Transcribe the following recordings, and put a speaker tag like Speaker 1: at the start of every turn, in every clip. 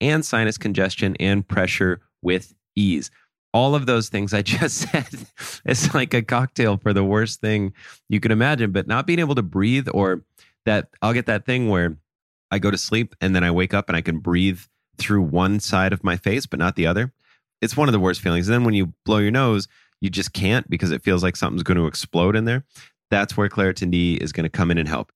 Speaker 1: and sinus congestion and pressure with ease. All of those things I just said, it's like a cocktail for the worst thing you can imagine. But not being able to breathe, or that I'll get that thing where I go to sleep and then I wake up and I can breathe through one side of my face, but not the other. It's one of the worst feelings. And then when you blow your nose, you just can't because it feels like something's going to explode in there. That's where Claritin D is going to come in and help.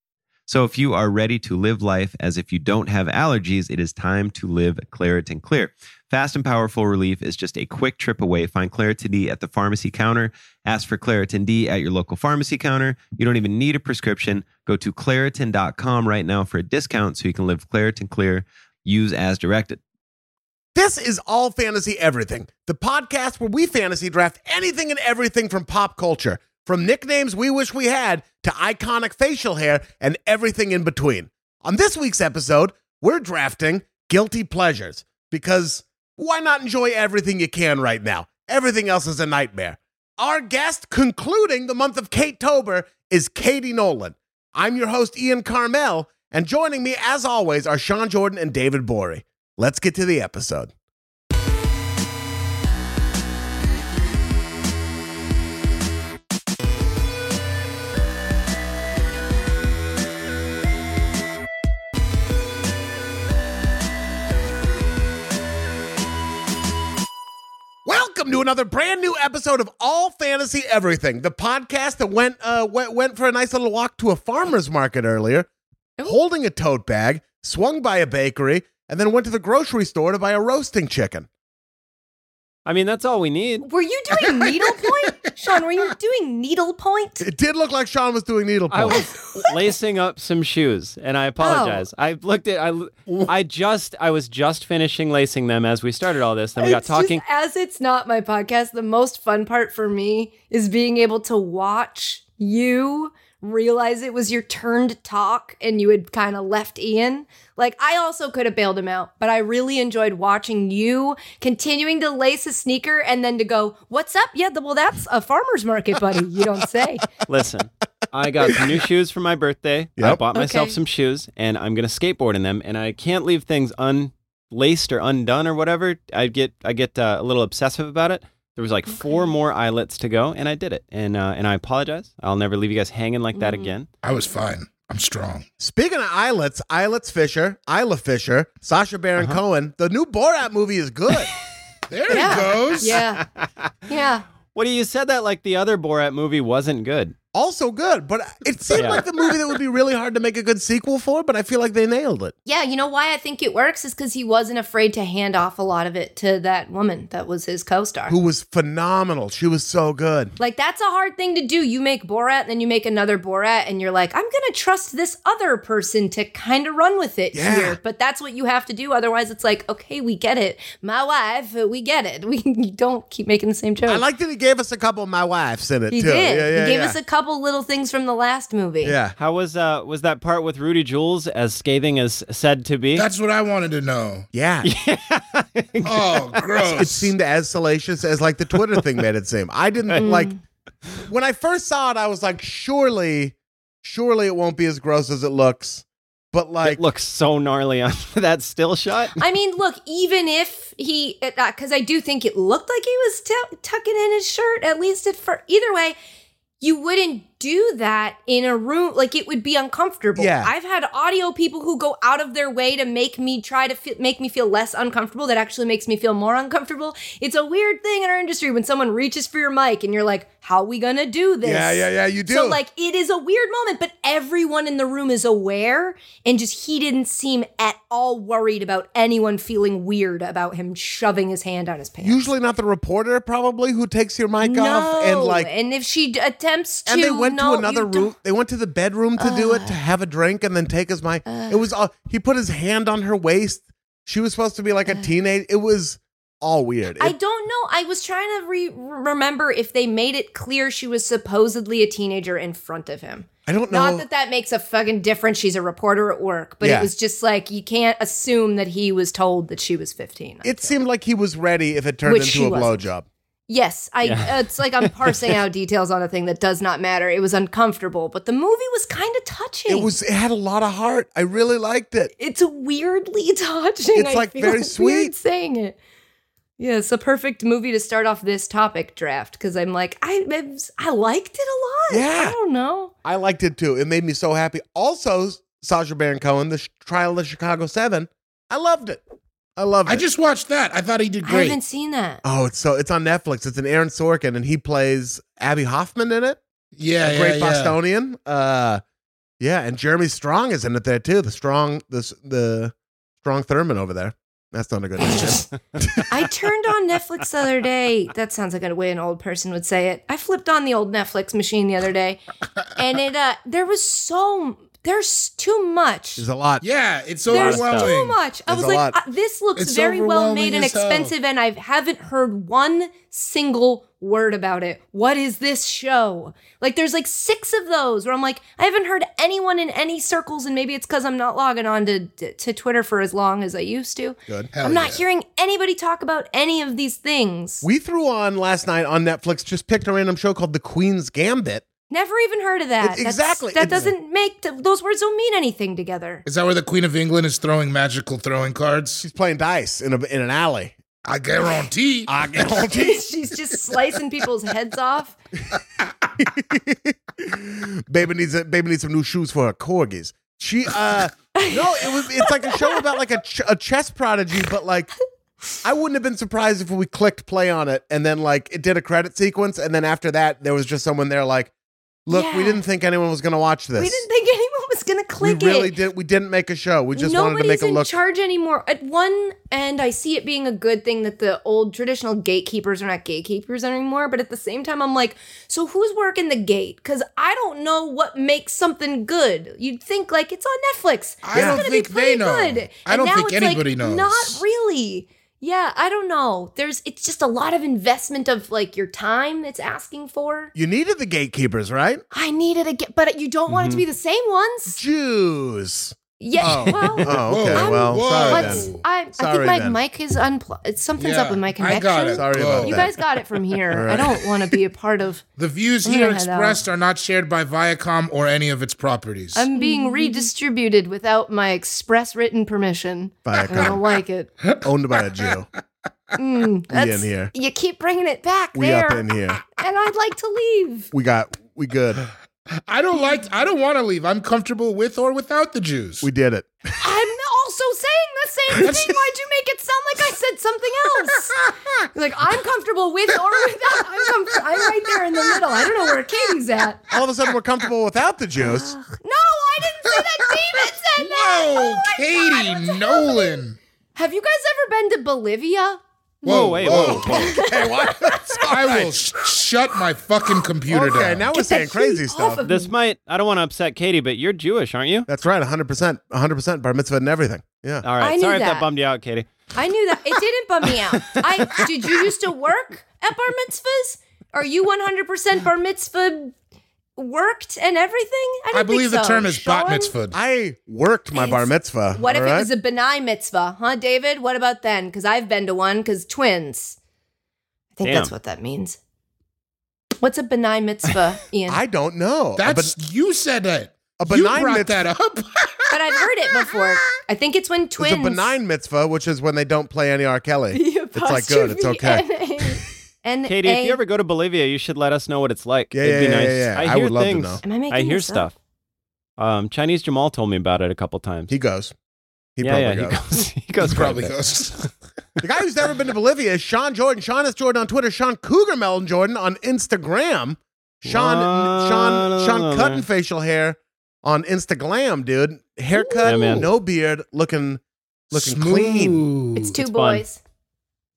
Speaker 1: So if you are ready to live life as if you don't have allergies, it is time to live Claritin Clear. Fast and powerful relief is just a quick trip away. Find Claritin D at the pharmacy counter. Ask for Claritin D at your local pharmacy counter. You don't even need a prescription. Go to Claritin.com right now for a discount so you can live Claritin Clear. Use as directed.
Speaker 2: This is All Fantasy Everything, the podcast where we fantasy draft anything and everything from pop culture, from nicknames we wish we had to iconic facial hair and everything in between. On this week's episode, we're drafting Guilty Pleasures because why not enjoy everything you can right now? Everything else is a nightmare. Our guest concluding the month of Kate Tober is Katie Nolan. I'm your host, Ian Carmel, and joining me, as always, are Sean Jordan and David Borey. Let's get to the episode. Welcome to another brand new episode of All Fantasy Everything, the podcast that went uh, went, went for a nice little walk to a farmer's market earlier, holding a tote bag, swung by a bakery, and then went to the grocery store to buy a roasting chicken.
Speaker 3: I mean, that's all we need.
Speaker 4: Were you doing needlepoint? Sean, were you doing needlepoint?
Speaker 2: It did look like Sean was doing
Speaker 3: I
Speaker 2: needlepoint.
Speaker 3: was lacing up some shoes, and I
Speaker 4: Oh.
Speaker 3: apologize. I looked at I, I just I was just finishing lacing them as we started all this. Then we got
Speaker 4: It's just-
Speaker 3: talking.
Speaker 4: as it's not my podcast, the most fun part for me is being able to watch you realize it was your turn to talk and you had kind of left Ian. Like, I also could have bailed him out, but I really enjoyed watching you continuing to lace a sneaker and then to go, What's up? Yeah, th- well, that's a farmer's market, buddy. You don't say.
Speaker 3: Listen, I got some new shoes for my birthday. I
Speaker 2: Yep.
Speaker 3: bought myself
Speaker 4: Okay.
Speaker 3: some shoes, and I'm gonna skateboard in them. And I can't leave things unlaced or undone or whatever. I get I get uh, a little obsessive about it. There was like four more eyelets to go, and I did it. And uh, and I apologize. I'll never leave you guys hanging like that again.
Speaker 5: I was fine. I'm strong.
Speaker 2: Speaking of islets, Islets Fisher, Isla Fisher, Sasha Baron
Speaker 4: Uh-huh.
Speaker 2: Cohen, the new Borat movie is good.
Speaker 5: There
Speaker 4: Yeah.
Speaker 5: he goes.
Speaker 4: Yeah. Yeah.
Speaker 3: What do you said that like the other Borat movie wasn't good?
Speaker 2: also good, but it seemed
Speaker 3: Yeah.
Speaker 2: like the movie that would be really hard to make a good sequel for, but I feel like they nailed it.
Speaker 4: Yeah, you know why I think it works is because he wasn't afraid to hand off a lot of it to that woman that was his co-star.
Speaker 2: Who was phenomenal. She was so good.
Speaker 4: like that's a hard thing to do. You make Borat, and then you make another Borat, and you're like, I'm gonna trust this other person to kind of run with it
Speaker 2: Yeah.
Speaker 4: here. But that's what you have to do. Otherwise, it's like, okay, we get it. My wife, uh, we get it. We don't keep making the same joke.
Speaker 2: I like that he gave us a couple of my wives in it
Speaker 4: he
Speaker 2: too.
Speaker 4: did.
Speaker 2: Yeah, yeah,
Speaker 4: he gave
Speaker 2: yeah.
Speaker 4: us a couple little things from the last movie.
Speaker 2: yeah.
Speaker 3: How was uh was that part with Rudy Jules as scathing as said to be?
Speaker 5: That's what I wanted to know.
Speaker 2: Yeah.
Speaker 5: Oh, gross.
Speaker 2: it seemed as salacious as like the Twitter thing made it seem. I
Speaker 4: Mm.
Speaker 2: didn't like when I first saw it. I was like, surely, surely it won't be as gross as it looks. But like,
Speaker 3: it looks so gnarly on that still shot.
Speaker 4: I mean, look, even if he, because I do think it looked like he was t- tucking in his shirt, at least at first. Either way, you wouldn't do that in a room. Like it would be uncomfortable.
Speaker 2: Yeah.
Speaker 4: I've had audio people who go out of their way to make me try to fe- make me feel less uncomfortable. That actually makes me feel more uncomfortable. It's a weird thing in our industry when someone reaches for your mic and you're like, "How we gonna do this?"
Speaker 2: Yeah, yeah, yeah. You do.
Speaker 4: So like it is a weird moment, but everyone in the room is aware and just he didn't seem at all worried about anyone feeling weird about him shoving his hand on his pants.
Speaker 2: usually not the reporter probably who takes your mic off and
Speaker 4: No,
Speaker 2: like
Speaker 4: and if she d- attempts to
Speaker 2: and they went
Speaker 4: no,
Speaker 2: to another
Speaker 4: you don't-
Speaker 2: room. They went to the bedroom to do it to have a drink and then take his mic. it was all he put his hand on her waist. She was supposed to be like a teenage. It was all weird.
Speaker 4: I
Speaker 2: It-
Speaker 4: don't know. I was trying to re- remember if they made it clear she was supposedly a teenager in front of him.
Speaker 2: I don't
Speaker 4: Not
Speaker 2: know.
Speaker 4: that that makes a fucking difference. She's a reporter at work, but
Speaker 2: Yeah.
Speaker 4: it was just like you can't assume that he was told that she was 15.
Speaker 2: it seemed like he was ready if it turned
Speaker 4: Which
Speaker 2: into
Speaker 4: she
Speaker 2: a
Speaker 4: wasn't.
Speaker 2: blowjob.
Speaker 4: Yes, I.
Speaker 1: Yeah.
Speaker 4: Uh, it's like I'm parsing out details on a thing that does not matter. It was uncomfortable, but the movie was kind of touching.
Speaker 2: It was. It had a lot of heart. I really liked it.
Speaker 4: It's weirdly touching.
Speaker 2: It's,
Speaker 4: I
Speaker 2: like,
Speaker 4: feel
Speaker 2: very
Speaker 4: weird
Speaker 2: sweet.
Speaker 4: saying it. Yeah, it's a perfect movie to start off this topic draft because I'm like I I'm- I liked it a lot.
Speaker 2: Yeah.
Speaker 4: I don't know.
Speaker 2: I liked it too. It made me so happy. Also, Sasha Baron Cohen, the Sh- trial of Chicago Seven. I loved it. I loved
Speaker 5: I
Speaker 2: it.
Speaker 5: just watched that. I thought he did
Speaker 4: I
Speaker 5: great.
Speaker 4: haven't seen that.
Speaker 2: Oh, it's so it's on Netflix. It's an Aaron Sorkin, and he plays Abby Hoffman in it.
Speaker 5: yeah,
Speaker 2: a great
Speaker 5: yeah, yeah.
Speaker 2: Bostonian. Uh, yeah, and Jeremy Strong is in it there too. The strong, the s- the strong Thurman over there. That's not a good
Speaker 4: It's
Speaker 2: idea.
Speaker 4: just- I turned on Netflix the other day. That sounds like a way an old person would say it. I flipped on the old Netflix machine the other day, and it uh there was so there's too much.
Speaker 2: There's a lot.
Speaker 5: Yeah, it's so
Speaker 4: There's too
Speaker 5: overwhelming.
Speaker 4: much. I
Speaker 2: There's
Speaker 4: was
Speaker 2: a
Speaker 4: like,
Speaker 2: lot.
Speaker 4: uh, this looks
Speaker 5: It's
Speaker 4: very well
Speaker 5: overwhelming
Speaker 4: made and
Speaker 5: as hell.
Speaker 4: expensive, and I haven't heard one single word about it. What is this show? Like, there's like six of those where I'm like, I haven't heard anyone in any circles, and maybe it's because I'm not logging on to, to Twitter for as long as I used to.
Speaker 2: Good.
Speaker 5: Hell
Speaker 4: I'm not
Speaker 5: yeah.
Speaker 4: hearing anybody talk about any of these things.
Speaker 2: We threw on last night on Netflix. Just picked a random show called The Queen's Gambit.
Speaker 4: Never even heard of that. That's-
Speaker 2: exactly.
Speaker 4: That
Speaker 2: It's-
Speaker 4: doesn't make those words don't mean anything together.
Speaker 5: Is that where the Queen of England is throwing magical throwing cards?
Speaker 2: She's playing dice in a in an alley.
Speaker 5: I guarantee.
Speaker 2: I guarantee.
Speaker 4: She's just slicing people's heads off.
Speaker 2: baby needs a, baby needs some new shoes for her corgis. She uh no, it was it's like a show about like a ch- a chess prodigy, but like I wouldn't have been surprised if we clicked play on it and then like it did a credit sequence and then after that there was just someone there like, look, we
Speaker 4: Yeah.
Speaker 2: didn't think anyone was gonna watch this.
Speaker 4: We didn't think anyone was gonna click
Speaker 2: We really
Speaker 4: it.
Speaker 2: did. We didn't make a show. We just wanted
Speaker 4: Nobody's
Speaker 2: to make a
Speaker 4: in
Speaker 2: look.
Speaker 4: charge anymore. At one end, I see it being a good thing that the old traditional gatekeepers are not gatekeepers anymore. But at the same time, I'm like, so who's working the gate? Because I don't know what makes something good. You'd think like it's on Netflix.
Speaker 5: I
Speaker 4: It's
Speaker 5: don't
Speaker 4: gonna
Speaker 5: think
Speaker 4: be pretty
Speaker 5: they know.
Speaker 4: Good.
Speaker 5: I don't
Speaker 4: And now
Speaker 5: think
Speaker 4: it's, like,
Speaker 5: anybody knows.
Speaker 4: Not really. Yeah, I don't know. There's it's just a lot of investment of like your time it's asking for.
Speaker 2: you needed the gatekeepers, right?
Speaker 4: I needed a get, but you don't want it
Speaker 5: Mm-hmm.
Speaker 4: to be the same ones.
Speaker 2: Jews.
Speaker 4: Yeah,
Speaker 2: Oh.
Speaker 4: well,
Speaker 2: Oh, okay.
Speaker 4: I'm-
Speaker 2: well,
Speaker 5: whoa.
Speaker 2: sorry
Speaker 4: What's
Speaker 2: then.
Speaker 5: then.
Speaker 4: I? I
Speaker 2: Sorry
Speaker 4: think my
Speaker 2: then.
Speaker 4: mic is unplugged. Something's up with my
Speaker 5: I
Speaker 4: connection.
Speaker 5: got it.
Speaker 2: Sorry
Speaker 5: Go.
Speaker 2: about
Speaker 4: You
Speaker 2: that.
Speaker 4: guys got it from here.
Speaker 2: All right.
Speaker 4: I don't want to be a part of.
Speaker 5: The views
Speaker 4: I'm
Speaker 5: here
Speaker 4: gonna head out.
Speaker 5: expressed are not shared by Viacom or any of its properties.
Speaker 4: I'm being redistributed without my express written permission.
Speaker 2: By a
Speaker 4: I don't
Speaker 2: com-
Speaker 4: like it.
Speaker 2: owned by a Jew.
Speaker 4: Mm, that's-
Speaker 2: here.
Speaker 4: You keep bringing it back
Speaker 2: We
Speaker 4: there,
Speaker 2: up in here.
Speaker 4: and I'd like to leave.
Speaker 2: We got. We good.
Speaker 5: I don't like. I don't want to leave. I'm comfortable with or without the Jews.
Speaker 2: We did it.
Speaker 4: I'm also saying the same thing. Why'd you make it sound like I said something else? You're like I'm comfortable with or without. I'm, comf- I'm right there in the middle. I don't know where Katie's at.
Speaker 2: all of a sudden we're comfortable without the Jews.
Speaker 4: No, I didn't say that. David said that.
Speaker 5: Whoa,
Speaker 4: Oh my God,
Speaker 5: Katie
Speaker 4: what's
Speaker 5: Nolan.
Speaker 4: Have you guys ever been to Bolivia?
Speaker 3: Oh,
Speaker 1: Whoa, wait, whoa, whoa.
Speaker 2: Hey, what?
Speaker 5: I will sh- shut my fucking computer
Speaker 2: Okay,
Speaker 5: down.
Speaker 2: now we're
Speaker 4: Get
Speaker 2: saying
Speaker 4: that
Speaker 2: crazy
Speaker 4: heat
Speaker 2: stuff.
Speaker 4: off of
Speaker 1: this
Speaker 4: me.
Speaker 1: might, I don't want to upset Katie, but you're Jewish, aren't you?
Speaker 2: That's right, 100%, 100% bar mitzvah and everything. Yeah.
Speaker 1: All right.
Speaker 4: knew
Speaker 1: Sorry if that
Speaker 4: that.
Speaker 1: bummed you out, Katie.
Speaker 4: I knew that. It didn't bum me out. I did. You used to work at bar mitzvahs? Are you one hundred percent bar mitzvah worked and everything? don't
Speaker 5: I believe
Speaker 4: think
Speaker 5: the
Speaker 4: so.
Speaker 5: term is bat
Speaker 4: Sean?
Speaker 5: mitzvah.
Speaker 2: I worked my bar mitzvah.
Speaker 4: What if
Speaker 2: all
Speaker 4: it
Speaker 2: right?
Speaker 4: was a benign mitzvah, huh, David? What about then? Because I've been to one. Because twins. I think that's
Speaker 1: Damn.
Speaker 4: what that means. What's a benign mitzvah, Ian?
Speaker 2: I don't know.
Speaker 5: That's
Speaker 2: a,
Speaker 5: you said it.
Speaker 2: A
Speaker 5: you
Speaker 2: benign
Speaker 5: brought
Speaker 2: mitzvah-
Speaker 5: that up.
Speaker 4: but I've heard it before. I think it's when
Speaker 2: ben-
Speaker 4: twins.
Speaker 2: it's a benign mitzvah, which is when they don't play any R. Kelly.
Speaker 4: The
Speaker 2: It's like, good, it's
Speaker 4: apostrophe
Speaker 2: okay.
Speaker 4: NA. N
Speaker 1: Katie, if
Speaker 4: A-
Speaker 1: you ever go to Bolivia, you should let us know what it's like.
Speaker 2: Yeah,
Speaker 1: It'd
Speaker 2: yeah,
Speaker 1: be
Speaker 2: yeah,
Speaker 1: nice.
Speaker 2: yeah, yeah. I
Speaker 1: I hear
Speaker 2: would love to
Speaker 1: things.
Speaker 2: know.
Speaker 4: Am I making
Speaker 1: I hear
Speaker 4: this up?
Speaker 1: stuff. Um, Chinese Jamal told me about it a couple times.
Speaker 2: He goes. He
Speaker 1: yeah, yeah,
Speaker 2: probably goes.
Speaker 1: he goes. He goes. quite a
Speaker 5: He probably
Speaker 1: bit.
Speaker 5: goes.
Speaker 2: The guy who's never been to Bolivia is Sean Jordan. Sean S. Jordan on Twitter. Sean Cougar Melon Jordan on Instagram. Sean
Speaker 1: Wow.
Speaker 2: Sean Sean cutting facial hair on Instagram, dude. Haircut,
Speaker 1: Yeah, man.
Speaker 2: no beard, looking looking clean.
Speaker 5: Smooth.
Speaker 4: It's two
Speaker 1: fun.
Speaker 4: boys.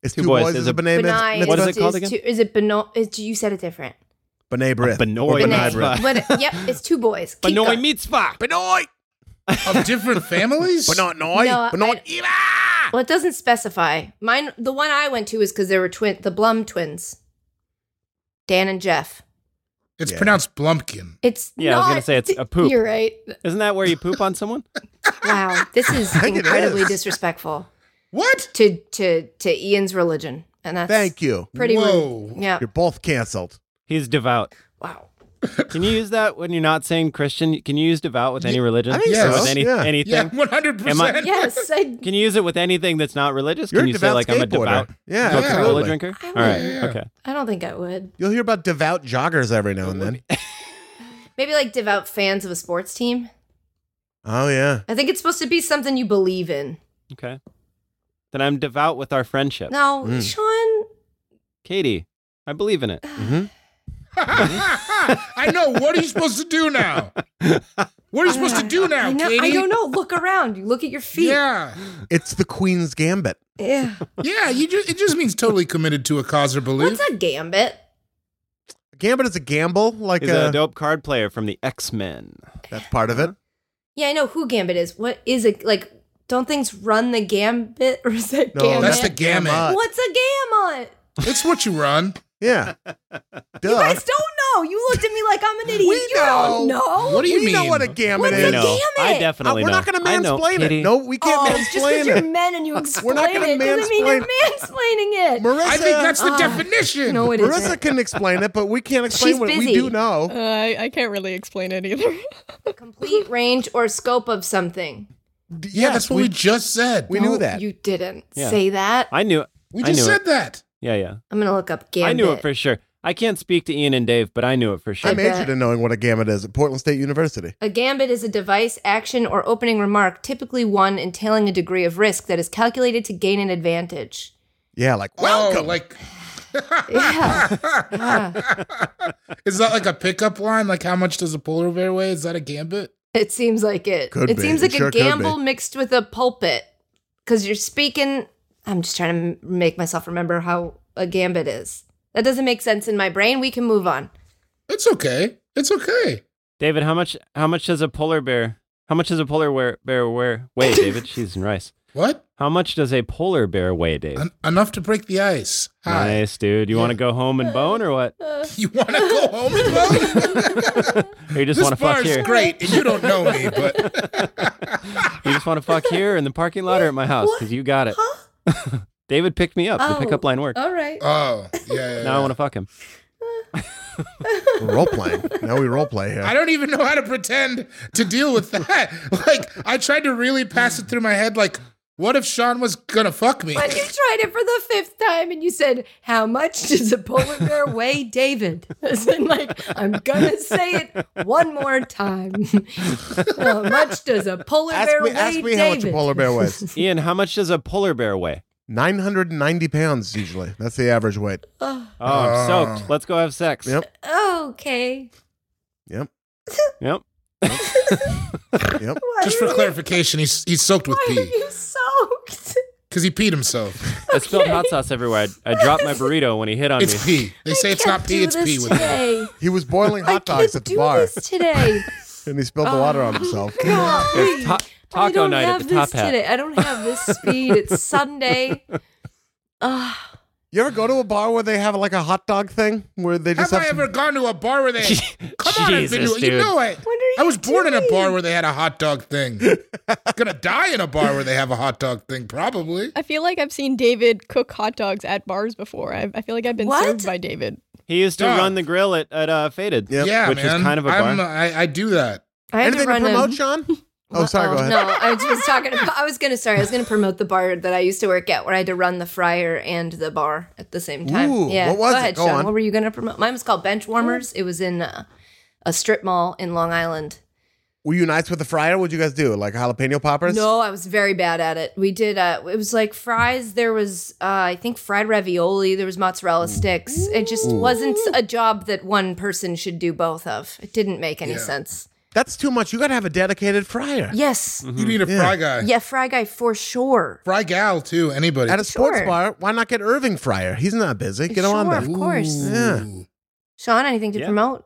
Speaker 2: It's two,
Speaker 1: Two
Speaker 2: boys.
Speaker 1: boys.
Speaker 2: Is
Speaker 1: There's
Speaker 2: a
Speaker 1: a
Speaker 2: B'nai
Speaker 4: Benign.
Speaker 2: B'nith-
Speaker 1: What is
Speaker 2: B'nith-
Speaker 1: it called again?
Speaker 4: Two, is it Beno? Is, you said it different.
Speaker 2: B'nai B'rith.
Speaker 1: Benoit
Speaker 2: Or B'nai
Speaker 4: B'nai.
Speaker 2: B'rith.
Speaker 4: But yep, it's two boys. Keep
Speaker 1: But no
Speaker 4: going.
Speaker 1: mitzvah.
Speaker 2: Benoit!
Speaker 5: of different families.
Speaker 2: But not Noi!
Speaker 4: No,
Speaker 2: But not
Speaker 4: I-
Speaker 2: Eva!
Speaker 4: Well, it doesn't specify. Mine, the one I went to is because there were twin, the Blum twins, Dan and Jeff.
Speaker 5: It's
Speaker 2: Yeah.
Speaker 5: pronounced Blumpkin.
Speaker 4: It's
Speaker 1: Yeah, I was
Speaker 4: not-
Speaker 1: gonna say it's a poop.
Speaker 4: You're right.
Speaker 1: Isn't that where you poop on someone?
Speaker 4: Wow, this is
Speaker 2: think it
Speaker 4: incredibly
Speaker 2: is.
Speaker 4: disrespectful
Speaker 5: What?
Speaker 4: to to to Ian's religion, and that's
Speaker 2: Thank you.
Speaker 4: pretty
Speaker 5: Whoa.
Speaker 4: rude. Yeah.
Speaker 2: You're both canceled.
Speaker 1: He's devout.
Speaker 4: Wow.
Speaker 1: Can you use that when you're not saying Christian? Can you use devout with any religion?
Speaker 2: I think
Speaker 5: Yes. so,
Speaker 1: With any,
Speaker 2: yeah.
Speaker 1: anything?
Speaker 5: Yeah, one hundred
Speaker 1: Am
Speaker 5: percent.
Speaker 4: Yes, I,
Speaker 1: Can you use it with anything that's not religious?
Speaker 2: You're
Speaker 1: Can you
Speaker 2: a devout
Speaker 1: say like I'm a
Speaker 2: skateboarder.
Speaker 1: devout
Speaker 2: Yeah,
Speaker 1: Coca-Cola
Speaker 2: absolutely.
Speaker 1: drinker?
Speaker 4: I
Speaker 1: All
Speaker 4: would.
Speaker 1: right.
Speaker 5: Yeah.
Speaker 1: Okay.
Speaker 4: I don't think I would.
Speaker 2: You'll hear about devout joggers every now and then.
Speaker 4: Maybe like devout fans of a sports team.
Speaker 2: Oh yeah.
Speaker 4: I think it's supposed to be something you believe in.
Speaker 1: Okay. Then I'm devout with our friendship.
Speaker 4: No,
Speaker 2: Mm.
Speaker 4: Sean.
Speaker 1: Katie, I believe in it.
Speaker 2: Mhm.
Speaker 5: I know. What are you supposed to do now? What are you supposed to do now,
Speaker 4: I, know,
Speaker 5: Katie?
Speaker 4: I don't know. Look around. You look at your feet.
Speaker 5: Yeah,
Speaker 2: It's the Queen's Gambit.
Speaker 4: Yeah.
Speaker 5: yeah. You just it just means totally committed to a cause or belief.
Speaker 4: What's a gambit?
Speaker 2: Gambit is a gamble, like
Speaker 1: He's a
Speaker 2: a,
Speaker 1: dope card player from the X Men.
Speaker 2: that's part of it.
Speaker 4: Yeah, I know who gambit is. What is it like? Don't things run the gambit, or is that
Speaker 2: No,
Speaker 4: gambit?
Speaker 5: That's the gamut.
Speaker 2: Gamma.
Speaker 4: What's a gamut?
Speaker 5: It's what you run.
Speaker 2: Yeah. Duh.
Speaker 4: You guys don't know. You looked at me like I'm an idiot.
Speaker 2: Uh, We
Speaker 4: you don't
Speaker 2: know.
Speaker 4: know.
Speaker 5: What do you
Speaker 2: we
Speaker 5: mean?
Speaker 2: know what a gambit
Speaker 4: What's
Speaker 1: I
Speaker 4: a
Speaker 2: is.
Speaker 4: gamut?
Speaker 1: know. I
Speaker 4: it.
Speaker 2: Uh,
Speaker 1: definitely
Speaker 2: we're
Speaker 1: know.
Speaker 2: not going to
Speaker 1: I know,
Speaker 2: mansplain
Speaker 1: Katie.
Speaker 2: it. No, we can't
Speaker 4: oh, just because you're
Speaker 2: mansplain it.
Speaker 4: men and you explain
Speaker 2: not gonna
Speaker 4: it doesn't mean you're mansplaining it.
Speaker 2: Marissa,
Speaker 5: I think that's the
Speaker 4: Ah.
Speaker 5: definition.
Speaker 4: no, it
Speaker 2: Marissa
Speaker 4: isn't.
Speaker 2: can explain it, but we can't explain
Speaker 4: She's
Speaker 2: what we
Speaker 4: busy.
Speaker 2: do know.
Speaker 6: Uh, I, I can't really explain it either.
Speaker 4: Complete range or scope of something.
Speaker 2: D-
Speaker 5: yeah,
Speaker 2: yes,
Speaker 5: that's what we, just said.
Speaker 2: we
Speaker 5: We,
Speaker 2: knew
Speaker 4: No,
Speaker 2: that.
Speaker 4: You didn't
Speaker 1: Yeah.
Speaker 4: say that.
Speaker 1: I knew. I
Speaker 5: just
Speaker 1: knew
Speaker 5: said
Speaker 1: it.
Speaker 5: that.
Speaker 1: Yeah, yeah.
Speaker 4: I'm gonna look up gambit.
Speaker 1: I knew it for sure. I can't speak to Ian and Dave, but I knew it for
Speaker 2: I
Speaker 1: sure.
Speaker 4: I'm-
Speaker 2: majored
Speaker 4: bet.
Speaker 2: in knowing what a gamut is at Portland State University.
Speaker 4: A gambit is a device, action, or opening remark, typically one entailing a degree of risk that is calculated to gain an advantage.
Speaker 2: Yeah, like
Speaker 5: Oh,
Speaker 2: welcome.
Speaker 5: like
Speaker 4: Yeah.
Speaker 5: is that like a pickup line? Like how much does a polar bear weigh? Is that a gambit?
Speaker 4: It seems like it.
Speaker 2: Could
Speaker 4: it
Speaker 2: be.
Speaker 4: seems
Speaker 2: It
Speaker 4: like
Speaker 2: sure
Speaker 4: a
Speaker 2: could
Speaker 4: gamble
Speaker 2: be.
Speaker 4: mixed with a pulpit because you're speaking. I'm just trying to m- make myself remember how a gambit is. That doesn't make sense in my brain. We can move on.
Speaker 5: It's okay. It's okay.
Speaker 1: David, how much? How much does a polar bear? How much does a polar bear, bear wear? Weigh, David. Cheese and rice.
Speaker 5: What?
Speaker 1: How much does a polar bear weigh, Dave?
Speaker 5: En- enough to break the ice. Hi.
Speaker 1: Nice, dude. You want to go home and bone or what?
Speaker 5: You want to go home and vote?
Speaker 1: Or you just
Speaker 5: this
Speaker 1: want to fuck
Speaker 5: bar
Speaker 1: here?
Speaker 5: is great, and you don't know me, but
Speaker 1: You just want to fuck here in the parking lot or at my house because you got it. David picked me up.
Speaker 4: Oh.
Speaker 1: The pickup line worked.
Speaker 4: All right.
Speaker 5: oh yeah. yeah,
Speaker 1: Now I
Speaker 5: yeah.
Speaker 1: want to fuck him.
Speaker 2: role playing. Now we role play here.
Speaker 5: I don't even know how to pretend to deal with that. Like I tried to really pass it through my head. Like, what if Sean was gonna fuck me?
Speaker 4: But you tried it for the fifth time and you said, How much does a polar bear weigh, David? As in, like, I'm gonna say it one more time. how much does a polar
Speaker 2: ask
Speaker 4: bear
Speaker 2: me,
Speaker 4: weigh,
Speaker 2: ask me
Speaker 4: David?
Speaker 2: how much a polar bear weighs.
Speaker 1: Ian, how much does a polar bear weigh?
Speaker 2: 990 pounds usually. That's the average weight.
Speaker 1: Oh,
Speaker 5: Uh,
Speaker 1: I'm soaked. Let's go have sex.
Speaker 2: Yep.
Speaker 4: okay.
Speaker 2: Yep.
Speaker 1: Yep.
Speaker 2: Yep.
Speaker 4: Why
Speaker 5: Just for
Speaker 4: are you-
Speaker 5: clarification, he's he's soaked with
Speaker 4: Why are
Speaker 5: pee
Speaker 4: you soaked?
Speaker 5: because he peed himself.
Speaker 1: I spilled hot sauce everywhere. I, I dropped my burrito when he hit on
Speaker 5: It's
Speaker 1: me.
Speaker 5: pee. They say it's not pee. It's pee with him.
Speaker 4: today.
Speaker 2: He was boiling
Speaker 4: I
Speaker 2: hot
Speaker 4: can't
Speaker 2: dogs at the
Speaker 4: do
Speaker 2: bar
Speaker 4: this today.
Speaker 2: and he spilled the water on himself.
Speaker 4: Golly.
Speaker 1: Ta-
Speaker 4: I
Speaker 1: taco
Speaker 4: don't
Speaker 1: night
Speaker 4: have
Speaker 1: at the Top
Speaker 4: this
Speaker 1: Hat.
Speaker 4: today. I don't have this speed. It's Sunday. Ugh.
Speaker 2: You ever go to a bar where they have like a hot dog thing where they
Speaker 5: Have
Speaker 2: just have,
Speaker 5: I ever gone to a bar where they? Come on, I've been
Speaker 1: Jesus,
Speaker 5: to- you
Speaker 1: dude.
Speaker 5: know it.
Speaker 4: What are
Speaker 5: I was
Speaker 4: you
Speaker 5: born in a bar
Speaker 4: doing?
Speaker 5: where they had a hot dog thing. Gonna die in a bar where they have a hot dog thing, probably.
Speaker 6: I feel like I've seen David cook hot dogs at bars before. I, I feel like I've been
Speaker 4: What?
Speaker 6: served by David.
Speaker 1: He used to
Speaker 5: Dog.
Speaker 1: run the grill at, at uh, Faded,
Speaker 2: Yep.
Speaker 5: Yeah,
Speaker 1: which
Speaker 5: man.
Speaker 1: was kind of a bar.
Speaker 5: I'm, I, I do that.
Speaker 4: I had to
Speaker 2: anything to
Speaker 4: run
Speaker 2: promote,
Speaker 4: a-
Speaker 2: Sean? Oh, sorry.
Speaker 4: Uh-oh.
Speaker 2: Go ahead.
Speaker 4: No, I was just talking about. I was gonna. Sorry, I was gonna promote the bar that I used to work at, where I had to run the fryer and the bar at the same time.
Speaker 2: Ooh,
Speaker 4: yeah.
Speaker 2: what was
Speaker 4: Go
Speaker 2: it?
Speaker 4: ahead,
Speaker 2: Go
Speaker 4: Sean.
Speaker 2: on. Oh.
Speaker 4: What were you gonna promote? Mine was called Bench Warmers. It was in uh, a strip mall in Long Island.
Speaker 2: Were you nice with the fryer? What'd you guys do? Like jalapeno poppers?
Speaker 4: No, I was very bad at it. We did. Uh, it was like fries. There was, uh, I think, fried ravioli. There was mozzarella sticks. It just wasn't a job that one person should do both of. It didn't make any
Speaker 5: Yeah.
Speaker 4: sense.
Speaker 2: That's too much. You got to have a dedicated fryer.
Speaker 4: Yes.
Speaker 5: You
Speaker 1: Mm-hmm.
Speaker 5: need a
Speaker 2: Yeah.
Speaker 5: fry guy.
Speaker 4: Yeah, fry guy for sure.
Speaker 5: Fry gal, too. Anybody.
Speaker 2: At a sports
Speaker 4: Sure.
Speaker 2: bar, why not get Irving Fryer? He's not busy. Get
Speaker 4: sure,
Speaker 2: on that.
Speaker 4: of course.
Speaker 2: Yeah.
Speaker 4: Sean, anything to
Speaker 1: Yeah.
Speaker 4: promote?
Speaker 5: uh,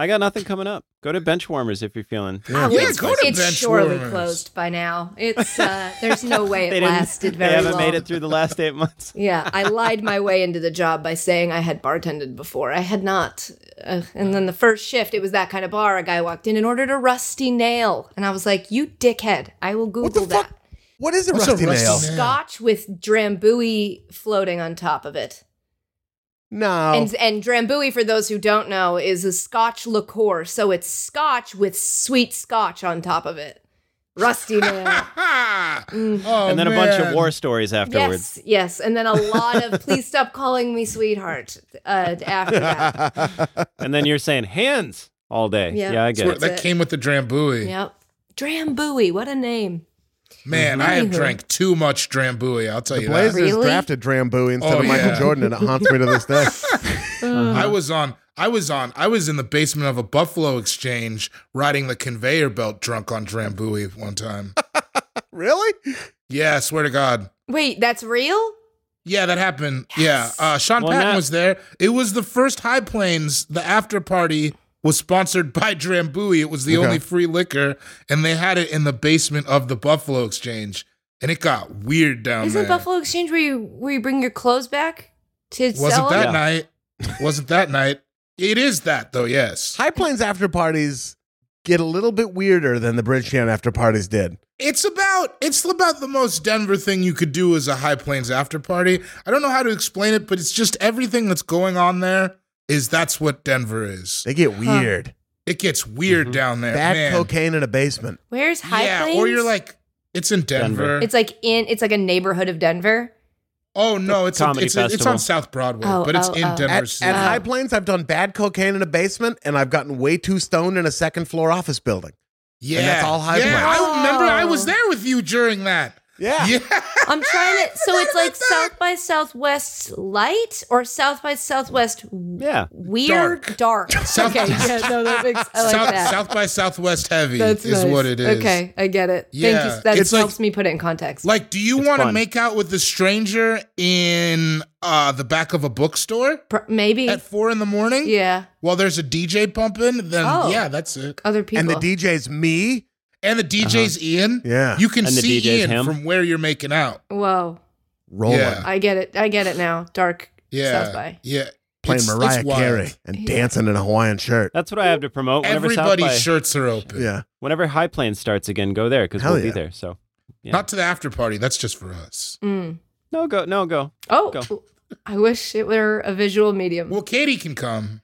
Speaker 1: I got nothing coming up. Go to Benchwarmers if you're feeling.
Speaker 4: Oh,
Speaker 5: Yeah,
Speaker 4: it's
Speaker 5: go to
Speaker 4: it's
Speaker 5: bench
Speaker 4: surely
Speaker 5: warmers.
Speaker 4: closed by now. It's uh, there's no way
Speaker 1: They
Speaker 4: it
Speaker 1: didn't-
Speaker 4: lasted
Speaker 1: They
Speaker 4: very
Speaker 1: haven't
Speaker 4: long.
Speaker 1: made it through the last eight months.
Speaker 4: Yeah, I lied my way into the job by saying I had bartended before. I had not. Uh, and then the first shift, it was that kind of bar. A guy walked in and ordered a rusty nail, and I was like, "You dickhead! I will
Speaker 2: What the
Speaker 4: Google
Speaker 2: fuck?
Speaker 4: that."
Speaker 2: What is a
Speaker 5: What's a
Speaker 2: rusty,
Speaker 5: rusty
Speaker 2: nail?
Speaker 5: nail?
Speaker 4: Scotch with drambuie floating on top of it.
Speaker 2: No.
Speaker 4: And and Drambuie, for those who don't know, is a Scotch liqueur. So it's Scotch with sweet Scotch on top of it. Rusty nail.
Speaker 5: Ah!
Speaker 4: Mm.
Speaker 5: Oh,
Speaker 1: and then a bunch of
Speaker 5: man.
Speaker 1: war stories afterwards.
Speaker 4: Yes, yes, and then a lot of please stop calling me sweetheart uh, after that.
Speaker 1: And then you're saying hands all day.
Speaker 4: Yeah.
Speaker 1: Yeah, I
Speaker 4: It's
Speaker 1: get it.
Speaker 4: worth-
Speaker 5: That
Speaker 4: it.
Speaker 5: came with the Drambuie.
Speaker 4: Yep, Drambuie, what a name!
Speaker 5: Man,
Speaker 1: Mm-hmm.
Speaker 5: I have
Speaker 4: Anywho.
Speaker 5: drank too much Drambuie. I'll tell
Speaker 2: the
Speaker 5: you
Speaker 2: Blazers
Speaker 5: that.
Speaker 4: Really?
Speaker 2: drafted Drambuie instead
Speaker 5: Oh,
Speaker 2: of Michael
Speaker 5: yeah.
Speaker 2: Jordan, and it haunts me to this day.
Speaker 5: I was on. I was on. I was in the basement of a Buffalo Exchange riding the conveyor belt, drunk on Drambuie one time.
Speaker 2: really?
Speaker 5: yeah, swear to God.
Speaker 4: Wait, that's real?
Speaker 5: Yeah, that happened.
Speaker 4: Yes.
Speaker 5: Yeah, uh, Sean
Speaker 1: Well,
Speaker 5: Patton
Speaker 1: now-
Speaker 5: was there. It was the first High Plains. The after party was sponsored by Drambuie. It was the
Speaker 2: Okay.
Speaker 5: only free liquor, and they had it in the basement of the Buffalo Exchange. And it got weird down
Speaker 4: Isn't
Speaker 5: there.
Speaker 4: Buffalo Exchange where you where you bring your clothes back to sell
Speaker 5: Wasn't that
Speaker 4: them?
Speaker 5: night? Wasn't that night? It is that though. Yes,
Speaker 2: High Plains after parties get a little bit weirder than the Bridgetown after parties did.
Speaker 5: it's about it's about the most Denver thing you could do as a High Plains after party. I don't know how to explain it, but it's just everything that's going on there is that's what Denver is.
Speaker 2: They get weird.
Speaker 5: It gets weird down there.
Speaker 2: Bad
Speaker 5: Uh, man.
Speaker 2: cocaine in a basement.
Speaker 4: Where's High
Speaker 5: yeah,
Speaker 4: Plains?
Speaker 5: or you're like, it's in Denver.
Speaker 1: Denver.
Speaker 4: it's like in it's like a neighborhood of Denver.
Speaker 5: oh no, it's a,
Speaker 1: Comedy
Speaker 5: it's, a, it's
Speaker 1: festival.
Speaker 5: on South Broadway,
Speaker 4: Oh,
Speaker 5: but it's
Speaker 4: oh,
Speaker 5: in
Speaker 4: oh.
Speaker 5: Denver
Speaker 2: At,
Speaker 5: City.
Speaker 2: at High Plains, I've done bad cocaine in a basement, and I've gotten way too stoned in a second floor office building.
Speaker 5: yeah,
Speaker 2: that's all High
Speaker 5: yeah,
Speaker 2: Plains.
Speaker 5: I remember I
Speaker 4: Oh.
Speaker 5: was there with you during that.
Speaker 2: Yeah.
Speaker 5: yeah.
Speaker 4: I'm trying to. So it's like
Speaker 5: Remember that?
Speaker 4: South by Southwest light or South by Southwest
Speaker 1: Yeah.
Speaker 4: weird dark.
Speaker 5: South-
Speaker 4: okay, yeah, no, that makes Oh, I like
Speaker 5: South,
Speaker 4: that.
Speaker 5: South by Southwest heavy
Speaker 4: That's
Speaker 5: is
Speaker 4: nice.
Speaker 5: what it is.
Speaker 4: Okay, I get it. Thank
Speaker 5: Yeah,
Speaker 4: you. That
Speaker 5: it's
Speaker 4: helps
Speaker 5: like-
Speaker 4: me put it in context.
Speaker 5: Like, do you
Speaker 1: It's
Speaker 5: want to
Speaker 1: fun.
Speaker 5: make out with a stranger in uh, the back of a bookstore
Speaker 4: Pr- Maybe.
Speaker 5: at four in the morning?
Speaker 4: Yeah.
Speaker 5: While there's a DJ pumping, then
Speaker 4: Oh.
Speaker 5: yeah, that's it.
Speaker 4: Other people.
Speaker 2: And the DJ's me.
Speaker 5: And the DJ's Ian.
Speaker 2: Uh-huh. Yeah.
Speaker 5: You can
Speaker 1: And the
Speaker 5: see
Speaker 1: DJ's
Speaker 5: Ian
Speaker 1: him.
Speaker 5: from where you're making out.
Speaker 4: Whoa.
Speaker 2: Rolling.
Speaker 5: Yeah.
Speaker 4: I get it. I get it now. Dark
Speaker 5: Yeah.
Speaker 4: South by.
Speaker 5: Yeah.
Speaker 2: Playing
Speaker 5: It's- it's
Speaker 2: Mariah
Speaker 5: wild.
Speaker 2: Carey and
Speaker 4: Yeah.
Speaker 2: dancing in a Hawaiian shirt.
Speaker 1: That's what I have to promote. Whenever, South by,
Speaker 5: Everybody's shirts are open.
Speaker 2: Yeah.
Speaker 1: whenever High Plains starts again, go there because
Speaker 2: Hell
Speaker 1: we'll be
Speaker 2: yeah.
Speaker 1: there. So Yeah.
Speaker 5: Not to the after party. That's just for us.
Speaker 4: Mm.
Speaker 1: no go, no go.
Speaker 4: Oh,
Speaker 1: Go.
Speaker 4: I wish it were a visual medium.
Speaker 5: Well, Katie can come.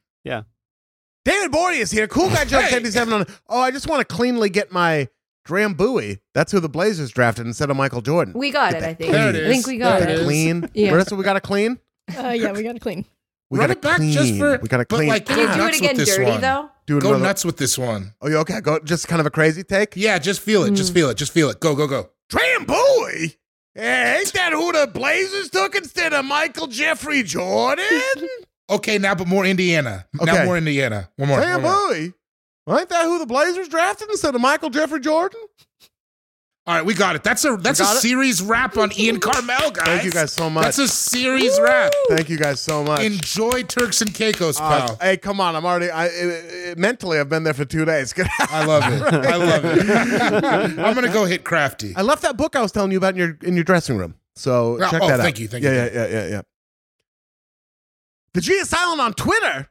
Speaker 2: David Bory is here. Cool guy Jones
Speaker 5: Hey.
Speaker 2: 77 on. Oh, I just want to cleanly get my Drambuie. That's who the Blazers drafted instead of Michael Jordan.
Speaker 4: we got
Speaker 2: Get
Speaker 4: it.
Speaker 2: that
Speaker 4: I think.
Speaker 5: There it
Speaker 4: I think
Speaker 5: is.
Speaker 4: we got
Speaker 5: There
Speaker 4: it.
Speaker 5: it is.
Speaker 2: clean.
Speaker 4: Yeah.
Speaker 2: Marissa, we got to clean.
Speaker 6: Uh, yeah, we gotta clean.
Speaker 2: We
Speaker 5: Run
Speaker 2: gotta
Speaker 5: it back
Speaker 2: clean.
Speaker 5: just for.
Speaker 2: We got to
Speaker 5: but,
Speaker 2: clean. Ah.
Speaker 5: Like,
Speaker 4: Can
Speaker 5: go
Speaker 4: you do
Speaker 5: nuts
Speaker 4: it
Speaker 5: with
Speaker 4: again
Speaker 5: this
Speaker 4: dirty
Speaker 5: one.
Speaker 4: though?
Speaker 2: Do
Speaker 5: Go
Speaker 2: another-
Speaker 5: nuts with this one.
Speaker 2: Oh, you okay? Go. Just kind of a crazy take.
Speaker 5: Yeah, just feel it. Just
Speaker 4: Mm.
Speaker 5: feel it. Just feel it. Go, go, go.
Speaker 2: Drambuie. Yeah, ain't that who the Blazers took instead of Michael Jeffrey Jordan?
Speaker 5: Okay, now but more Indiana. Now
Speaker 2: Okay.
Speaker 5: more Indiana. One more. one more.
Speaker 2: Drambuie. Well, ain't that who the Blazers drafted instead of Michael Jeffrey Jordan?
Speaker 5: All right, we got it. That's a that's a
Speaker 2: got it?
Speaker 5: series wrap on Ian Carmel, guys.
Speaker 2: Thank you guys so much.
Speaker 5: That's a series wrap.
Speaker 2: Thank you guys so much.
Speaker 5: Enjoy Turks and Caicos,
Speaker 2: Uh,
Speaker 5: pal.
Speaker 2: hey, come on! I'm already I, I, I- mentally. I've been there for two days.
Speaker 5: I love it. I love it. I'm gonna go hit crafty.
Speaker 2: I left that book I was telling you about in your in your dressing room. So
Speaker 5: Oh,
Speaker 2: check
Speaker 5: oh,
Speaker 2: that out.
Speaker 5: thank you, thank
Speaker 2: yeah,
Speaker 5: you.
Speaker 2: Yeah, yeah, yeah, yeah. The G is silent on Twitter.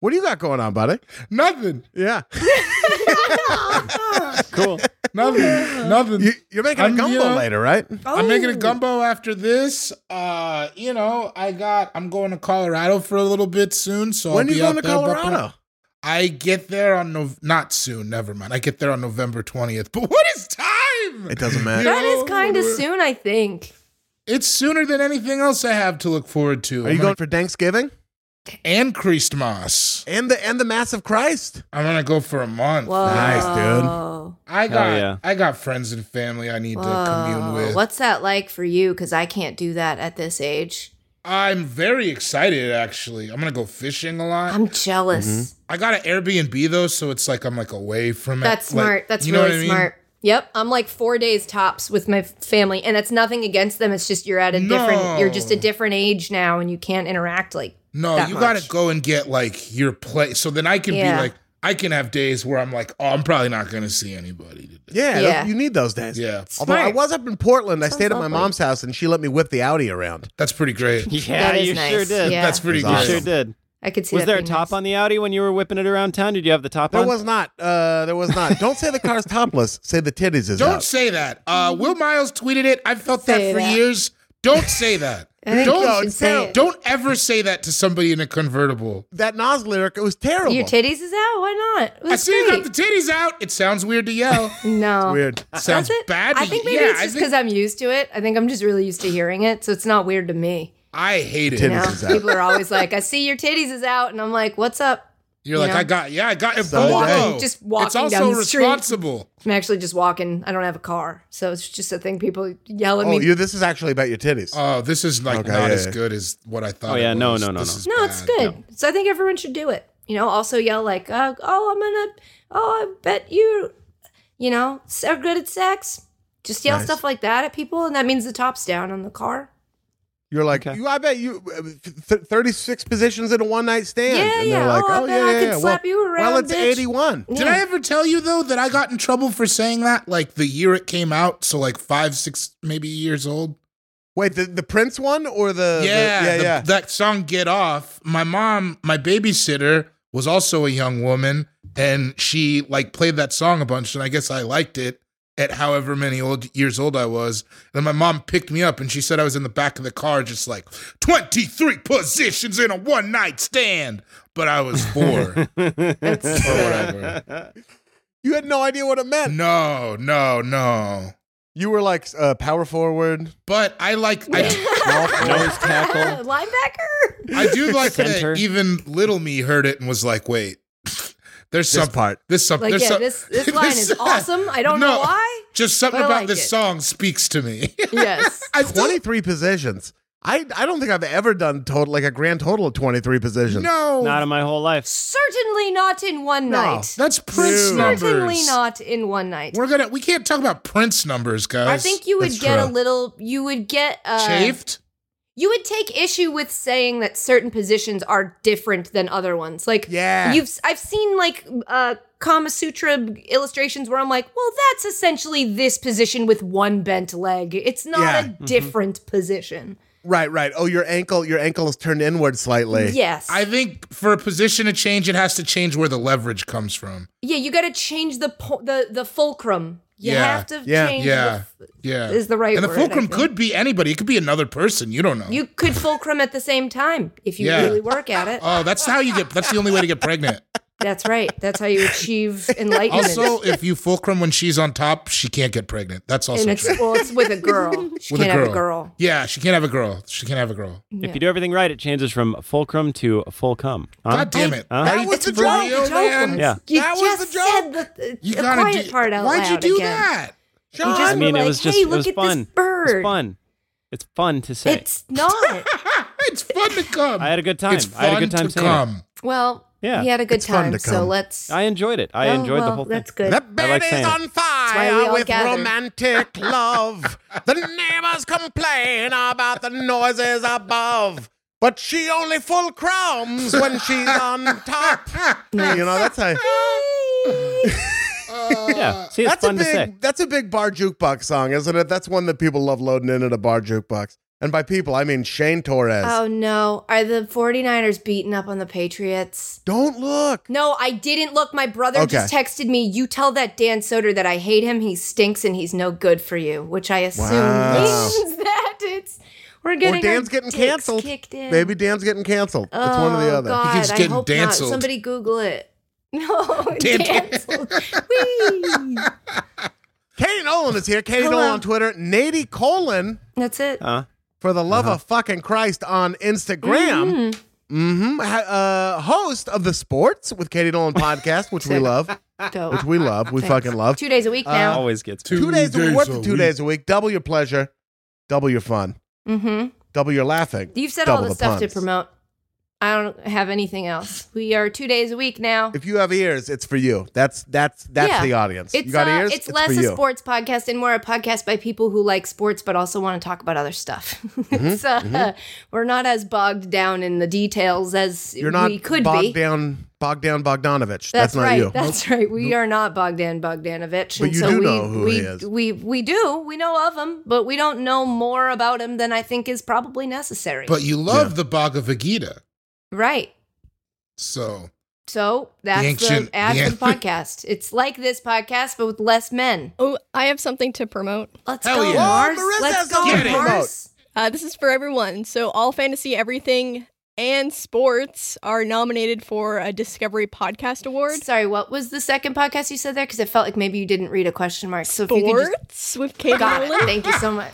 Speaker 2: What do you got going on, buddy?
Speaker 5: Nothing.
Speaker 2: Yeah,
Speaker 1: Cool.
Speaker 5: Nothing. Nothing.
Speaker 2: you, Oh. you're making a
Speaker 5: I'm,
Speaker 2: gumbo
Speaker 5: you know-
Speaker 2: later, right?
Speaker 5: I'm making a gumbo after this. Uh, you know, I got. I'm going to Colorado for a little bit soon, so
Speaker 2: when
Speaker 5: I'll
Speaker 2: are
Speaker 5: be
Speaker 2: you going
Speaker 5: out
Speaker 2: to
Speaker 5: there bumping-
Speaker 2: Colorado?
Speaker 5: I get there on no, not soon. Never mind. I get there on November twentieth. But what is time?
Speaker 2: It doesn't matter.
Speaker 5: You
Speaker 4: That is
Speaker 5: know,
Speaker 4: kind of
Speaker 5: we're-
Speaker 4: soon, I think.
Speaker 5: It's sooner than anything else I have to look forward to.
Speaker 2: Are you
Speaker 5: I'm
Speaker 2: going for Thanksgiving
Speaker 5: gonna- and Christmas?
Speaker 2: and the and the Mass of Christ?
Speaker 5: I'm gonna go for a month.
Speaker 4: Whoa.
Speaker 2: Nice, dude.
Speaker 5: I got
Speaker 1: yeah.
Speaker 5: I got friends and family I need to commune
Speaker 4: Whoa.
Speaker 5: with.
Speaker 4: What's that like for you? Because I can't do that at this age.
Speaker 5: I'm very excited actually. I'm gonna go fishing a lot.
Speaker 4: I'm jealous.
Speaker 5: I got an Airbnb though, so it's like I'm like away from it.
Speaker 4: That's
Speaker 5: Like,
Speaker 4: smart. That's
Speaker 5: you know
Speaker 4: really
Speaker 5: what I mean?
Speaker 4: smart. Yep, I'm like four days tops with my f- family, and it's nothing against them. It's just you're at a different, you're just a
Speaker 5: No.
Speaker 4: different age now, and you can't interact like.
Speaker 5: No,
Speaker 4: that
Speaker 5: you gotta
Speaker 4: much.
Speaker 5: go and get like your place. So then I can
Speaker 4: Yeah.
Speaker 5: be like, I can have days where I'm like, oh, I'm probably not gonna see anybody today.
Speaker 2: Yeah,
Speaker 4: Yeah.
Speaker 2: you need those days.
Speaker 5: Yeah,
Speaker 2: Although I
Speaker 4: Smart.
Speaker 2: was up in Portland, I
Speaker 4: Sounds
Speaker 2: stayed at my
Speaker 4: lovely.
Speaker 2: mom's house and she let me whip the Audi around.
Speaker 5: that's pretty great.
Speaker 1: Yeah,
Speaker 4: That is
Speaker 1: you
Speaker 4: nice.
Speaker 1: sure did.
Speaker 4: Yeah.
Speaker 5: That's pretty
Speaker 1: You
Speaker 5: great.
Speaker 2: That's
Speaker 1: sure
Speaker 2: awesome.
Speaker 1: did.
Speaker 4: I could see.
Speaker 1: Was
Speaker 4: that
Speaker 1: there a
Speaker 4: being
Speaker 1: top
Speaker 4: nice.
Speaker 1: on the Audi when you were whipping it around town? Did you have the top
Speaker 2: There
Speaker 1: on?
Speaker 2: was not. Uh, there was not. Don't say the car's topless. Say the titties is
Speaker 5: Don't
Speaker 2: out.
Speaker 5: say that. Uh, Will Miles tweeted it. I felt
Speaker 4: Say
Speaker 5: that for
Speaker 4: that.
Speaker 5: years. Don't say that.
Speaker 4: I think
Speaker 5: don't
Speaker 4: you should say it.
Speaker 5: don't ever say that to somebody in a convertible.
Speaker 2: that Nas lyric. It was terrible.
Speaker 4: Your titties is out. Why not? It
Speaker 5: I
Speaker 4: was
Speaker 5: see you got
Speaker 4: great.
Speaker 5: the titties out. It sounds weird to yell.
Speaker 4: no.
Speaker 2: Weird.
Speaker 5: sounds
Speaker 4: Does it?
Speaker 5: bad. to
Speaker 4: I think
Speaker 5: y-
Speaker 4: maybe it's
Speaker 5: yeah,
Speaker 4: just
Speaker 5: I, think-
Speaker 4: because I'm used to it. I think I'm just really used to hearing it, so it's not weird to me.
Speaker 5: I hate it.
Speaker 4: You
Speaker 2: Titties
Speaker 4: know,
Speaker 2: is out.
Speaker 4: people are always like, "I see your titties is out," and I'm like, "What's up?"
Speaker 5: You're like,
Speaker 4: Yeah.
Speaker 5: I got, yeah, I got it.
Speaker 2: Someday.
Speaker 5: Volvo.
Speaker 4: Just walking
Speaker 5: It's also
Speaker 4: down the street.
Speaker 5: responsible.
Speaker 4: I'm actually just walking. I don't have a car, so it's just a thing people yell at
Speaker 2: Oh,
Speaker 4: me.
Speaker 2: you. This is actually about your titties.
Speaker 5: Oh, this is like
Speaker 2: Okay,
Speaker 5: not
Speaker 2: yeah,
Speaker 5: as
Speaker 2: yeah.
Speaker 5: good as what I thought.
Speaker 1: Oh, yeah,
Speaker 5: it
Speaker 1: no,
Speaker 5: was.
Speaker 1: no, no,
Speaker 5: This
Speaker 1: no.
Speaker 5: is
Speaker 4: No, it's
Speaker 5: bad.
Speaker 4: good. So I think everyone should do it. You know, also yell like, uh, "Oh, I'm gonna, oh, I bet you, you know, so good at sex." Just yell
Speaker 2: Nice.
Speaker 4: stuff like that at people, and that means the top's down on the car.
Speaker 2: You're like,
Speaker 1: Okay.
Speaker 2: you, I bet you uh, th- 36 positions in a one night stand.
Speaker 4: Yeah,
Speaker 2: and they're
Speaker 4: yeah.
Speaker 2: like,
Speaker 4: Oh, I
Speaker 2: oh,
Speaker 4: bet
Speaker 2: yeah,
Speaker 4: I
Speaker 2: yeah,
Speaker 4: could
Speaker 2: yeah.
Speaker 4: slap
Speaker 2: well,
Speaker 4: you around,
Speaker 2: Well, it's
Speaker 4: bitch.
Speaker 2: 81.
Speaker 5: Did I ever tell you though that I got in trouble for saying that? Like the year it came out, so like five, six, maybe years old.
Speaker 2: Wait, the, the Prince one or the. the-
Speaker 5: yeah,
Speaker 2: yeah,
Speaker 5: the-
Speaker 2: yeah.
Speaker 5: That song "Get Off." My mom, my babysitter, was also a young woman, and she like played that song a bunch, and I guess I liked it at however many old years old I was. And then my mom picked me up, and she said I was in the back of the car, just like twenty three positions in a one night stand, but I was four.
Speaker 4: That's
Speaker 5: Or whatever.
Speaker 2: you had no idea what it meant.
Speaker 5: no, no, no.
Speaker 2: You were like uh, power forward.
Speaker 5: But I like I,
Speaker 1: Nose tackle.
Speaker 4: linebacker.
Speaker 5: I do like
Speaker 1: Center.
Speaker 5: that. Even little me heard it and was like, wait. There's
Speaker 2: This
Speaker 5: something.
Speaker 2: part.
Speaker 5: This something.
Speaker 4: Like, yeah, this this line is awesome. I don't know
Speaker 5: No.
Speaker 4: why.
Speaker 5: Just something
Speaker 4: but I
Speaker 5: about
Speaker 4: like
Speaker 5: this
Speaker 4: it.
Speaker 5: song speaks to me.
Speaker 4: Yes.
Speaker 5: I still-
Speaker 2: 23 positions. I, I don't think I've ever done total like a grand total of 23 positions.
Speaker 5: no,
Speaker 1: Not in my whole life.
Speaker 4: Certainly not in one
Speaker 2: No,
Speaker 4: night.
Speaker 5: that's Prince numbers.
Speaker 4: Certainly not in one night.
Speaker 5: We're gonna. We can't talk about Prince numbers, guys.
Speaker 4: I think you would
Speaker 5: That's
Speaker 4: get a
Speaker 5: true.
Speaker 4: little. You would get uh,
Speaker 5: chafed.
Speaker 4: You would take issue with saying that certain positions are different than other ones. Like
Speaker 2: Yeah.
Speaker 4: you've I've seen like uh, Kama Sutra illustrations where I'm like, well, that's essentially this position with one bent leg. It's not
Speaker 2: Yeah.
Speaker 4: a
Speaker 5: Mm-hmm.
Speaker 4: different position.
Speaker 2: Right, right. Oh, your ankle your ankle is turned inward slightly.
Speaker 4: Yes.
Speaker 5: I think for a position to change, it has to change where the leverage comes from.
Speaker 4: yeah, you got to change the po- the the fulcrum. You
Speaker 5: Yeah.
Speaker 4: have to
Speaker 2: Yeah.
Speaker 4: change.
Speaker 5: Yeah,
Speaker 4: The f-
Speaker 5: yeah.
Speaker 4: Is the right
Speaker 5: And the
Speaker 4: word, I
Speaker 5: fulcrum
Speaker 4: think.
Speaker 5: could be anybody. It could be another person. You don't know.
Speaker 4: you could fulcrum at the same time if you
Speaker 5: Yeah.
Speaker 4: really work at it.
Speaker 5: oh, that's how you get. That's the only way to get pregnant.
Speaker 4: That's right. That's how you achieve enlightenment.
Speaker 5: Also, if you fulcrum when she's on top, she can't get pregnant. That's also
Speaker 4: and
Speaker 5: true.
Speaker 4: it's well, it's with a girl. She
Speaker 5: With a
Speaker 4: can't have a
Speaker 5: girl.
Speaker 4: girl.
Speaker 5: Yeah, she can't have a girl. She can't have a girl.
Speaker 4: Yeah.
Speaker 1: If you do everything right, it changes from fulcrum to full cum. Huh? Uh-huh.
Speaker 5: God damn it.
Speaker 1: Huh?
Speaker 5: Are
Speaker 2: That
Speaker 5: you
Speaker 2: was the
Speaker 5: for
Speaker 2: joke,
Speaker 5: real,
Speaker 4: the joke
Speaker 5: man?
Speaker 4: was-
Speaker 1: Yeah.
Speaker 4: You
Speaker 2: That was
Speaker 4: just
Speaker 2: the joke.
Speaker 4: said the, the,
Speaker 5: You
Speaker 4: the
Speaker 5: gotta
Speaker 4: quiet
Speaker 5: do,
Speaker 4: part out
Speaker 5: Why'd
Speaker 4: loud
Speaker 5: you do
Speaker 4: again.
Speaker 5: that?
Speaker 4: You
Speaker 2: John,
Speaker 4: just
Speaker 1: I mean,
Speaker 4: were
Speaker 1: it
Speaker 4: like,
Speaker 1: was just
Speaker 4: hey,
Speaker 1: it
Speaker 4: look
Speaker 1: was
Speaker 4: at
Speaker 1: fun.
Speaker 4: this bird.
Speaker 1: It's fun. It's fun to say.
Speaker 4: It's not.
Speaker 5: it's fun to come.
Speaker 1: I had a good time.
Speaker 5: It's
Speaker 1: I had a
Speaker 5: fun
Speaker 1: good time
Speaker 5: to
Speaker 1: saying it.
Speaker 5: come.
Speaker 4: well,
Speaker 1: Yeah.
Speaker 4: he had a good
Speaker 2: It's fun
Speaker 4: time,
Speaker 2: to
Speaker 4: so
Speaker 2: come.
Speaker 4: let's.
Speaker 1: I enjoyed it. I
Speaker 4: Oh,
Speaker 1: enjoyed
Speaker 4: well,
Speaker 1: the whole thing.
Speaker 4: That's good.
Speaker 2: The
Speaker 1: I
Speaker 2: bed
Speaker 1: like saying
Speaker 2: is
Speaker 1: it.
Speaker 2: on
Speaker 4: why we
Speaker 2: fire
Speaker 4: all
Speaker 2: with
Speaker 4: gather.
Speaker 2: romantic love. the neighbors complain about the noises above, but she only full crumbs when she's on top. You know that's a
Speaker 1: yeah. See, it's
Speaker 2: that's a
Speaker 1: fun to say.
Speaker 2: big that's a big bar jukebox song, isn't it? That's one that people love loading in at a bar jukebox. And by people, I mean Shane Torres.
Speaker 4: oh no, are the 49ers beating up on the Patriots?
Speaker 2: Don't look.
Speaker 4: No, I didn't look. My brother just
Speaker 2: Okay.
Speaker 4: texted me. You tell that Dan Soder that I hate him. He stinks and he's no good for you, which I assume
Speaker 2: Wow.
Speaker 4: means that it's we're getting
Speaker 2: or Dan's
Speaker 4: our
Speaker 2: getting
Speaker 4: dicks
Speaker 2: canceled.
Speaker 4: Kicked in.
Speaker 2: Maybe Dan's getting canceled. it's one or the
Speaker 4: Oh,
Speaker 2: other.
Speaker 4: God,
Speaker 5: keeps
Speaker 4: I
Speaker 5: getting
Speaker 4: hope
Speaker 5: danceled.
Speaker 4: not. Somebody Google it. No,
Speaker 5: Damn.
Speaker 4: canceled. Whee!
Speaker 2: Katie Nolan is here. Katie
Speaker 4: Hello.
Speaker 2: Nolan on Twitter. Nady Colon,
Speaker 4: That's it.
Speaker 1: Huh?
Speaker 2: for the
Speaker 1: Uh-huh.
Speaker 2: love of fucking Christ, on Instagram.
Speaker 4: Mhm.
Speaker 2: Mm-hmm. Ha- Uh, host of the Sports with Katie Nolan podcast, which we love.
Speaker 4: Dope.
Speaker 2: Ah, Which we love. We
Speaker 4: Thanks.
Speaker 2: fucking love. Uh,
Speaker 4: Two days a week now.
Speaker 1: Always gets
Speaker 5: Two
Speaker 2: two days, a week.
Speaker 5: days
Speaker 2: What's
Speaker 5: a
Speaker 2: the two
Speaker 5: week.
Speaker 2: days a week? Double your pleasure, double your fun,
Speaker 4: hmm
Speaker 2: double your laughing.
Speaker 4: You've said
Speaker 2: double
Speaker 4: all the,
Speaker 2: the
Speaker 4: stuff
Speaker 2: puns.
Speaker 4: to promote. I don't have anything else. We are two days a week now.
Speaker 2: If you have ears, it's for you. That's that's that's
Speaker 4: Yeah.
Speaker 2: the audience.
Speaker 4: It's
Speaker 2: you got
Speaker 4: uh,
Speaker 2: ears?
Speaker 4: it's, less
Speaker 2: for
Speaker 4: a
Speaker 2: you.
Speaker 4: sports podcast and more a podcast by people who like sports but also want to talk about other stuff.
Speaker 2: Mm-hmm,
Speaker 4: it's, uh, We're not as bogged down in the details as
Speaker 2: You're not
Speaker 4: we could
Speaker 2: bogged
Speaker 4: be.
Speaker 2: down Bogdan Bogdanovich. That's,
Speaker 4: That's,
Speaker 2: not
Speaker 4: right.
Speaker 2: you.
Speaker 4: That's right. We are not Bogdan Bogdanovich.
Speaker 2: But
Speaker 4: and
Speaker 2: you
Speaker 4: so
Speaker 2: do
Speaker 4: we,
Speaker 2: know who
Speaker 4: we,
Speaker 2: he is.
Speaker 4: We, we do. We know of him, but we don't know more about him than I think is probably necessary.
Speaker 5: But you love the Bhagavad Gita.
Speaker 4: right.
Speaker 5: So
Speaker 4: So that's the,
Speaker 5: ancient-
Speaker 4: ask
Speaker 5: the
Speaker 4: the podcast. It's like this podcast, but with less men.
Speaker 6: Oh, I have something to promote.
Speaker 4: Let's
Speaker 5: Hell
Speaker 4: go,
Speaker 5: yeah.
Speaker 4: Mars.
Speaker 2: Oh, Marissa's
Speaker 4: Let's go,
Speaker 5: getting it.
Speaker 4: Mars.
Speaker 6: Uh, this is for everyone. So, all fantasy, everything, and sports are nominated for a Discovery Podcast Award.
Speaker 4: Sorry, what was the second podcast you said there? Because it felt like maybe you didn't read a question mark. So if you could just.
Speaker 6: Sports with Kate
Speaker 4: Got it.
Speaker 6: Nolan.
Speaker 4: Thank you so much.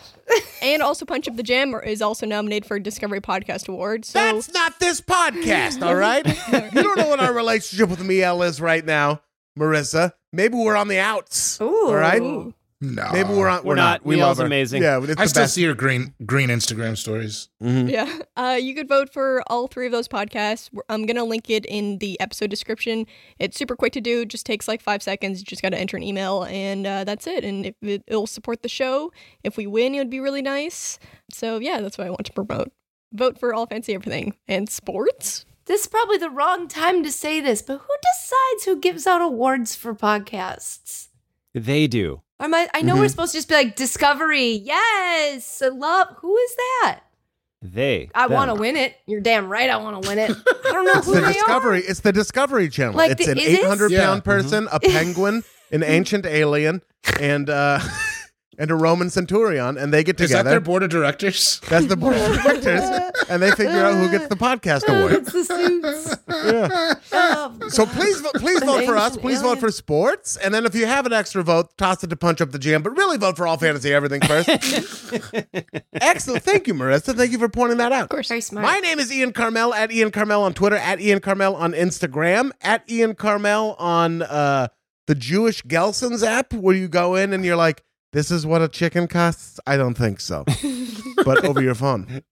Speaker 6: and also Punch Up the Gem is also nominated for a Discovery Podcast Award. So,
Speaker 2: That's not this podcast, all right? you don't know what our relationship with Miel is right now, Marissa. Maybe we're on the outs.
Speaker 4: Ooh.
Speaker 2: All right.
Speaker 5: no.
Speaker 2: Maybe we're on. We're,
Speaker 1: We're not.
Speaker 2: We
Speaker 1: Miel's
Speaker 2: love her.
Speaker 1: amazing.
Speaker 2: Yeah, it's
Speaker 5: I
Speaker 2: the
Speaker 5: still
Speaker 2: best.
Speaker 5: see your green green Instagram stories.
Speaker 2: Mhm.
Speaker 6: yeah. Uh, you could vote for all three of those podcasts. We're- I'm going to link it in the episode description. It's super quick to do, it just takes like five seconds. You just got to enter an email, and uh, that's it. And if it, it'll support the show. If we win, it would be really nice. So, yeah, that's what I want to promote. Vote for all fancy everything and sports.
Speaker 4: This is probably the wrong time to say this, but who decides who gives out awards for podcasts?
Speaker 1: They do.
Speaker 4: Am I, I know
Speaker 2: Mm-hmm.
Speaker 4: we're supposed to just be like Discovery, yes, I love. Who is that?
Speaker 1: They.
Speaker 4: I
Speaker 1: them.
Speaker 4: want to win it. You're damn right. I want to win it. I don't know
Speaker 2: It's
Speaker 4: who
Speaker 2: the
Speaker 4: they
Speaker 2: Discovery.
Speaker 4: are.
Speaker 2: It's the Discovery Channel.
Speaker 4: Like
Speaker 2: it's
Speaker 4: the-
Speaker 2: an
Speaker 4: is it? Mm-hmm.
Speaker 2: 800
Speaker 5: Yeah.
Speaker 2: pound person, a penguin, an ancient alien, and uh, and a Roman centurion, and they get
Speaker 5: Is that
Speaker 2: together.
Speaker 5: their board of directors?
Speaker 2: That's the board of directors, and they figure out who gets the podcast
Speaker 4: Oh,
Speaker 2: award.
Speaker 4: it's the suits. Oh,
Speaker 2: So
Speaker 4: God.
Speaker 2: please, vo- please vote for us.
Speaker 4: Ancient
Speaker 2: Please vote
Speaker 4: alien.
Speaker 2: for sports, and then if you have an extra vote, toss it to punch up the jam. But really, vote for all fantasy everything first. Excellent. Thank you, Marissa. Thank you for pointing that out.
Speaker 4: Very smart.
Speaker 2: My name is Ian Carmel at Ian Carmel on Twitter, at Ian Carmel on Instagram, at Ian Carmel on uh, the Jewish Gelson's app, where you go in and you're like, this is what a chicken costs? I don't think so. but over your phone.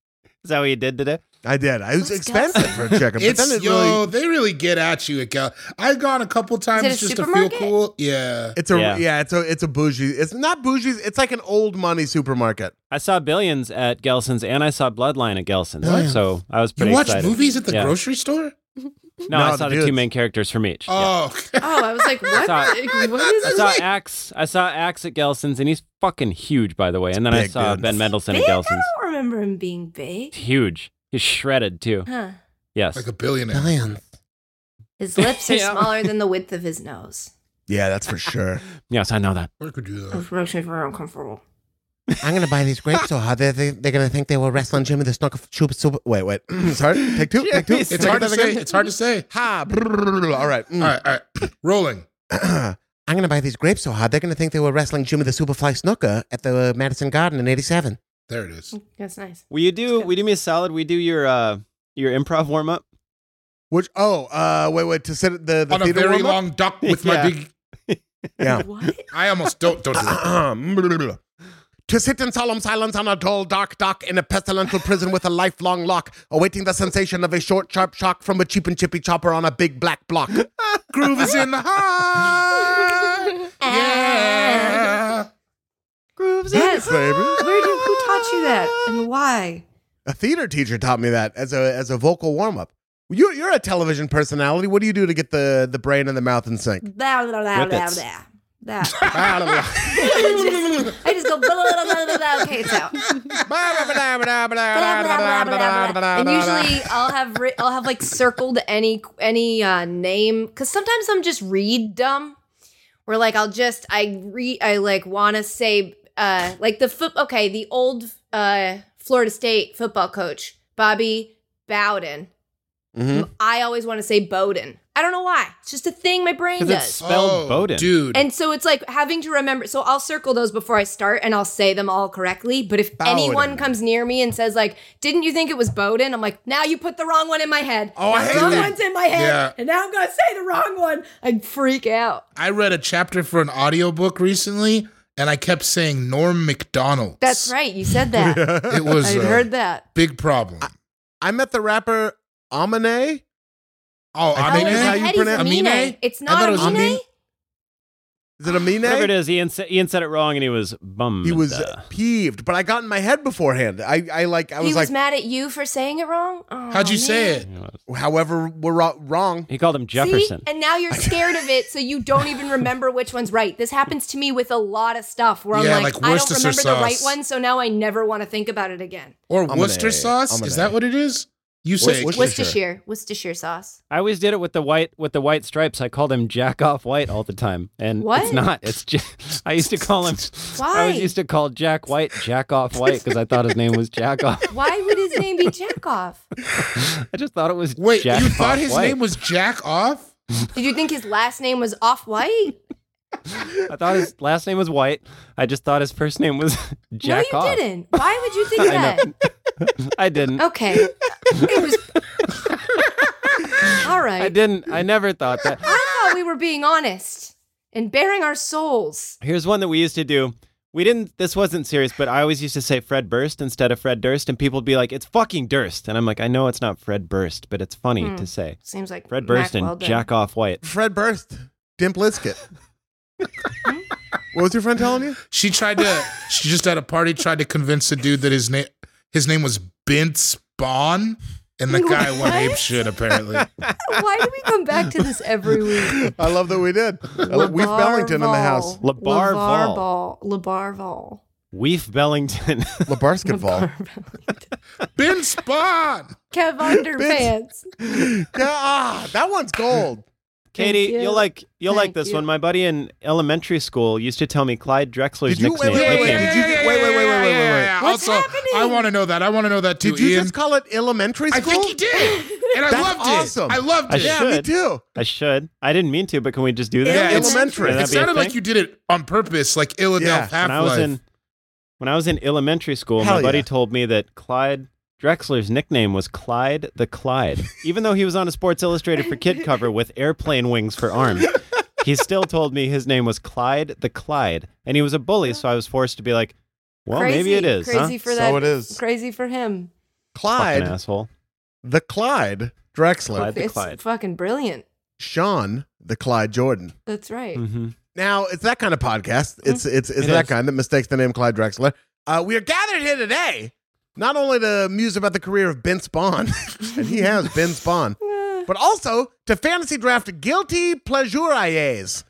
Speaker 1: Is that what you did today?
Speaker 2: I did. I was
Speaker 4: What's
Speaker 2: expensive for a chicken. But then
Speaker 5: It's
Speaker 2: it
Speaker 5: yo,
Speaker 2: really.
Speaker 5: they really get at you. At Gal- I've gone a couple
Speaker 4: it a
Speaker 5: times just to feel
Speaker 4: supermarket?
Speaker 5: cool. Yeah,
Speaker 2: It's a yeah.
Speaker 1: Yeah.
Speaker 2: it's a it's a bougie. It's not bougie. It's like an old money supermarket.
Speaker 1: I saw Billions at Gelson's and I saw Bloodline at Gelson's.
Speaker 5: What?
Speaker 1: So I was
Speaker 5: you
Speaker 1: pretty
Speaker 5: watch
Speaker 1: excited.
Speaker 5: movies at the
Speaker 1: Yeah.
Speaker 5: grocery store.
Speaker 1: No,
Speaker 2: No,
Speaker 1: I saw
Speaker 2: the
Speaker 1: the, two
Speaker 2: dudes.
Speaker 1: main characters from each. Yeah.
Speaker 5: Oh,
Speaker 4: Oh, I was like, what?
Speaker 1: Sorry.
Speaker 4: what is
Speaker 1: I
Speaker 4: this?
Speaker 1: saw Axe. I saw Axe at Gelson's, and he's fucking huge, by the way. And then I
Speaker 2: big,
Speaker 1: saw
Speaker 2: dude.
Speaker 1: Ben Mendelsohn at
Speaker 4: Big? I
Speaker 1: Gelson's.
Speaker 4: don't remember him being big.
Speaker 1: Huge. He's shredded too.
Speaker 4: Huh.
Speaker 1: Yes.
Speaker 5: like a billionaire.
Speaker 4: His lips are
Speaker 1: Yeah.
Speaker 4: smaller than the width of his nose.
Speaker 2: Yeah, that's for sure.
Speaker 1: yes, I know that.
Speaker 5: Where could you do that?
Speaker 4: Which makes me very uncomfortable.
Speaker 2: I'm gonna buy these grapes so hard they're, they're gonna think they were wrestling Jimmy the Snuck of Chupa Super. Wait, wait. Sorry. Take two. Take two.
Speaker 5: It's hard to say. It's hard to say.
Speaker 2: Ha! brrrr, All right.
Speaker 5: All
Speaker 2: mm.
Speaker 5: right, all right. Rolling.
Speaker 2: I'm gonna buy these grapes so hard they're gonna think they were wrestling Jimmy the Superfly Snooker at the uh, Madison Garden in '87.
Speaker 5: There it is.
Speaker 4: That's nice.
Speaker 1: Will you do? Will you do me a solid? We do your uh your improv warm up.
Speaker 2: Which oh uh wait wait to sit at the, the
Speaker 5: On a
Speaker 2: theater
Speaker 5: very
Speaker 2: warm-up?
Speaker 5: long duck with my
Speaker 1: Yeah.
Speaker 5: big.
Speaker 2: yeah
Speaker 4: What?
Speaker 5: I almost don't. Don't do that.
Speaker 2: To sit in solemn silence on a dull, dark dock in a pestilential prison with a lifelong lock, awaiting the sensation of a short, sharp shock from a cheap and chippy chopper on a big black block.
Speaker 5: Groove is in the heart. yeah.
Speaker 1: Grooves.
Speaker 4: Yes.
Speaker 2: Baby.
Speaker 4: Where did, who taught you that and why?
Speaker 2: A theater teacher taught me that as a as a vocal warm up. You're you're a television personality. What do you do to get the the brain and the mouth in sync?
Speaker 4: Blah, blah, blah, blah,
Speaker 1: Whippets.
Speaker 4: blah. That.
Speaker 2: Blah, blah, blah.
Speaker 4: I just go blah, blah, blah, blah, blah, blah. Okay, it's out. Blah, blah, blah, blah, blah, blah. and usually I'll have ri- I'll have like circled any any uh, name because sometimes I'm just read dumb, where like I'll just I read I like want to say uh like the foot okay the old uh Florida State football coach Bobby Bowden
Speaker 2: Mhm.
Speaker 4: I always want to say Bowden I don't know why. It's just a thing my brain
Speaker 1: Because
Speaker 4: does.
Speaker 1: it's spelled
Speaker 5: oh,
Speaker 1: Bowden.
Speaker 5: dude.
Speaker 4: And so it's like having to remember. So I'll circle those before I start and I'll say them all correctly. But if
Speaker 5: Bowden.
Speaker 4: anyone comes near me and says, like, didn't you think it was Bowden? I'm like, now you put the wrong one in my head.
Speaker 5: Oh, I
Speaker 4: Now
Speaker 5: hate
Speaker 4: the wrong
Speaker 5: that.
Speaker 4: one's in my head.
Speaker 5: Yeah.
Speaker 4: And now I'm going to say the wrong one. I freak out.
Speaker 5: I read a chapter for an audiobook recently, and I kept saying Norm McDonald's.
Speaker 4: That's right. You said that.
Speaker 5: It was
Speaker 4: I
Speaker 5: a
Speaker 4: heard that.
Speaker 5: big problem.
Speaker 2: I met the rapper Amine. I
Speaker 5: oh,
Speaker 4: Oh,
Speaker 5: I
Speaker 2: think
Speaker 5: mean,
Speaker 4: it's
Speaker 2: that's how
Speaker 4: not
Speaker 2: you
Speaker 4: Eddie's
Speaker 2: pronounce-
Speaker 4: Amine.
Speaker 5: Amine?
Speaker 4: It's
Speaker 5: I
Speaker 4: not
Speaker 5: thought it was
Speaker 4: Amine.
Speaker 5: Amine.
Speaker 2: Is it Amine?
Speaker 1: Whatever it is, Ian, sa- Ian said it wrong, and he was bummed.
Speaker 2: He was
Speaker 1: Uh,
Speaker 2: peeved, but I got in my head beforehand. I, I like I
Speaker 4: he
Speaker 2: was
Speaker 4: was
Speaker 2: like,
Speaker 4: mad at you for saying it wrong. Oh,
Speaker 5: how'd you say
Speaker 4: man.
Speaker 5: it?
Speaker 1: he was-
Speaker 2: however, we're ro- wrong.
Speaker 1: He called him Jefferson.
Speaker 4: See? And now you're scared of it, so you don't even remember which one's right. This happens to me with a lot of stuff where
Speaker 5: Yeah,
Speaker 4: I'm like,
Speaker 5: like
Speaker 4: I don't
Speaker 5: Worcestershire
Speaker 4: remember the right
Speaker 5: sauce.
Speaker 4: one, so now I never want to think about it again.
Speaker 5: Or
Speaker 2: Amine.
Speaker 5: Worcester sauce?
Speaker 2: Amine.
Speaker 5: Is that what it is? You say
Speaker 2: Worc-
Speaker 5: it.
Speaker 2: Worcestershire.
Speaker 4: Worcestershire, Worcestershire sauce.
Speaker 1: I always did it with the white with the white stripes. I called him Jack Off White all the time, and
Speaker 4: What?
Speaker 1: it's not. It's Ja I used to call him. I
Speaker 4: Why?
Speaker 1: always used to call Jack White Jack Off White because I thought his name was Jack Off.
Speaker 4: Why would his name be Jackoff?
Speaker 1: I just thought it was.
Speaker 5: Wait,
Speaker 1: Jack
Speaker 5: you thought
Speaker 1: Off
Speaker 5: his
Speaker 1: White.
Speaker 5: name was Jack Off?
Speaker 4: Did you think his last name was Off White?
Speaker 1: I thought his last name was White. I just thought his first name was
Speaker 4: No,
Speaker 1: Jack
Speaker 4: you
Speaker 1: Off.
Speaker 4: didn't. Why would you think that?
Speaker 1: I didn't.
Speaker 4: Okay, it was. All right.
Speaker 1: I didn't. I never thought that.
Speaker 4: I thought we were being honest and bearing our souls.
Speaker 1: Here's one that we used to do. We didn't. This wasn't serious, but I always used to say Fred Burst instead of Fred Durst, and people would be like, "It's fucking Durst," and I'm like, "I know it's not Fred Burst, but it's funny
Speaker 4: Hmm.
Speaker 1: to say."
Speaker 4: Seems like
Speaker 1: Fred
Speaker 4: Mac
Speaker 1: Burst and
Speaker 4: Weldon.
Speaker 1: Jack Off White.
Speaker 2: Fred Burst, Dimp Liskett. what was your friend telling you?
Speaker 5: She tried to. she just at a party tried to convince a dude that his name his name was Bint Spawn, and the guy went
Speaker 4: What?
Speaker 5: ape shit. Apparently,
Speaker 4: Why do we come back to this every week?
Speaker 2: I love that Uh, we did. I love Weef Bellington in the house.
Speaker 1: Labar Vol.
Speaker 4: Labarval. Labarval.
Speaker 1: Weef Bellington.
Speaker 2: LeBarsketvall.
Speaker 5: Bint Spawn.
Speaker 4: Kev Underpants.
Speaker 2: yeah, ah, that one's gold.
Speaker 1: Katie,
Speaker 4: you.
Speaker 1: you. will like you'll
Speaker 4: Thank
Speaker 1: like this
Speaker 4: you.
Speaker 1: one. My buddy in elementary school used to tell me Clyde Drexler's
Speaker 2: Did you-
Speaker 1: nickname.
Speaker 2: wait, wait, wait,
Speaker 1: nickname.
Speaker 2: did you- wait, wait, wait, wait, wait, wait, wait.
Speaker 4: What's
Speaker 5: also, I
Speaker 4: happening?
Speaker 5: want to know that. I want to know that too.
Speaker 2: Did you
Speaker 5: Ian.
Speaker 2: just call it elementary
Speaker 5: I
Speaker 2: school?
Speaker 5: think he did, and I
Speaker 2: That's
Speaker 5: loved
Speaker 2: awesome.
Speaker 5: it. I loved
Speaker 1: I
Speaker 5: it.
Speaker 2: Yeah, me
Speaker 1: should.
Speaker 2: too.
Speaker 1: I should. I didn't mean to, but can we just do that?
Speaker 5: Yeah, it's-
Speaker 2: Elementary.
Speaker 1: Can that
Speaker 5: It
Speaker 1: be a
Speaker 5: sounded like
Speaker 1: thing?
Speaker 5: you did it on purpose, like Illadelph
Speaker 2: Yeah.
Speaker 5: Half
Speaker 1: when I was
Speaker 5: Life.
Speaker 1: in when I was in elementary school,
Speaker 2: Hell
Speaker 1: my buddy
Speaker 2: yeah.
Speaker 1: told me that Clyde Drexler's nickname was Clyde the Clyde, even though he was on a Sports Illustrated for Kid cover with airplane wings for arms. He still told me his name was Clyde the Clyde, and he was a bully, so I was forced to be like, "Well,
Speaker 4: crazy,
Speaker 1: maybe it is,
Speaker 4: Crazy
Speaker 1: huh?"
Speaker 4: for that.
Speaker 2: So it is.
Speaker 4: Crazy for
Speaker 1: Fucking
Speaker 4: him.
Speaker 2: Clyde,
Speaker 1: asshole.
Speaker 2: the Clyde Drexler.
Speaker 1: Clyde the
Speaker 4: it's
Speaker 1: Clyde.
Speaker 4: fucking brilliant.
Speaker 2: Sean, the Clyde Jordan.
Speaker 4: That's right.
Speaker 1: hmm
Speaker 2: Now it's that kind of podcast. It's it's
Speaker 1: It
Speaker 2: it's that
Speaker 1: is.
Speaker 2: kind that mistakes the name Clyde Drexler. Uh, we are gathered here today not only to muse about the career of Ben Spawn, and he has Ben Spawn, but also to fantasy draft guilty pleasuriers,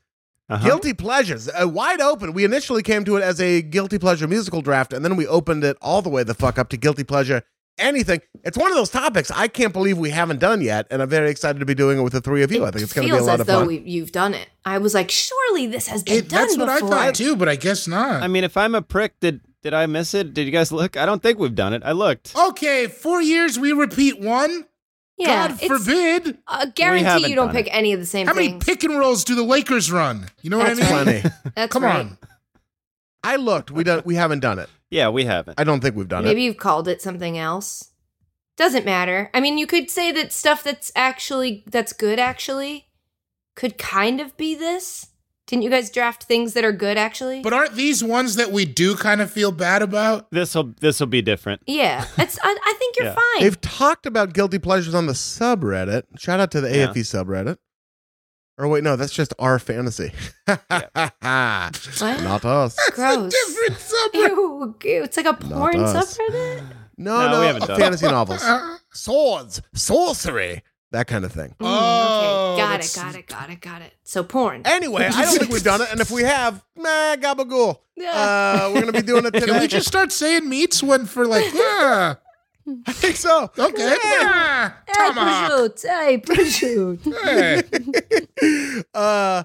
Speaker 1: Uh-huh.
Speaker 2: guilty pleasures, uh, wide open. We initially came to it as a guilty pleasure musical draft, and then we opened it all the way the fuck up to guilty pleasure anything. It's one of those topics I can't believe we haven't done yet, and I'm very excited to be doing it with the three of you. I think it's going to be a
Speaker 4: feels
Speaker 2: lot
Speaker 4: as
Speaker 2: of
Speaker 4: though
Speaker 2: fun.
Speaker 4: we, you've done it. I was like, surely this has been
Speaker 5: It-
Speaker 4: done
Speaker 5: that's what
Speaker 4: before.
Speaker 5: I thought too, but I guess not.
Speaker 1: I mean, if I'm a prick, did did I miss it? Did you guys look? I don't think we've done it. I looked.
Speaker 2: Oh.
Speaker 5: okay, four years we repeat one.
Speaker 4: yeah,
Speaker 5: God
Speaker 4: it's-
Speaker 5: forbid.
Speaker 4: I
Speaker 1: We
Speaker 4: guarantee
Speaker 1: haven't
Speaker 4: you don't
Speaker 1: done
Speaker 4: pick any of the same
Speaker 5: How many
Speaker 4: things.
Speaker 5: pick and rolls do the Lakers run? You know what
Speaker 4: That's
Speaker 5: I mean?
Speaker 4: right.
Speaker 2: Plenty.
Speaker 4: That's
Speaker 5: Come
Speaker 4: right.
Speaker 5: on.
Speaker 2: I looked. We don't. We haven't done it.
Speaker 1: Yeah, we haven't.
Speaker 2: I don't think we've done
Speaker 4: Maybe you've called it something else. Doesn't matter. I mean, you could say that stuff that's actually that's good actually could kind of be this. Didn't you guys draft things that are good actually?
Speaker 5: But aren't these ones that we do kind of feel bad about?
Speaker 1: This will this will be different.
Speaker 4: yeah, it's. I, I think you're
Speaker 1: Yeah.
Speaker 4: fine.
Speaker 2: it. They've talked about guilty pleasures on the subreddit. Shout out to the
Speaker 1: Yeah.
Speaker 2: AFE subreddit. Or wait, no, that's just our fantasy.
Speaker 4: What?
Speaker 2: Not us.
Speaker 4: Gross.
Speaker 5: Different subreddit.
Speaker 4: Ew, ew, it's like a porn
Speaker 2: us.
Speaker 4: subreddit.
Speaker 2: No,
Speaker 1: No,
Speaker 2: no,
Speaker 1: we haven't done it.
Speaker 2: fantasy novels, swords, sorcery, that kind of thing.
Speaker 4: Mm,
Speaker 5: Oh,
Speaker 4: okay. Got it.
Speaker 5: that's-
Speaker 4: Got it. Got it. Got it. So porn.
Speaker 2: Anyway, I don't think we've done it, and if we have, meh, gabagool.
Speaker 4: Yeah.
Speaker 2: Uh, we're gonna be doing it
Speaker 5: Can
Speaker 2: today.
Speaker 5: we just start saying meats when for like, yeah,
Speaker 2: I think so.
Speaker 5: okay, yeah, tomahawk.
Speaker 4: prosciutto. Hey, prosciutto.
Speaker 5: Hey.
Speaker 2: uh,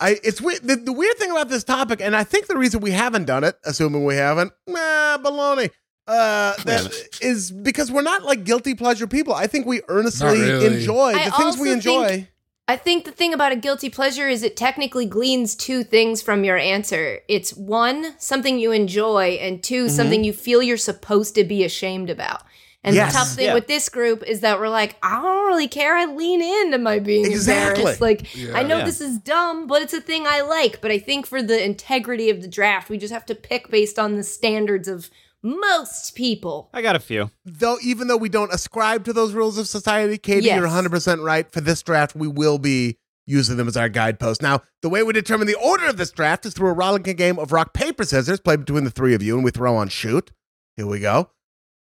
Speaker 2: I it's weird. The, the weird thing about this topic, and I think the reason we haven't done it, assuming we haven't, nah, baloney. Uh, that is because we're not like guilty pleasure people. I think we earnestly
Speaker 5: Not really.
Speaker 2: enjoy the
Speaker 4: I
Speaker 2: things
Speaker 4: also
Speaker 2: we enjoy.
Speaker 4: think I think the thing about a guilty pleasure is it technically gleans two things from your answer. It's one, something you enjoy, and 2 something you feel you're supposed to be ashamed about. And
Speaker 2: Yes.
Speaker 4: the tough thing
Speaker 1: Yeah.
Speaker 4: with this group is that we're like, I don't really care. I lean into my being
Speaker 2: Exactly.
Speaker 4: embarrassed. Like,
Speaker 5: Yeah.
Speaker 4: I know
Speaker 1: Yeah.
Speaker 4: this is dumb, but it's a thing I like. But I think for the integrity of the draft, we just have to pick based on the standards of most people.
Speaker 1: I got a few.
Speaker 2: Though, even though we don't ascribe to those rules of society, Katie,
Speaker 4: Yes.
Speaker 2: you're 100% right. For this draft, we will be using them as our guidepost. Now, the way we determine the order of this draft is through a rollicking game of rock, paper, scissors played between the three of you, and we throw on shoot. Here we go.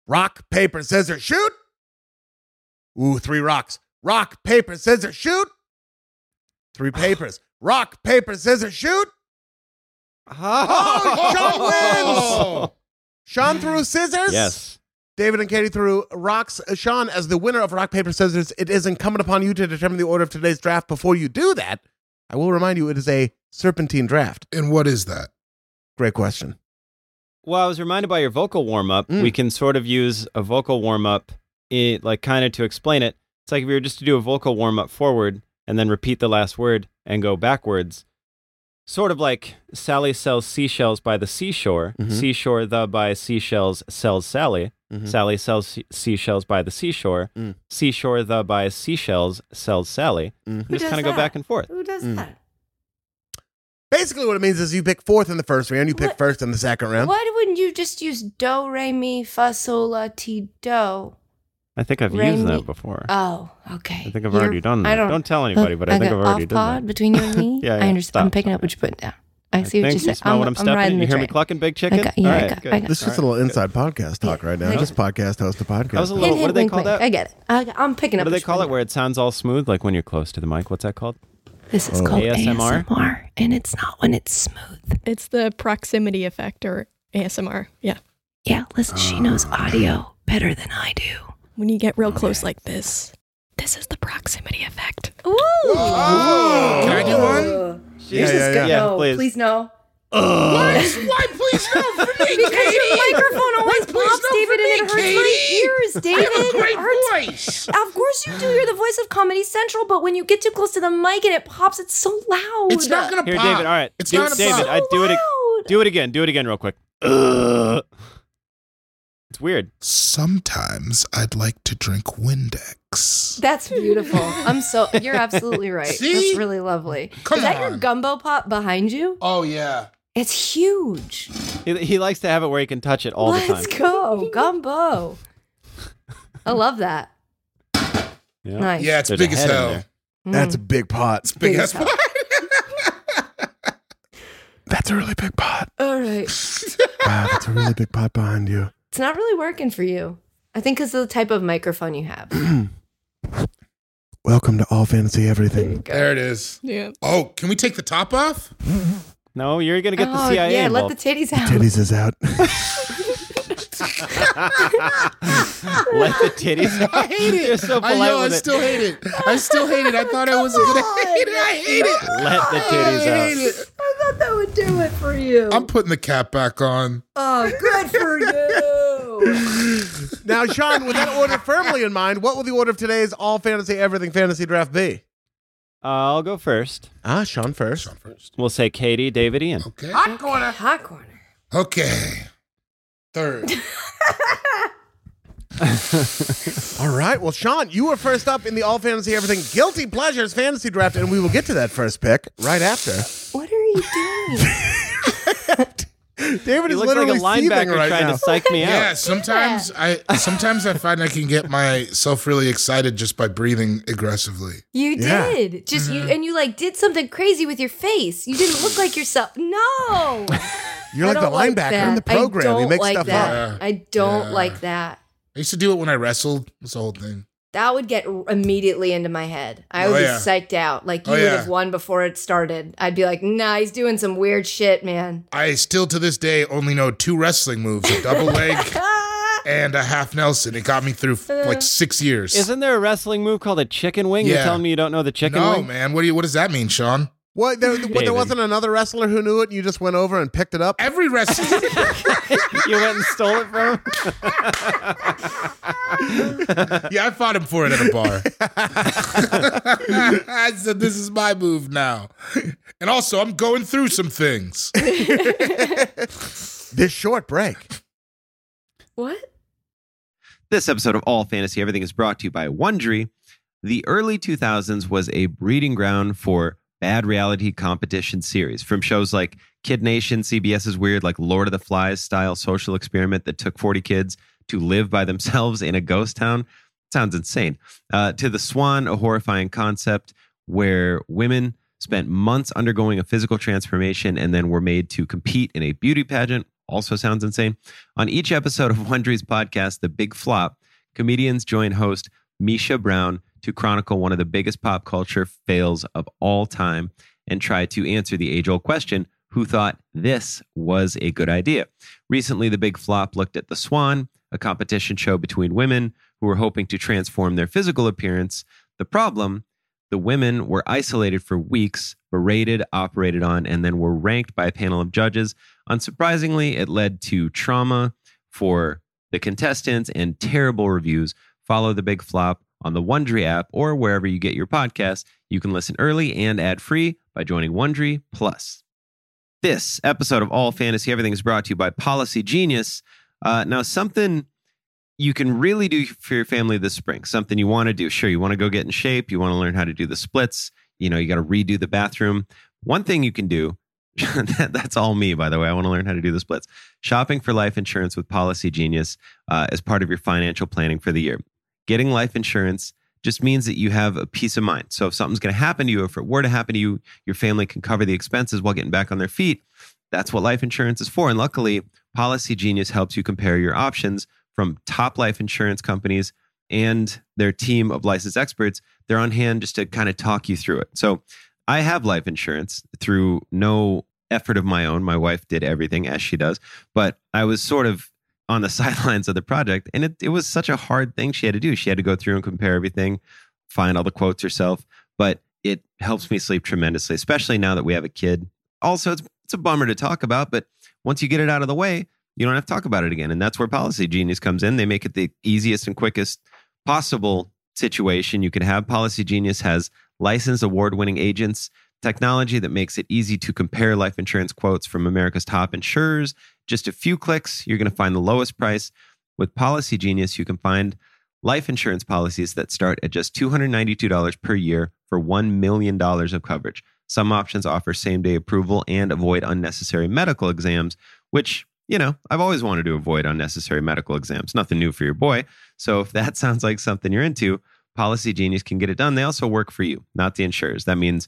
Speaker 2: Rock, paper, scissors, shoot. Ooh, three rocks. Rock, paper, scissors, shoot. Three papers. rock, paper, scissors, shoot.
Speaker 5: Oh,
Speaker 2: Sean threw scissors.
Speaker 1: Yes.
Speaker 2: David and Katie threw rocks. Uh, Sean, as the winner of Rock, Paper, Scissors, it is incumbent upon you to determine the order of today's draft. Before you do that, I will remind you it is a serpentine draft.
Speaker 5: And what is that?
Speaker 2: Great question.
Speaker 1: Well, I was reminded by your vocal warm up,
Speaker 2: Mm.
Speaker 1: we can sort of use a vocal warm up, like kind of to explain it. It's like if we were just to do a vocal warm up forward and then repeat the last word and go backwards. Sort of like Sally sells seashells by the seashore,
Speaker 7: Mhm.
Speaker 1: seashore the by seashells sells Sally,
Speaker 7: Mhm.
Speaker 1: Sally sells se- seashells by the seashore,
Speaker 7: Mm.
Speaker 1: seashore the by seashells sells Sally.
Speaker 7: Mm.
Speaker 1: And just
Speaker 4: does
Speaker 1: kind of go
Speaker 4: that?
Speaker 1: back and forth.
Speaker 4: Who does
Speaker 7: Mm.
Speaker 4: that?
Speaker 2: Basically, what it means is you pick fourth in the first round, you pick
Speaker 4: What-
Speaker 2: first in the second round.
Speaker 4: Why wouldn't you just use do, re, mi, fa, sol, la, ti, do?
Speaker 1: I think I've
Speaker 4: Rainy-
Speaker 1: used that before.
Speaker 4: Oh, okay.
Speaker 1: I think I've
Speaker 4: You're-
Speaker 1: already done that.
Speaker 4: I don't,
Speaker 1: tell anybody, but I think
Speaker 4: Okay,
Speaker 1: I've already
Speaker 4: off
Speaker 1: done that.
Speaker 4: pod between you and me.
Speaker 1: Yeah,
Speaker 4: I
Speaker 1: yeah,
Speaker 4: understand. I'm
Speaker 1: stop.
Speaker 4: picking up what you're putting down. I see what
Speaker 1: think
Speaker 4: you said.
Speaker 1: smell what I'm, stepping.
Speaker 4: riding
Speaker 1: you
Speaker 4: the
Speaker 1: hear me
Speaker 4: train.
Speaker 1: clucking, big chicken?
Speaker 4: I got- yeah, I
Speaker 1: All right,
Speaker 4: got-
Speaker 1: good.
Speaker 4: I got-
Speaker 2: This is just a little inside podcast talk right now.
Speaker 4: I
Speaker 2: Just podcast host to podcast.
Speaker 1: That was a little-
Speaker 4: Hint,
Speaker 1: what do
Speaker 4: hint,
Speaker 1: they
Speaker 4: wink,
Speaker 1: call
Speaker 4: wink.
Speaker 1: that?
Speaker 4: I get it. I, I'm picking
Speaker 1: What do
Speaker 4: up.
Speaker 1: they
Speaker 4: what you're
Speaker 1: call it
Speaker 4: putting
Speaker 1: where it sounds all smooth, like when you're close to the mic? What's that called?
Speaker 4: down. This
Speaker 1: Oh,
Speaker 4: is called
Speaker 1: ASMR?
Speaker 4: ASMR? and it's not when it's smooth.
Speaker 6: It's the proximity effect or ASMR. Yeah.
Speaker 4: Yeah, listen, she
Speaker 1: Ah.
Speaker 4: knows audio better than I do.
Speaker 6: When you get real close like this, this is the proximity effect.
Speaker 4: Ooh. Oh.
Speaker 5: Can I do one?
Speaker 2: Yeah,
Speaker 4: Yours
Speaker 2: yeah,
Speaker 4: is good.
Speaker 1: yeah.
Speaker 4: no,
Speaker 1: Yeah, please.
Speaker 4: please, no.
Speaker 5: Why, please, no, for me,
Speaker 4: Because your
Speaker 5: Katie.
Speaker 4: microphone always
Speaker 5: Please
Speaker 4: pops,
Speaker 5: don't
Speaker 4: David, and it hurts
Speaker 5: for me,
Speaker 4: my ears,
Speaker 5: I
Speaker 4: David.
Speaker 5: have a
Speaker 4: it hurts
Speaker 5: great voice.
Speaker 4: Of course you do. You're the voice of Comedy Central, but when you get too close to the mic and it pops, it's so loud.
Speaker 5: It's not gonna
Speaker 1: Here,
Speaker 5: pop.
Speaker 1: David. All right,
Speaker 5: It's
Speaker 1: do,
Speaker 5: not a
Speaker 1: David.
Speaker 5: pop.
Speaker 1: I do it. ag-
Speaker 4: Loud.
Speaker 1: Do it again. Do it again, real quick. Ugh. It's weird.
Speaker 5: Sometimes I'd like to drink Windex.
Speaker 4: That's beautiful. I'm so. You're absolutely right.
Speaker 5: See?
Speaker 4: That's really lovely.
Speaker 5: Come
Speaker 4: Is that your
Speaker 5: on.
Speaker 4: gumbo pot behind you?
Speaker 5: Oh yeah.
Speaker 4: It's huge.
Speaker 1: He, he likes to have it where he can touch it all the time.
Speaker 4: Let's go gumbo. I love that.
Speaker 1: Yeah.
Speaker 4: Nice.
Speaker 5: Yeah, it's
Speaker 1: There's
Speaker 5: big
Speaker 1: a
Speaker 5: as
Speaker 1: head in
Speaker 5: hell.
Speaker 1: there.
Speaker 4: Mm.
Speaker 2: That's a big pot.
Speaker 5: It's big,
Speaker 4: Big
Speaker 5: as
Speaker 4: as
Speaker 5: hell.
Speaker 2: That's a really big pot.
Speaker 4: all right.
Speaker 2: Wow, that's a really big pot behind you.
Speaker 4: It's not really working for you. I think because of the type of microphone you have.
Speaker 2: Welcome to All Fantasy Everything.
Speaker 5: there it is.
Speaker 6: Yeah.
Speaker 5: Oh, can we take the top off?
Speaker 1: No, you're gonna get the
Speaker 4: Oh,
Speaker 1: CIA
Speaker 4: yeah,
Speaker 1: involved.
Speaker 4: let the titties out.
Speaker 2: Titties is out.
Speaker 1: Let the titties.
Speaker 5: I hate it.
Speaker 1: You're so
Speaker 5: I
Speaker 1: polite
Speaker 5: know. I
Speaker 1: with it.
Speaker 5: still hate it. I still hate it. I thought I was gonna hate it. I hate it.
Speaker 1: Let the titties
Speaker 5: I
Speaker 1: out.
Speaker 5: hate it.
Speaker 4: I thought that would do it for you.
Speaker 5: I'm putting the cap back on.
Speaker 4: oh, good for you.
Speaker 2: now, Sean, with that order firmly in mind, what will the order of today's All Fantasy Everything Fantasy Draft be?
Speaker 1: I'll go first.
Speaker 2: Ah, Sean first.
Speaker 5: Sean first.
Speaker 1: We'll say Katie, David, Ian.
Speaker 5: Okay.
Speaker 2: Hot corner.
Speaker 4: Hot corner.
Speaker 5: Okay. Third.
Speaker 2: All right. Well, Sean, you were first up in the All Fantasy Everything Guilty Pleasures Fantasy Draft, and we will get to that first pick right after.
Speaker 4: What are you doing?
Speaker 2: David
Speaker 1: He
Speaker 2: is
Speaker 1: looks like a
Speaker 2: literally seething
Speaker 1: linebacker
Speaker 2: right
Speaker 1: trying
Speaker 2: now.
Speaker 1: to psych me
Speaker 5: Yeah,
Speaker 1: out.
Speaker 5: sometimes I sometimes I find I can get myself really excited just by breathing aggressively.
Speaker 4: You
Speaker 2: Yeah.
Speaker 4: did. Just you and you like did something crazy with your face. You didn't look like yourself. No.
Speaker 2: You're
Speaker 4: I
Speaker 2: like the
Speaker 4: don't
Speaker 2: linebacker in
Speaker 4: that.
Speaker 2: the program.
Speaker 4: I
Speaker 2: You
Speaker 4: don't
Speaker 2: make
Speaker 4: like
Speaker 2: stuff
Speaker 4: that.
Speaker 2: up.
Speaker 5: up.
Speaker 4: I don't
Speaker 5: Yeah.
Speaker 4: like that.
Speaker 5: I used to do it when I wrestled. It's the whole thing.
Speaker 4: That would get r- immediately into my head. I
Speaker 5: Oh,
Speaker 4: would be
Speaker 5: yeah.
Speaker 4: psyched out. Like
Speaker 5: Oh,
Speaker 4: you would
Speaker 5: yeah.
Speaker 4: have won before it started. I'd be like, nah, he's doing some weird shit, man.
Speaker 5: I still to this day only know two wrestling moves: a double leg
Speaker 4: Ah!
Speaker 5: and a half Nelson. It got me through f- like six years.
Speaker 1: Isn't there a wrestling move called a chicken wing?
Speaker 5: Yeah.
Speaker 1: You're telling me you don't know the chicken
Speaker 5: no,
Speaker 1: wing?
Speaker 5: man. What do you? What does that mean, Sean?
Speaker 2: What there, what, there
Speaker 8: David.
Speaker 2: wasn't another wrestler who knew it, and you just went over and picked it up.
Speaker 5: Every wrestler.
Speaker 8: you went and stole it from. him?
Speaker 5: yeah, I fought him for it at a bar. I said, "This is my move now," and also I'm going through some things.
Speaker 2: This short break.
Speaker 4: What?
Speaker 1: This episode of All Fantasy Everything is brought to you by Wondery. The early 2000s was a breeding ground for bad reality competition series from shows like Kid Nation, CBS's weird, like Lord of the Flies style social experiment that took 40 kids to live by themselves in a ghost town. Sounds insane. Uh, to The Swan, a horrifying concept where women spent months undergoing a physical transformation and then were made to compete in a beauty pageant. Also sounds insane. On each episode of Wondery's podcast, The Big Flop, comedians join host Misha Brown to chronicle one of the biggest pop culture fails of all time and try to answer the age old question who thought this was a good idea? Recently, The Big Flop looked at The Swan, a competition show between women who were hoping to transform their physical appearance. The problem the women were isolated for weeks, berated, operated on, and then were ranked by a panel of judges Unsurprisingly, it led to trauma for the contestants and terrible reviews. Follow the big flop on the Wondery app or wherever you get your podcasts. You can listen early and ad free by joining Wondery Plus. This episode of All Fantasy Everything is brought to you by Policy Genius. Uh, now, something you can really do for your family this spring, something you want to do. Sure, you want to go get in shape, you want to learn how to do the splits, you know, you got to redo the bathroom. One thing you can do that, that's all me, by the way. I want to learn how to do the splits. Shopping for life insurance with Policy Genius uh, as part of your financial planning for the year. Getting life insurance just means that you have a peace of mind. So if something's going to happen to you, if it were to happen to you, your family can cover the expenses while getting back on their feet. That's what life insurance is for. And luckily, Policy Genius helps you compare your options from top life insurance companies and their team of licensed experts. They're on hand just to kind of talk you through it. So I have life insurance through no effort of my own. My wife did everything as she does, but I was sort of on the sidelines of the project. And it, it was such a hard thing she had to do. She had to go through and compare everything, find all the quotes herself. But it helps me sleep tremendously, especially now that we have a kid. Also, it's, it's a bummer to talk about, but once you get it out of the way, you don't have to talk about it again. And that's where Policy Genius comes in. They make it the easiest and quickest possible situation you can have. Policy Genius has licensed award winning agents, technology that makes it easy to compare life insurance quotes from America's top insurers. Just a few clicks, you're going to find the lowest price. With Policy Genius, you can find life insurance policies that start at just $292 per year for $1 million of coverage. Some options offer same day approval and avoid unnecessary medical exams, which, you know, I've always wanted to avoid unnecessary medical exams. Nothing new for your boy. So if that sounds like something you're into, Policy Genius can get it done. They also work for you, not the insurers. That means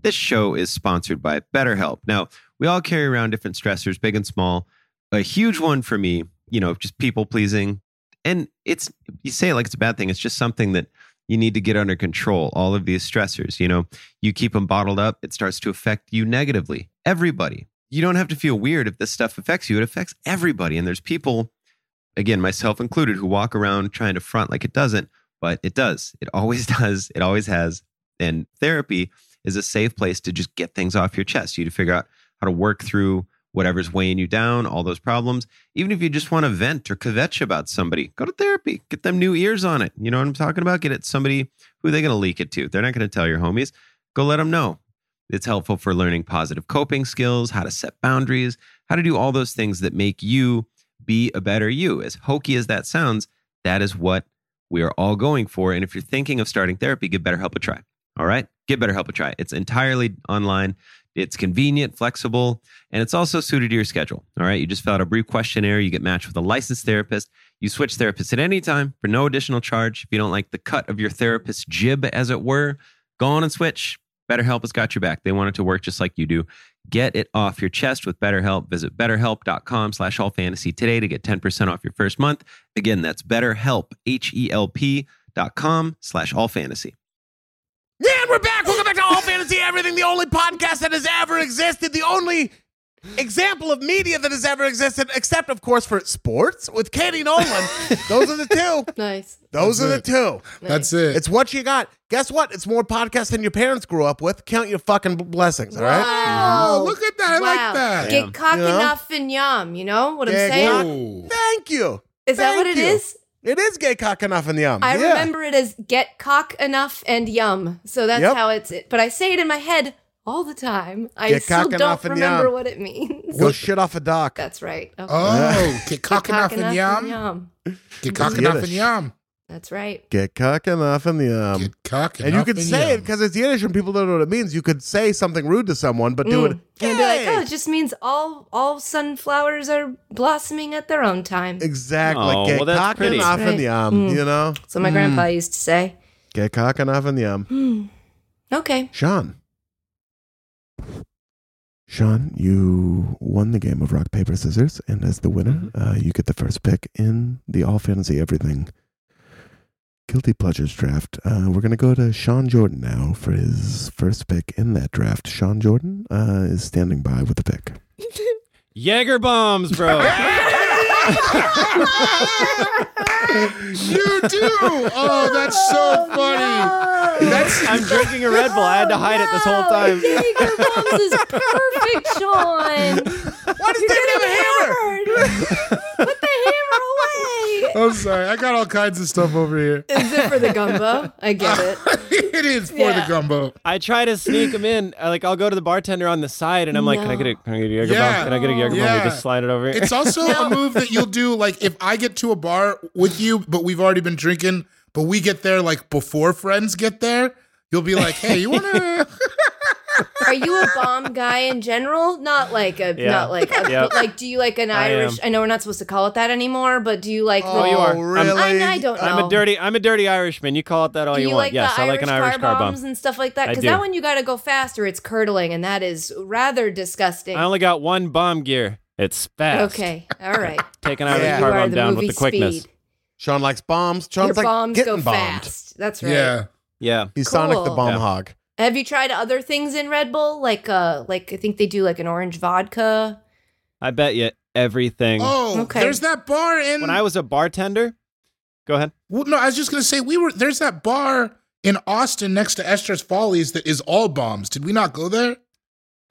Speaker 1: This show is sponsored by BetterHelp. Now, we all carry around different stressors, big and small. A huge one for me, you know, just people pleasing. And it's, you say it like it's a bad thing. It's just something that you need to get under control. All of these stressors, you know, you keep them bottled up, it starts to affect you negatively. Everybody. You don't have to feel weird if this stuff affects you. It affects everybody. And there's people, again, myself included, who walk around trying to front like it doesn't, but it does. It always does. It always has. And therapy is a safe place to just get things off your chest. You to figure out how to work through whatever's weighing you down, all those problems. Even if you just want to vent or kvetch about somebody, go to therapy. Get them new ears on it. You know what I'm talking about? Get it somebody who they going to leak it to. They're not going to tell your homies. Go let them know. It's helpful for learning positive coping skills, how to set boundaries, how to do all those things that make you be a better you. As hokey as that sounds, that is what we are all going for. And if you're thinking of starting therapy, give BetterHelp a try. All right? Give BetterHelp a try. It's entirely online. It's convenient, flexible, and it's also suited to your schedule. All right. You just fill out a brief questionnaire. You get matched with a licensed therapist. You switch therapists at any time for no additional charge. If you don't like the cut of your therapist's jib, as it were, go on and switch.
Speaker 7: BetterHelp has got your back. They want it to work just like you do. Get it off your chest with BetterHelp. Visit betterhelp.com slash allfantasy today to get 10% off your first month. Again, that's betterhelp,
Speaker 1: E
Speaker 7: H-E-L-P dot com slash allfantasy.
Speaker 2: Yeah, and we're back. Welcome back to All Fantasy Everything, the only podcast that has ever existed, the only example of media that has ever existed, except, of course, for sports with Katie Nolan. Those are the two.
Speaker 4: Nice.
Speaker 2: Those are the two.
Speaker 5: That's it.
Speaker 2: It's what you got. Guess what? It's more podcasts than your parents grew up with. Count your fucking blessings, all right?
Speaker 4: Wow.
Speaker 5: Oh, look at that. I like that.
Speaker 4: Get cock
Speaker 2: You know?
Speaker 4: enough and yum. You know what I'm
Speaker 2: Get
Speaker 4: saying?
Speaker 2: cock-
Speaker 5: Whoa.
Speaker 2: Thank you.
Speaker 4: Is that what it
Speaker 2: Thank
Speaker 4: is?
Speaker 2: you. It is gay cock enough in the um.
Speaker 4: I
Speaker 2: Yeah.
Speaker 4: remember it as get cock enough and yum. So that's
Speaker 2: Yep.
Speaker 4: how it's. But I say it in my head all the time. I
Speaker 2: Get
Speaker 4: still
Speaker 2: cock
Speaker 4: don't
Speaker 2: enough and
Speaker 4: remember
Speaker 2: yum.
Speaker 4: what it means.
Speaker 2: Go shit off a dock.
Speaker 4: That's right. Okay.
Speaker 5: Oh, get
Speaker 4: Get
Speaker 5: cock enough and yum. Get cock enough and
Speaker 2: Yiddish.
Speaker 5: yum.
Speaker 4: That's right.
Speaker 2: Get cock enough in the um.
Speaker 5: Get cock
Speaker 2: and you
Speaker 5: enough um.
Speaker 2: could say it
Speaker 5: yum.
Speaker 2: because it's Yiddish and people don't know what it means. You could say something rude to someone, but do it.
Speaker 4: And be like,
Speaker 2: gay.
Speaker 4: oh, it just means all all sunflowers are blossoming at their own time.
Speaker 2: Exactly.
Speaker 1: Oh,
Speaker 2: get
Speaker 1: well, that's
Speaker 2: cock
Speaker 1: pretty.
Speaker 2: enough in the um. You know,
Speaker 4: Mm. So
Speaker 5: Mm.
Speaker 4: my grandpa
Speaker 2: Mm.
Speaker 4: used to say. Hmm.
Speaker 2: get cock enough in the um.
Speaker 4: Okay.
Speaker 2: Sean. Sean, you won the game of rock, paper, scissors, and as the winner,
Speaker 4: Mm-hmm.
Speaker 2: uh, you get the first pick in the all fantasy everything guilty pleasures draft. Uh, we're going to go to Sean Jordan now for his first pick in that draft. Sean Jordan uh, is standing by with the pick.
Speaker 1: Jaeger bombs, bro.
Speaker 5: you do. Oh, that's so funny. That's
Speaker 1: I'm drinking a Red Bull. I had to hide it this whole time.
Speaker 4: Jaeger bombs is perfect, Sean.
Speaker 2: Why does
Speaker 4: You're
Speaker 2: David
Speaker 4: getting
Speaker 2: have a hammer?
Speaker 4: hammered. Put the hammer away.
Speaker 5: I'm sorry. I got all kinds of stuff over here.
Speaker 4: Is it for the gumbo? I get it.
Speaker 5: it is for
Speaker 4: Yeah.
Speaker 5: the gumbo.
Speaker 1: I try to sneak them in. I, like I'll go to the bartender on the side, and I'm like, "Can I get a can I get a Jaeger
Speaker 5: Yeah.
Speaker 1: bomb? Can I get a Jaeger bomb?"
Speaker 5: Yeah.
Speaker 1: I just slide it over. here.
Speaker 5: It's also a move that you'll do. Like if I get to a bar with you, but we've already been drinking, but we get there like before friends get there. You'll be like, "Hey, you wanna?"
Speaker 4: Are you a bomb guy in general? Not like a
Speaker 1: Yeah.
Speaker 4: not like a,
Speaker 1: Yep.
Speaker 4: like do you like an
Speaker 1: I
Speaker 4: Irish I know we're not supposed to call it that anymore, but do you like
Speaker 1: Oh, you are.
Speaker 4: the,
Speaker 1: really?
Speaker 4: I, I don't know.
Speaker 1: I'm a dirty I'm a dirty Irishman. You call it that all
Speaker 4: do
Speaker 1: you,
Speaker 4: you,
Speaker 1: want.
Speaker 4: like
Speaker 1: Yes,
Speaker 4: the
Speaker 1: I like an Irish car bomb.
Speaker 4: bombs and stuff like
Speaker 1: I
Speaker 4: that? Because
Speaker 1: do.
Speaker 4: that one you got to go fast or it's curdling, and that is rather disgusting.
Speaker 1: I only got one bomb gear. It's fast.
Speaker 4: okay, all right.
Speaker 1: Taking Irish
Speaker 2: Yeah.
Speaker 4: you
Speaker 1: car
Speaker 4: are
Speaker 1: bomb
Speaker 4: the
Speaker 1: down
Speaker 4: movie
Speaker 1: with the quickness.
Speaker 4: Speed.
Speaker 2: Sean likes bombs. Sean's
Speaker 4: Your
Speaker 2: like
Speaker 4: bombs
Speaker 2: getting
Speaker 4: go
Speaker 2: bombed.
Speaker 4: fast. That's right.
Speaker 5: yeah.
Speaker 1: Yeah.
Speaker 2: He's
Speaker 4: Cool.
Speaker 2: Sonic the Bomb
Speaker 1: Yeah.
Speaker 2: Hog.
Speaker 4: Have you tried other things in Red Bull? Like uh, like I think they do like an orange vodka.
Speaker 1: I bet you everything.
Speaker 5: Oh,
Speaker 4: Okay.
Speaker 5: there's that bar in.
Speaker 1: When I was a bartender, go ahead.
Speaker 5: Well, no, I was just gonna say we were. There's that bar in Austin next to Esther's Follies that is all bombs. Did we not go there?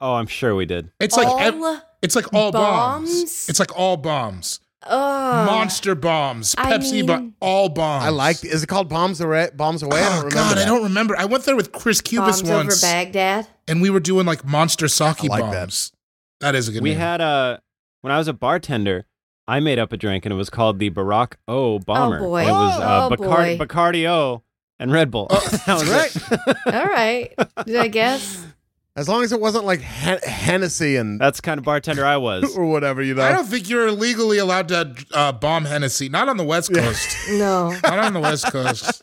Speaker 1: Oh, I'm sure we did.
Speaker 5: It's like ev-
Speaker 4: All
Speaker 5: it's like all bombs.
Speaker 4: bombs?
Speaker 5: It's like all bombs.
Speaker 4: Ugh.
Speaker 5: Monster bombs.
Speaker 4: I
Speaker 5: Pepsi, but
Speaker 4: mean-
Speaker 5: all bombs.
Speaker 2: I like. Is it called Bombs Away? Bombs Away? I don't
Speaker 5: Oh
Speaker 2: remember.
Speaker 5: God, I
Speaker 2: that.
Speaker 5: don't remember. I went there with Chris Cubis
Speaker 4: Bombs over
Speaker 5: once,
Speaker 4: Baghdad.
Speaker 5: and we were doing like monster sake
Speaker 2: I like that.
Speaker 5: bombs. that is a good.
Speaker 1: we
Speaker 5: name.
Speaker 1: had a when I was a bartender, I made up a drink and it was called the Barack O Bomber.
Speaker 4: boy.
Speaker 1: And It was uh,
Speaker 4: Oh,
Speaker 1: Bacardi,
Speaker 4: boy.
Speaker 1: Bacardi O and Red Bull.
Speaker 5: Oh,
Speaker 1: that was it.
Speaker 4: All right, I guess.
Speaker 2: As long as it wasn't like Hen- Hennessy and
Speaker 1: That's the kind of bartender I was.
Speaker 2: or whatever, you know.
Speaker 5: I don't think you're legally allowed to uh, bomb Hennessy. Not on the West Coast.
Speaker 4: No.
Speaker 5: Not on the West Coast.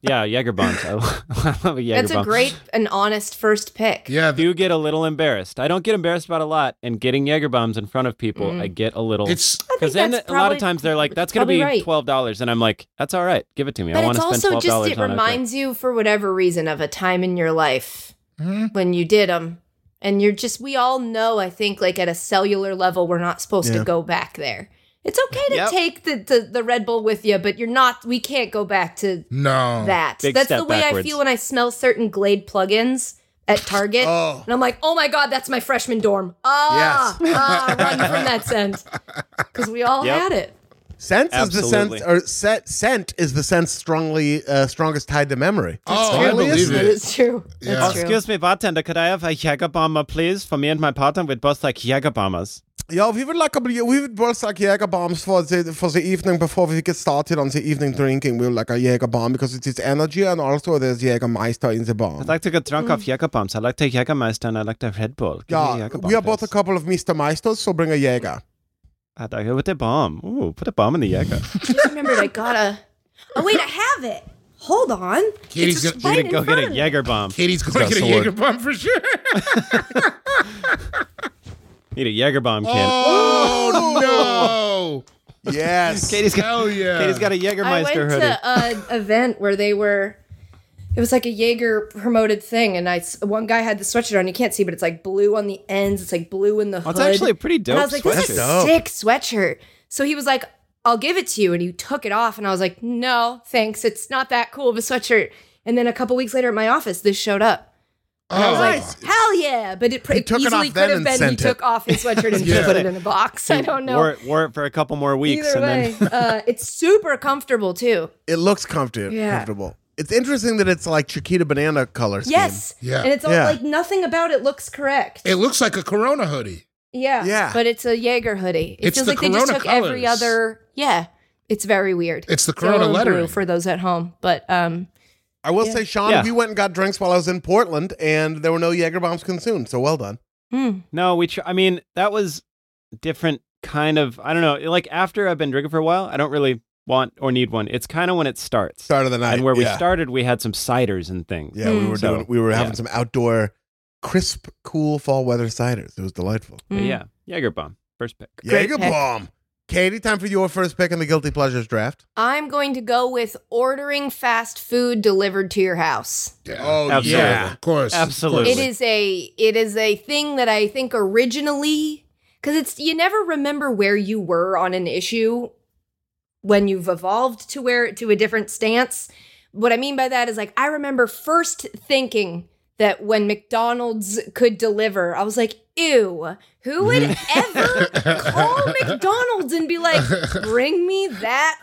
Speaker 1: Yeah, Jaeger bombs. I love a Jaeger
Speaker 4: That's a great and honest first pick.
Speaker 5: Yeah,
Speaker 1: I do get a little embarrassed. I don't get embarrassed about a lot, and getting Jaeger bombs in front of people, I get a little.
Speaker 5: it's
Speaker 4: Mm. I think
Speaker 1: Because then
Speaker 4: that's
Speaker 1: a lot
Speaker 4: probably-
Speaker 1: of times they're like, "That's gonna
Speaker 4: probably
Speaker 1: be
Speaker 4: right.
Speaker 1: twelve dollars," and I'm like, "That's all right, give it to me. I
Speaker 4: But
Speaker 1: want
Speaker 4: it's
Speaker 1: to spend
Speaker 4: also
Speaker 1: twelve
Speaker 4: just
Speaker 1: dollars
Speaker 4: it
Speaker 1: on
Speaker 4: reminds you, for whatever reason, of a time in your life
Speaker 5: Mhm.
Speaker 4: when you did them, and you're just. We all know, I think, like at a cellular level, we're not supposed
Speaker 2: Yeah.
Speaker 4: to go back there. It's okay to
Speaker 1: Yep.
Speaker 4: take the, the the Red Bull with you, but you're not. We can't go back to
Speaker 5: no.
Speaker 4: that.
Speaker 1: Big
Speaker 4: that's
Speaker 1: step
Speaker 4: the way
Speaker 1: backwards.
Speaker 4: I feel when I smell certain Glade plugins at Target.
Speaker 2: Oh.
Speaker 4: And I'm like, oh my God, that's my freshman dorm. Ah, ah run from that scent. Because we all
Speaker 1: Yep.
Speaker 4: had it.
Speaker 2: Sense is the
Speaker 1: Absolutely.
Speaker 2: sense, or set, scent is the sense strongly uh, strongest tied to memory.
Speaker 5: Oh, I
Speaker 2: Really?
Speaker 5: believe
Speaker 4: That
Speaker 5: it.
Speaker 4: is true.
Speaker 5: Yeah.
Speaker 1: Oh,
Speaker 4: That's true.
Speaker 1: excuse me, bartender, could I have a Jaeger bomber, please? For me and my partner, we'd both like Jaeger bombers.
Speaker 2: Yeah, we would like a, we would both like Jaeger bombs for the for the evening before we get started on the evening drinking. We would like a Jaeger bomb because it is energy and also there's Jägermeister in the bomb.
Speaker 1: I'd like to get drunk off
Speaker 4: Mm.
Speaker 1: Jaeger bombs. I like to Jaegermeister and I like to have Red Bull. Give me a
Speaker 2: yeah,
Speaker 1: Jaeger
Speaker 2: we
Speaker 1: bomb,
Speaker 2: are both a
Speaker 1: please.
Speaker 2: couple of Mr. Meisters, so bring a Jaeger.
Speaker 1: I'd like it with a bomb. Ooh, put a bomb in the Jaeger.
Speaker 4: I just remembered I got a. Oh, wait, I have it. Hold on.
Speaker 5: Katie's
Speaker 4: it's just
Speaker 5: gonna-
Speaker 4: right
Speaker 1: You're gonna
Speaker 4: in
Speaker 1: go get
Speaker 4: front
Speaker 1: a
Speaker 4: of me.
Speaker 1: Jaeger bomb.
Speaker 5: Katie's going to
Speaker 1: Got
Speaker 5: get a
Speaker 1: a sword.
Speaker 5: Jaeger bomb for sure.
Speaker 1: Need a Jaeger bomb, kid.
Speaker 4: Oh,
Speaker 5: oh no!
Speaker 2: Yes.
Speaker 1: Katie's got,
Speaker 5: Hell yeah!
Speaker 1: Katie's got a
Speaker 4: I went
Speaker 1: Jägermeister hoodie.
Speaker 4: to uh, an event where they were. It was like a Jaeger promoted thing, and I s- one guy had the sweatshirt on. You can't see, but it's like blue on the ends. It's like blue in the
Speaker 1: Well,
Speaker 4: hood.
Speaker 1: it's actually a pretty dope
Speaker 4: And I was like, this is
Speaker 1: sweatshirt.
Speaker 4: a sick sweatshirt. So he was like, I'll give it to you, and he took it off, and I was like, no, thanks. It's not that cool of a sweatshirt. And then a couple weeks later at my office, this showed up. And I was
Speaker 5: Oh.
Speaker 4: like, hell yeah! But it, pr-
Speaker 2: He took it
Speaker 4: easily
Speaker 2: off
Speaker 4: could
Speaker 2: then
Speaker 4: have
Speaker 2: and
Speaker 4: been he
Speaker 2: sent it.
Speaker 4: took off his sweatshirt and
Speaker 5: Yeah.
Speaker 4: just put it in a box. I don't know.
Speaker 1: Wore it, wore it for a couple more weeks,
Speaker 4: Either
Speaker 1: and
Speaker 4: way,
Speaker 1: then
Speaker 4: uh, it's super comfortable too.
Speaker 2: It looks comfort-
Speaker 4: Yeah.
Speaker 2: comfortable. It's interesting that it's like Chiquita banana color scheme.
Speaker 4: Yes.
Speaker 5: Yeah.
Speaker 4: And it's all
Speaker 2: Yeah.
Speaker 4: like nothing about it looks correct.
Speaker 5: it looks like a Corona hoodie.
Speaker 4: yeah.
Speaker 2: Yeah.
Speaker 4: But it's a Jaeger hoodie. It
Speaker 5: It's
Speaker 4: feels
Speaker 5: the
Speaker 4: like they just
Speaker 5: Corona
Speaker 4: took every
Speaker 5: colours.
Speaker 4: other. Yeah. It's very weird.
Speaker 5: It's the
Speaker 4: a
Speaker 5: Corona
Speaker 4: little
Speaker 5: lettering.
Speaker 4: brew for those at home. But um,
Speaker 2: I will say, Sean,
Speaker 1: Yeah.
Speaker 2: we went and got drinks while I was in Portland, and there were no Jaeger bombs consumed. So well done.
Speaker 4: mm,
Speaker 1: no, we. Tr- I mean, that was different kind of. I don't know. Like after I've been drinking for a while, I don't really want or need one. It's kind of when it starts.
Speaker 2: Start of the night.
Speaker 1: and where we
Speaker 2: yeah.
Speaker 1: started, we had some ciders and things.
Speaker 2: Yeah, we
Speaker 4: Mm.
Speaker 2: were
Speaker 1: So,
Speaker 2: doing. We were having
Speaker 1: yeah.
Speaker 2: some outdoor, crisp, cool fall weather ciders. It was delightful.
Speaker 1: But
Speaker 4: mm.
Speaker 1: yeah, Jaeger bomb, first pick.
Speaker 4: Great
Speaker 2: Jaeger
Speaker 4: pick.
Speaker 2: bomb. Katie, time for your first pick in the guilty pleasures draft.
Speaker 4: I'm going to go with ordering fast food delivered to your house.
Speaker 5: Yeah. Oh yeah,
Speaker 1: Absolutely.
Speaker 5: of course.
Speaker 1: Absolutely.
Speaker 4: It is a it is a thing that I think originally because it's you never remember where you were on an issue when you've evolved to where to a different stance. What I mean by that is like I remember first thinking that when McDonald's could deliver, I was like, ew, who would ever call McDonald's and be like, bring me that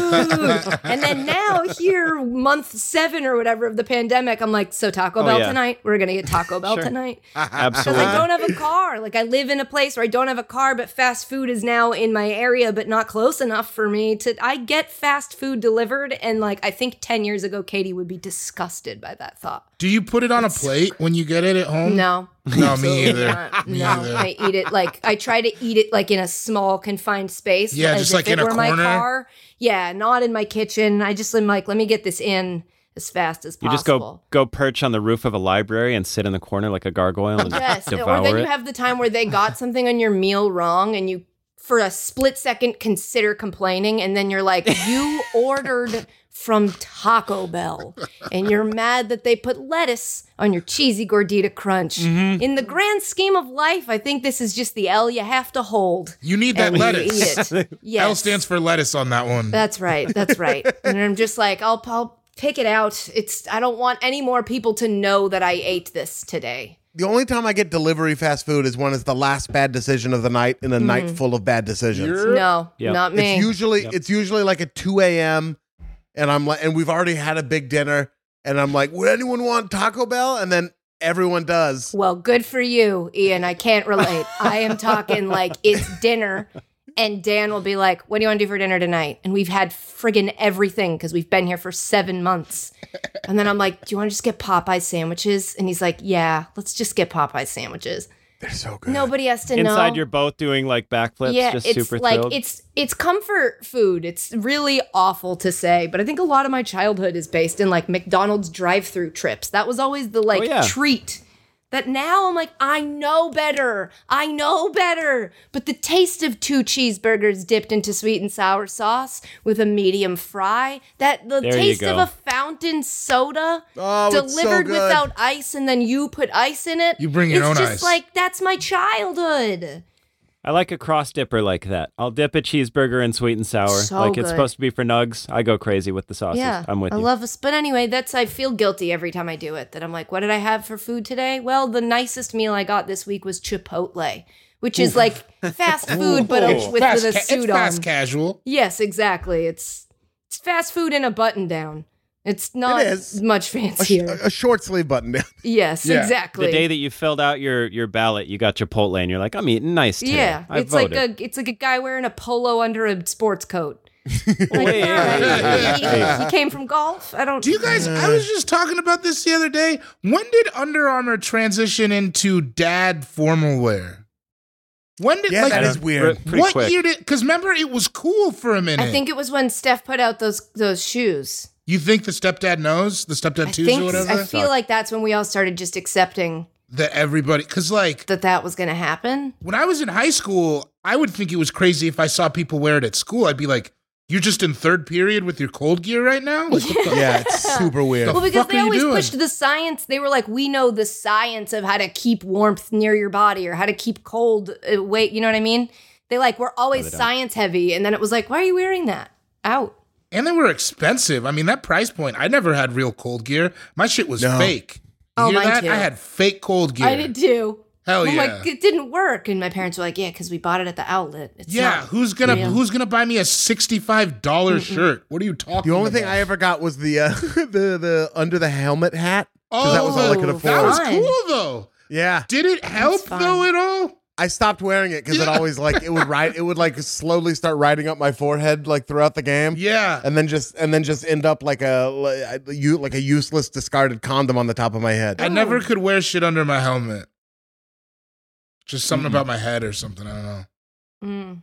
Speaker 4: food? And then now here, month seven or whatever of the pandemic, I'm like, so Taco
Speaker 1: Oh,
Speaker 4: Bell
Speaker 1: yeah.
Speaker 4: tonight? We're gonna get Taco Bell
Speaker 1: Sure.
Speaker 4: tonight. Because
Speaker 1: Absolutely.
Speaker 4: I don't have a car. Like I live in a place where I don't have a car, but fast food is now in my area, but not close enough for me to I get fast food delivered and like I think ten years ago Katie would be disgusted by that thought.
Speaker 5: Do you put it on a plate when you get it at home?
Speaker 4: No.
Speaker 5: no, me
Speaker 4: Absolutely
Speaker 5: either.
Speaker 4: not.
Speaker 5: Me
Speaker 4: no,
Speaker 5: either.
Speaker 4: I eat it like I try to eat it like in a small confined space.
Speaker 5: Yeah,
Speaker 4: as
Speaker 5: just,
Speaker 4: if
Speaker 5: like,
Speaker 4: it
Speaker 5: in a
Speaker 4: were
Speaker 5: corner.
Speaker 4: My car. Yeah, not in my kitchen. I just am like, let me get this in as fast as
Speaker 1: You
Speaker 4: possible.
Speaker 1: just go go perch on the roof of a library and sit in the corner like a gargoyle and
Speaker 4: Yes,
Speaker 1: devour
Speaker 4: or then
Speaker 1: it.
Speaker 4: you have the time where they got something on your meal wrong, and you, for a split second, consider complaining, and then you're like, "You ordered from Taco Bell," and you're mad that they put lettuce on your cheesy gordita crunch. In the grand scheme of life, I think this is just the L you have to hold.
Speaker 5: You need that
Speaker 4: and you
Speaker 5: lettuce.
Speaker 4: eat it. Yes,
Speaker 5: L stands for lettuce on that one.
Speaker 4: That's right. That's right. and I'm just like, I'll, I'll pick it out. It's. I don't want any more people to know that I ate this today.
Speaker 2: The only time I get delivery fast food is when it's the last bad decision of the night in a night full of bad decisions.
Speaker 4: No,
Speaker 1: Yeah.
Speaker 4: not me.
Speaker 2: It's usually it's usually like at two a.m. and I'm like, and we've already had a big dinner, and I'm like, would anyone want Taco Bell? And then everyone does.
Speaker 4: Well, good for you, Ian. I can't relate. I am talking like it's dinner, and Dan will be like, What do you want to do for dinner tonight? And we've had friggin' everything because we've been here for seven months. And then I'm like, Do you want to just get Popeye sandwiches? And he's like, Yeah, let's just get Popeye sandwiches.
Speaker 2: They're so good.
Speaker 4: Nobody has to know.
Speaker 1: Inside you're both doing like backflips,
Speaker 4: yeah,
Speaker 1: just
Speaker 4: it's
Speaker 1: super
Speaker 4: like
Speaker 1: thrilled.
Speaker 4: it's it's comfort food. It's really awful to say, but I think a lot of my childhood is based in like McDonald's drive-through trips. That was always the like
Speaker 1: Oh, yeah.
Speaker 4: treat. That now I'm like I know better. I know better. But the taste of two cheeseburgers dipped into sweet and sour sauce with a medium fry, that the
Speaker 1: There you
Speaker 4: taste of
Speaker 1: go.
Speaker 4: a fountain soda
Speaker 2: Oh, it's so
Speaker 4: delivered
Speaker 2: good.
Speaker 4: without ice and then you put ice in it.
Speaker 5: You bring your
Speaker 4: it's
Speaker 5: own
Speaker 4: just
Speaker 5: ice.
Speaker 4: like that's my childhood.
Speaker 1: I like a cross dipper like that. I'll dip a cheeseburger in sweet and sour.
Speaker 4: So
Speaker 1: like
Speaker 4: good.
Speaker 1: it's supposed to be for nugs. I go crazy with the sauces. I'm with
Speaker 4: I
Speaker 1: you.
Speaker 4: love this. But anyway, that's I feel guilty every time I do it. That I'm like, what did I have for food today? Well, the nicest meal I got this week was Chipotle, which is like fast food, but a,
Speaker 5: Ooh.
Speaker 4: with,
Speaker 5: fast
Speaker 4: with a
Speaker 5: ca-
Speaker 4: suit
Speaker 5: it's fast
Speaker 4: on.
Speaker 5: casual.
Speaker 4: yes, exactly. It's it's fast food in a button down. It's not
Speaker 2: is.
Speaker 4: much
Speaker 2: a, sh-
Speaker 4: fancier.
Speaker 2: a short sleeve button down.
Speaker 4: yes,
Speaker 5: Yeah.
Speaker 4: exactly.
Speaker 1: the day that you filled out your your ballot, you got Chipotle, and you're like, I'm eating nice today.
Speaker 4: yeah,
Speaker 1: I
Speaker 4: it's
Speaker 1: voted.
Speaker 4: like a it's like a guy wearing a polo under a sports coat. Like,
Speaker 1: Wait,
Speaker 4: all right,
Speaker 1: wait,
Speaker 4: he-
Speaker 1: wait.
Speaker 4: he, came from golf. I don't.
Speaker 5: Do you guys? I was just talking about this the other day. When did Under Armour transition into dad formal wear? When did
Speaker 2: Yeah,
Speaker 5: like
Speaker 2: that
Speaker 1: I
Speaker 2: is
Speaker 1: don't-
Speaker 2: weird.
Speaker 1: pre- pretty
Speaker 5: what
Speaker 1: quick.
Speaker 5: year did? Because remember, it was cool for a minute.
Speaker 4: I think it was when Steph put out those those shoes.
Speaker 5: You think the stepdad knows the stepdad
Speaker 4: I
Speaker 5: twos
Speaker 4: think
Speaker 5: or whatever
Speaker 4: I feel like that's when we all started just accepting
Speaker 5: that everybody because like
Speaker 4: that that was going to happen.
Speaker 5: when I was in high school, I would think it was crazy if I saw people wear it at school. I'd be like, "You're just in third period with your cold gear right now." Like, what the-
Speaker 2: Yeah, it's super weird.
Speaker 4: Well, because
Speaker 5: fuck
Speaker 4: they
Speaker 5: are you
Speaker 4: always
Speaker 5: doing?
Speaker 4: pushed the science. They were like, we know the science of how to keep warmth near your body or how to keep cold away. You know what I mean? They like were always science heavy, and then it was like, why are you wearing that? Out.
Speaker 5: and they were expensive. I mean, that price point. I never had real cold gear. My shit was
Speaker 2: No.
Speaker 5: fake. You
Speaker 4: Oh,
Speaker 5: hear
Speaker 4: mine
Speaker 5: that?
Speaker 4: too.
Speaker 5: I had fake cold gear.
Speaker 4: I oh did too.
Speaker 5: Hell
Speaker 4: I'm
Speaker 5: Oh, yeah.
Speaker 4: like, it didn't work, and my parents were like, yeah, because we bought it at the outlet. It's
Speaker 5: yeah,
Speaker 4: not
Speaker 5: who's gonna
Speaker 4: real.
Speaker 5: who's gonna buy me a sixty five dollar shirt? What are you talking?
Speaker 2: The only thing
Speaker 5: about?
Speaker 2: I ever got was the uh, the the under the helmet hat because that was all I could
Speaker 4: Oh,
Speaker 2: afford.
Speaker 5: That was
Speaker 4: Fun.
Speaker 5: cool though.
Speaker 2: yeah,
Speaker 5: Did it help
Speaker 4: fun.
Speaker 5: though at all?
Speaker 2: I stopped wearing it because it always like it would ride it would like slowly start riding up my forehead like throughout the game.
Speaker 5: Yeah.
Speaker 2: and then just and then just end up like a like a u- like a useless discarded condom on the top of my head.
Speaker 5: I never could wear shit under my helmet. Just something about my head or something. I don't know.
Speaker 4: Mm.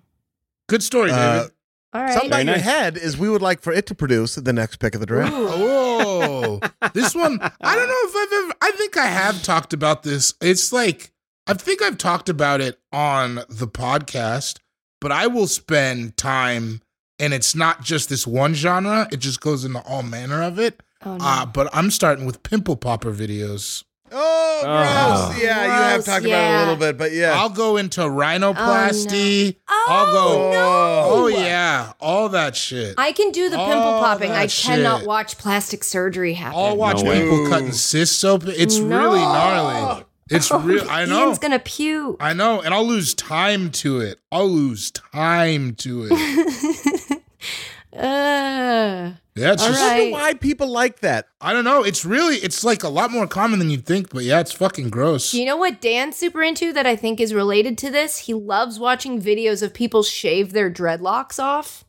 Speaker 5: Good story,
Speaker 2: Uh,
Speaker 5: David.
Speaker 4: All right.
Speaker 2: Something about
Speaker 1: Very
Speaker 2: your
Speaker 1: nice.
Speaker 2: head is we would like for it to produce the next pick of the draft.
Speaker 4: Ooh.
Speaker 5: Oh, this one. I don't know if I've ever. I think I have talked about this. It's like I think I've talked about it on the podcast, but I will spend time, and it's not just this one genre. It just goes into all manner of it.
Speaker 4: Oh, no.
Speaker 5: Uh, but I'm starting with pimple popper videos.
Speaker 2: Oh,
Speaker 1: Oh.
Speaker 2: gross! Yeah, you have
Speaker 4: Gross,
Speaker 2: talked about it a
Speaker 4: yeah.
Speaker 2: little bit, but yeah.
Speaker 5: I'll go into rhinoplasty.
Speaker 4: Oh,
Speaker 5: I'll go.
Speaker 4: no.
Speaker 5: Oh yeah, all that shit.
Speaker 4: I can do the
Speaker 5: All
Speaker 4: pimple popping.
Speaker 5: Oh, that
Speaker 4: I cannot
Speaker 5: shit. Oh,
Speaker 4: watch plastic surgery happen.
Speaker 5: I'll watch
Speaker 1: No way.
Speaker 5: people cutting cysts open. It's really
Speaker 4: No.
Speaker 5: gnarly. It's
Speaker 4: Oh,
Speaker 5: real. I know.
Speaker 4: Ian's gonna puke.
Speaker 5: I know, and I'll lose time to it. I'll lose time to it.
Speaker 4: Ugh.
Speaker 5: Yeah, it's
Speaker 4: All
Speaker 5: just,
Speaker 2: I wonder
Speaker 4: right.
Speaker 2: why people like that.
Speaker 5: I don't know. It's really, it's like a lot more common than you'd think, but yeah, it's fucking gross.
Speaker 4: Do you know what Dan's super into that I think is related to this? He loves watching videos of people shave their dreadlocks off.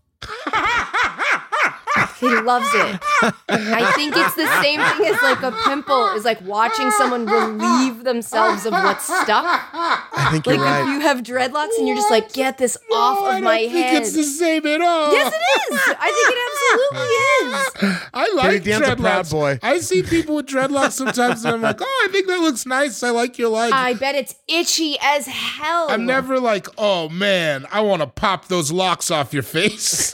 Speaker 4: He loves it. I think it's the same thing as like a pimple is like watching someone relieve themselves of what's stuck.
Speaker 2: I think
Speaker 4: Like
Speaker 2: you're right.
Speaker 4: if you have dreadlocks and you're just like, get this
Speaker 5: No,
Speaker 4: off
Speaker 5: Oh, I
Speaker 4: of my
Speaker 5: don't
Speaker 4: head.
Speaker 5: think it's the same at all.
Speaker 4: yes, it is. I think it absolutely is.
Speaker 5: I like
Speaker 2: Dan's a
Speaker 5: dreadlocks.
Speaker 2: proud boy.
Speaker 5: I see people with dreadlocks sometimes, and I'm like, oh, I think that looks nice. I like your life.
Speaker 4: I bet it's itchy as hell.
Speaker 5: I'm never like, oh man, I want to pop those locks off your face.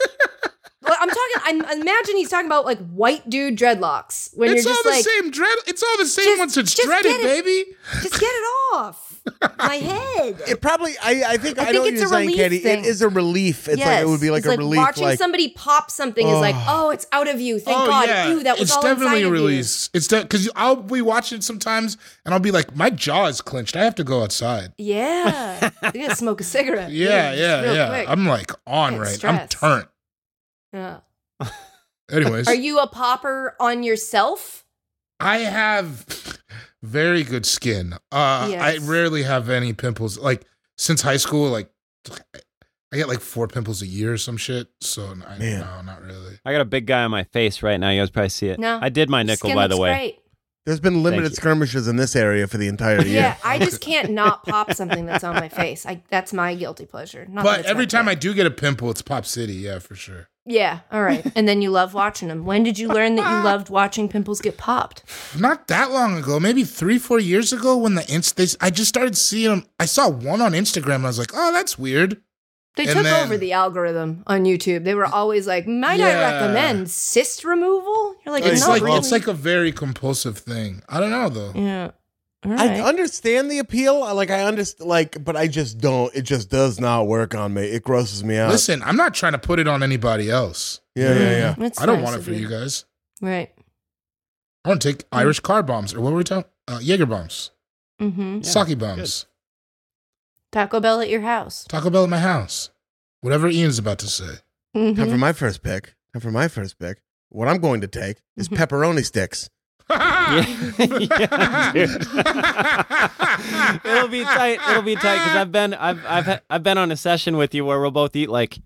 Speaker 4: Well, I'm talking. I imagine he's talking about like white dude dreadlocks. When
Speaker 5: it's
Speaker 4: you're just
Speaker 5: all the
Speaker 4: like,
Speaker 5: same dread. It's all the same
Speaker 4: Just-
Speaker 5: once it's
Speaker 4: just
Speaker 5: dreaded,
Speaker 4: get it.
Speaker 5: baby.
Speaker 4: just get it off my head.
Speaker 2: it probably, I, I think, I,
Speaker 4: think
Speaker 2: know what
Speaker 4: it's
Speaker 2: you're
Speaker 4: a
Speaker 2: saying,
Speaker 4: relief
Speaker 2: Katie.
Speaker 4: thing.
Speaker 2: It is a relief. It's like it would be like
Speaker 4: It's
Speaker 2: a relief.
Speaker 4: Watching
Speaker 2: like,
Speaker 4: somebody pop something is like, oh, it's out of you. Thank God. Ew, that was
Speaker 5: it's
Speaker 4: all
Speaker 5: definitely
Speaker 4: inside
Speaker 5: a
Speaker 4: of you.
Speaker 5: release. It's because I'll be watching sometimes, and I'll be like, my jaw is clenched. I have to go outside.
Speaker 4: Yeah, you gotta smoke a cigarette.
Speaker 5: Yeah,
Speaker 4: just
Speaker 5: yeah,
Speaker 4: real
Speaker 5: yeah.
Speaker 4: quick.
Speaker 5: I'm like on
Speaker 4: Get
Speaker 5: right. I'm
Speaker 4: stressed.
Speaker 5: turnt.
Speaker 4: Yeah.
Speaker 5: Anyways,
Speaker 4: Are you a popper on yourself?
Speaker 5: I have very good skin. Uh,
Speaker 4: Yes.
Speaker 5: I rarely have any pimples. Like since high school, like I get like four pimples a year or some shit. So I
Speaker 2: Man.
Speaker 5: no, not really.
Speaker 1: I got a big guy on my face right now. You guys probably see it.
Speaker 4: No.
Speaker 1: I did my
Speaker 4: Your
Speaker 1: nickel,
Speaker 4: skin
Speaker 1: by
Speaker 4: looks
Speaker 1: the way.
Speaker 4: Great.
Speaker 2: there's been limited
Speaker 1: you.
Speaker 2: skirmishes in this area for the entire
Speaker 4: Yeah.
Speaker 2: year.
Speaker 4: I just can't not pop something that's on my face. I that's my guilty pleasure. Not that
Speaker 5: But
Speaker 4: it's
Speaker 5: every
Speaker 4: not
Speaker 5: time
Speaker 4: good.
Speaker 5: I do get a pimple, it's Pop City. Yeah, for sure.
Speaker 4: Yeah, all right. And then you love watching them. When did you learn that you loved watching pimples get popped?
Speaker 5: not that long ago, maybe three, four years ago, when the inst, they, I just started seeing them. I saw one on Instagram, and I was like, "Oh, that's weird."
Speaker 4: They
Speaker 5: And
Speaker 4: took
Speaker 5: then-
Speaker 4: over the algorithm on YouTube. They were always like, "Might
Speaker 5: Yeah.
Speaker 4: I recommend cyst removal?" You're like,
Speaker 5: it's
Speaker 4: "Not
Speaker 5: like
Speaker 4: really."
Speaker 5: it's like a very compulsive thing. I don't know though.
Speaker 4: yeah. All
Speaker 2: I
Speaker 4: right.
Speaker 2: understand the appeal. I- Like I understand, like, but I just don't. It just does not work on me. It grosses me out.
Speaker 5: Listen, I'm not trying to put it on anybody else.
Speaker 2: Yeah, yeah, yeah.
Speaker 4: That's
Speaker 5: I don't
Speaker 4: nice
Speaker 5: want it
Speaker 4: of
Speaker 5: for you guys.
Speaker 4: Right.
Speaker 5: I want to take
Speaker 1: Hmm.
Speaker 5: Irish car bombs or what were we talking? Uh, Jaeger bombs,
Speaker 4: Mm-hmm.
Speaker 1: Yeah,
Speaker 5: sake bombs,
Speaker 4: Taco Bell at your house.
Speaker 5: Taco Bell at my house. Whatever Ian's about to say.
Speaker 2: Time for
Speaker 4: Mhm.
Speaker 2: my first pick. Time for my first pick. What I'm going to take is
Speaker 4: Mhm.
Speaker 2: pepperoni sticks.
Speaker 1: Yeah, dude. It'll be tight. It'll be tight because I've been I've I've ha- I've been on a session with you where we'll both eat like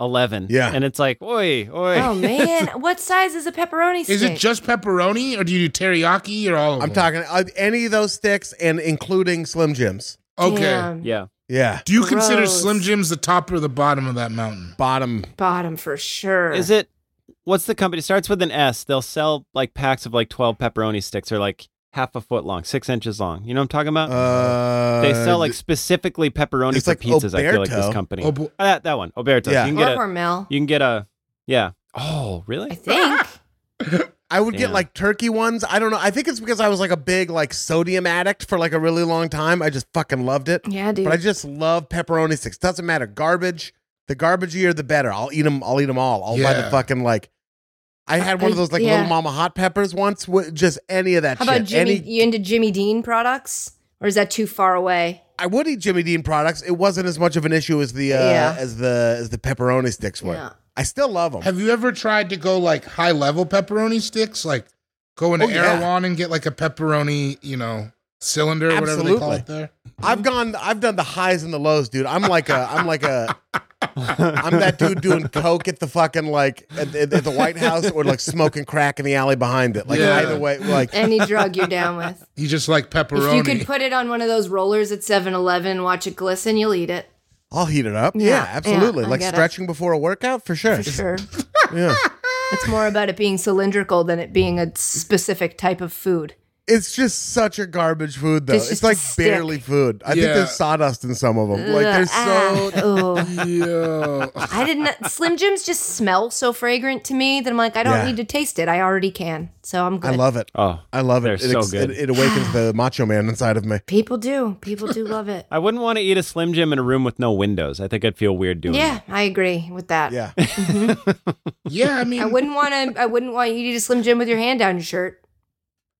Speaker 1: eleven.
Speaker 2: Yeah.
Speaker 1: and it's like oi oi.
Speaker 4: Oh man, what size is a pepperoni stick?
Speaker 5: Is it just pepperoni or do you do teriyaki or all of
Speaker 1: Oh.
Speaker 2: I'm
Speaker 5: them?
Speaker 2: talking uh, any of those sticks, and including Slim Jims.
Speaker 5: Okay.
Speaker 4: Damn.
Speaker 1: yeah,
Speaker 2: Yeah,
Speaker 5: Do you consider
Speaker 4: Gross.
Speaker 5: Slim Jims the top or the bottom of that mountain?
Speaker 2: bottom.
Speaker 4: bottom for sure?
Speaker 1: is it what's the company? It starts with an S. They'll sell like packs of like 12 pepperoni sticks or like half a foot long, six inches long. You know what I'm talking about?
Speaker 2: Uh,
Speaker 1: they sell like specifically pepperoni
Speaker 2: it's
Speaker 1: for
Speaker 2: like
Speaker 1: pizzas. I feel like
Speaker 2: Oberto.
Speaker 1: this company.
Speaker 5: Oh, bo-
Speaker 1: that, that one, Oberto.
Speaker 2: Yeah.
Speaker 1: You can
Speaker 4: Or
Speaker 1: get a,
Speaker 4: Hormel.
Speaker 1: you can get a, yeah. Oh, really?
Speaker 4: I think.
Speaker 2: I would get
Speaker 1: Yeah.
Speaker 2: like turkey ones. I don't know. I think it's because I was like a big like sodium addict for like a really long time. I just fucking loved it.
Speaker 4: yeah, dude.
Speaker 2: But I just love pepperoni sticks. Doesn't matter. Garbage. The garbageier, the better. I'll eat them. I'll eat them all. I'll buy the
Speaker 5: Yeah.
Speaker 2: fucking like. I had one of
Speaker 4: I-
Speaker 2: those like
Speaker 4: yeah.
Speaker 2: little mama hot peppers once. With just any of that
Speaker 4: How
Speaker 2: shit.
Speaker 4: about Jimmy?
Speaker 2: Any-
Speaker 4: you into Jimmy Dean products, or is that too far away?
Speaker 2: I would eat Jimmy Dean products. It wasn't as much of an issue as the uh,
Speaker 4: Yeah.
Speaker 2: as the as the pepperoni sticks were.
Speaker 4: Yeah.
Speaker 2: I still love them.
Speaker 5: Have you ever tried to go like high level pepperoni sticks? Like go into
Speaker 2: Oh, yeah.
Speaker 5: Erewhon and get like a pepperoni, you know, cylinder, or whatever they call
Speaker 2: Absolutely.
Speaker 5: it there.
Speaker 2: I've gone. I've done the highs and the lows, dude. I'm like a. I'm like a. I'm that dude doing coke at the fucking like at, at- at the White House or like smoking crack in the alley behind it. Like
Speaker 5: Yeah.
Speaker 2: either way, like
Speaker 4: Any drug you're down with.
Speaker 5: You just like
Speaker 4: If
Speaker 5: pepperoni.
Speaker 4: you could put it on one of those rollers at 7 Eleven, watch it glisten, you'll eat it.
Speaker 2: I'll heat it up. Yeah,
Speaker 4: Yeah, yeah,
Speaker 2: absolutely.
Speaker 4: I
Speaker 2: like
Speaker 4: get it.
Speaker 2: stretching before a workout for sure.
Speaker 4: For sure.
Speaker 2: Yeah.
Speaker 4: It's more about it being cylindrical than it being a specific type of food.
Speaker 2: It's just such a garbage food though.
Speaker 4: It's
Speaker 2: It's
Speaker 4: just a
Speaker 2: like
Speaker 4: stick.
Speaker 2: barely food. I think
Speaker 5: Yeah.
Speaker 2: there's sawdust in some of them. Like they're so.
Speaker 4: Ugh, ah, ooh.
Speaker 5: Yo.
Speaker 4: I didn't. Slim Jims just smell so fragrant to me that I'm like, I don't
Speaker 2: Yeah.
Speaker 4: need to taste it. I already can. So I'm good.
Speaker 2: I love it.
Speaker 1: oh,
Speaker 2: I love
Speaker 1: They're
Speaker 2: it.
Speaker 1: so
Speaker 2: it,
Speaker 1: good.
Speaker 2: It, it awakens the macho man inside of me.
Speaker 4: People do. People do love it.
Speaker 1: I wouldn't want to eat a Slim Jim in a room with no windows. I think I'd feel weird doing
Speaker 4: Yeah, I agree with that.
Speaker 2: Yeah.
Speaker 5: yeah, I mean,
Speaker 4: I wouldn't want to. I wouldn't want you to eat a Slim Jim with your hand down your shirt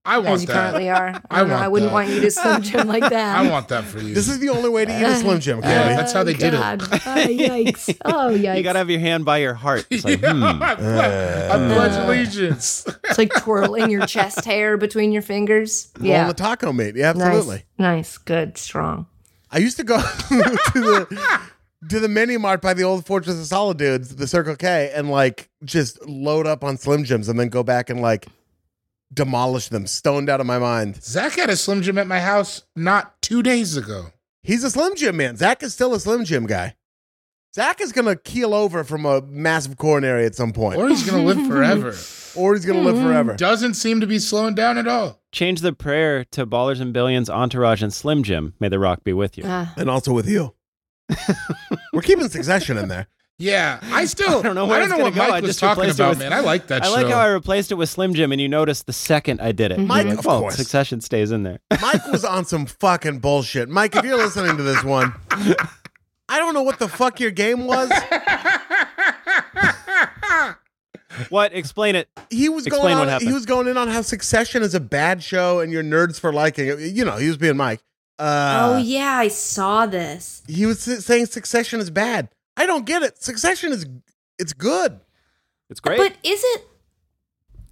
Speaker 5: I
Speaker 4: as
Speaker 5: want
Speaker 4: you
Speaker 5: that.
Speaker 4: currently are.
Speaker 5: I
Speaker 4: I, don't know,
Speaker 5: want
Speaker 4: I wouldn't
Speaker 5: that.
Speaker 4: want you to Slim Jim like that.
Speaker 5: I want that for you.
Speaker 2: This is the only way to eat a Slim Jim,
Speaker 5: Yeah,
Speaker 2: Kelly.
Speaker 5: that's how they did it.
Speaker 4: did it. Oh, yikes! Oh yikes!
Speaker 1: You got to have your hand by your heart. It's like,
Speaker 5: yeah,
Speaker 1: hmm. uh,
Speaker 5: I, pledge, I pledge allegiance.
Speaker 4: It's like twirling your chest hair between your fingers.
Speaker 2: yeah.
Speaker 4: Yeah.
Speaker 2: the taco meat. Yeah, absolutely.
Speaker 4: Nice, nice, good, strong.
Speaker 2: I used to go to the to the mini mart by the old Fortress of Solitude, the Circle K, and like just load up on Slim Jims and then go back and like demolish them, stoned out of my mind.
Speaker 5: Zach had a Slim Jim at my house not two days ago.
Speaker 2: He's a Slim Jim man. Zach is still a Slim Jim guy. Zach is gonna keel over from a massive coronary at some point,
Speaker 5: Or he's going to live forever.
Speaker 2: or he's gonna live forever.
Speaker 5: Doesn't seem to be slowing down at all.
Speaker 1: Change the prayer to Ballers and Billions, Entourage, and Slim Jim. May the rock be with you.
Speaker 4: Uh,
Speaker 2: And also with you. We're keeping Succession in there.
Speaker 5: Yeah, I still
Speaker 1: I don't know where it's
Speaker 5: what
Speaker 1: gonna go. I
Speaker 5: Mike was
Speaker 1: just
Speaker 5: talking
Speaker 1: replaced it
Speaker 5: about,
Speaker 1: with-
Speaker 5: man. I like that
Speaker 1: I
Speaker 5: show.
Speaker 1: like how I replaced it with Slim Jim, and you noticed the second I did it.
Speaker 4: Mhm.
Speaker 2: Mike,
Speaker 1: You're like,
Speaker 2: of
Speaker 1: well,
Speaker 2: course.
Speaker 1: Succession stays in there.
Speaker 2: Mike was on some fucking bullshit. Mike, if you're listening to this one, I don't know what the fuck your game was.
Speaker 1: what? Explain it.
Speaker 2: He was
Speaker 1: Explain
Speaker 2: going
Speaker 1: what
Speaker 2: on,
Speaker 1: happened.
Speaker 2: he was going in on how Succession is a bad show and you're nerds for liking it. You know, he was being Mike. Uh,
Speaker 4: oh yeah, I saw this.
Speaker 2: He was s- saying Succession is bad. I don't get it. Succession is it's good.
Speaker 1: It's great.
Speaker 4: But is it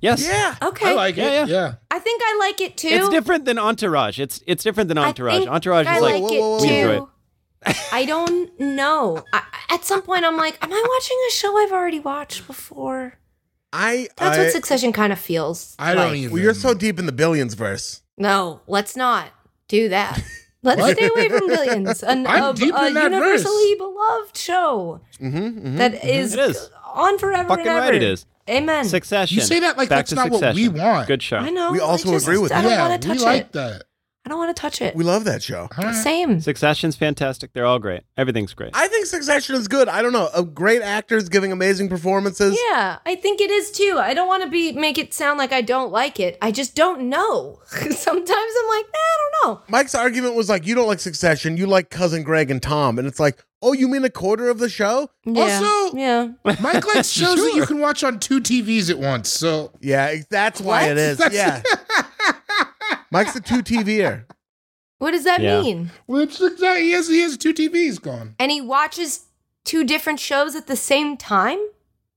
Speaker 1: yes.
Speaker 2: Yeah.
Speaker 4: okay?
Speaker 5: I like
Speaker 1: Yeah, yeah.
Speaker 5: it. Yeah.
Speaker 4: I think I like it too.
Speaker 1: It's different than Entourage. It's it's different than
Speaker 4: I
Speaker 1: Entourage.
Speaker 4: think
Speaker 1: Entourage
Speaker 4: I
Speaker 1: is
Speaker 4: like
Speaker 1: like,
Speaker 2: Whoa,
Speaker 4: it
Speaker 2: whoa, whoa,
Speaker 4: too.
Speaker 1: whoa. We enjoy
Speaker 4: I don't know. I, at some point, I'm like, am I watching a show I've already watched before?
Speaker 2: I
Speaker 4: That's
Speaker 2: I,
Speaker 4: what Succession kind of feels.
Speaker 5: I don't
Speaker 4: like.
Speaker 5: even.
Speaker 2: Well, you're so deep in the billions verse.
Speaker 4: No, let's not do that. Let's
Speaker 5: What?
Speaker 4: stay away from billions. An,
Speaker 5: I'm
Speaker 4: of,
Speaker 5: deep
Speaker 4: a
Speaker 5: in that verse.
Speaker 4: universally beloved show
Speaker 2: Mm-hmm, mm-hmm.
Speaker 4: that is
Speaker 1: Hmm? It is.
Speaker 4: on forever
Speaker 1: fucking
Speaker 4: and ever.
Speaker 1: right. It is
Speaker 4: Amen.
Speaker 1: Succession.
Speaker 5: You say that like
Speaker 1: Back
Speaker 5: that's
Speaker 1: to
Speaker 5: not what we
Speaker 1: Succession.
Speaker 5: want.
Speaker 1: Good show.
Speaker 4: I know.
Speaker 2: We
Speaker 4: I
Speaker 2: also
Speaker 4: just-
Speaker 2: agree with
Speaker 4: I
Speaker 2: you.
Speaker 4: don't
Speaker 5: yeah,
Speaker 4: want to touch
Speaker 5: we like
Speaker 4: it.
Speaker 5: that.
Speaker 4: I don't want to touch it.
Speaker 2: we love that show.
Speaker 5: All right.
Speaker 4: Same.
Speaker 1: Succession's fantastic. They're all great. Everything's great.
Speaker 2: I think Succession is good. I don't know. Uh, great actors giving amazing performances.
Speaker 4: Yeah, I think it is too. I don't want to be make it sound like I don't like it. I just don't know. Sometimes I'm like, "Nah, I don't know.
Speaker 2: Mike's argument was like, you don't like Succession, you like Cousin Greg and Tom. And it's like, oh, you mean a quarter of the show?
Speaker 4: Yeah.
Speaker 5: Also-
Speaker 4: yeah.
Speaker 5: Mike likes shows that you can watch on two TVs at once. So
Speaker 2: Yeah, it- that's why
Speaker 4: What?
Speaker 2: it is.
Speaker 5: That's-
Speaker 2: yeah. Mike's the two er. TVer.
Speaker 4: What does that
Speaker 1: Yeah.
Speaker 4: mean?
Speaker 5: which he has he has two TVs going.
Speaker 4: And he watches two different shows at the same time?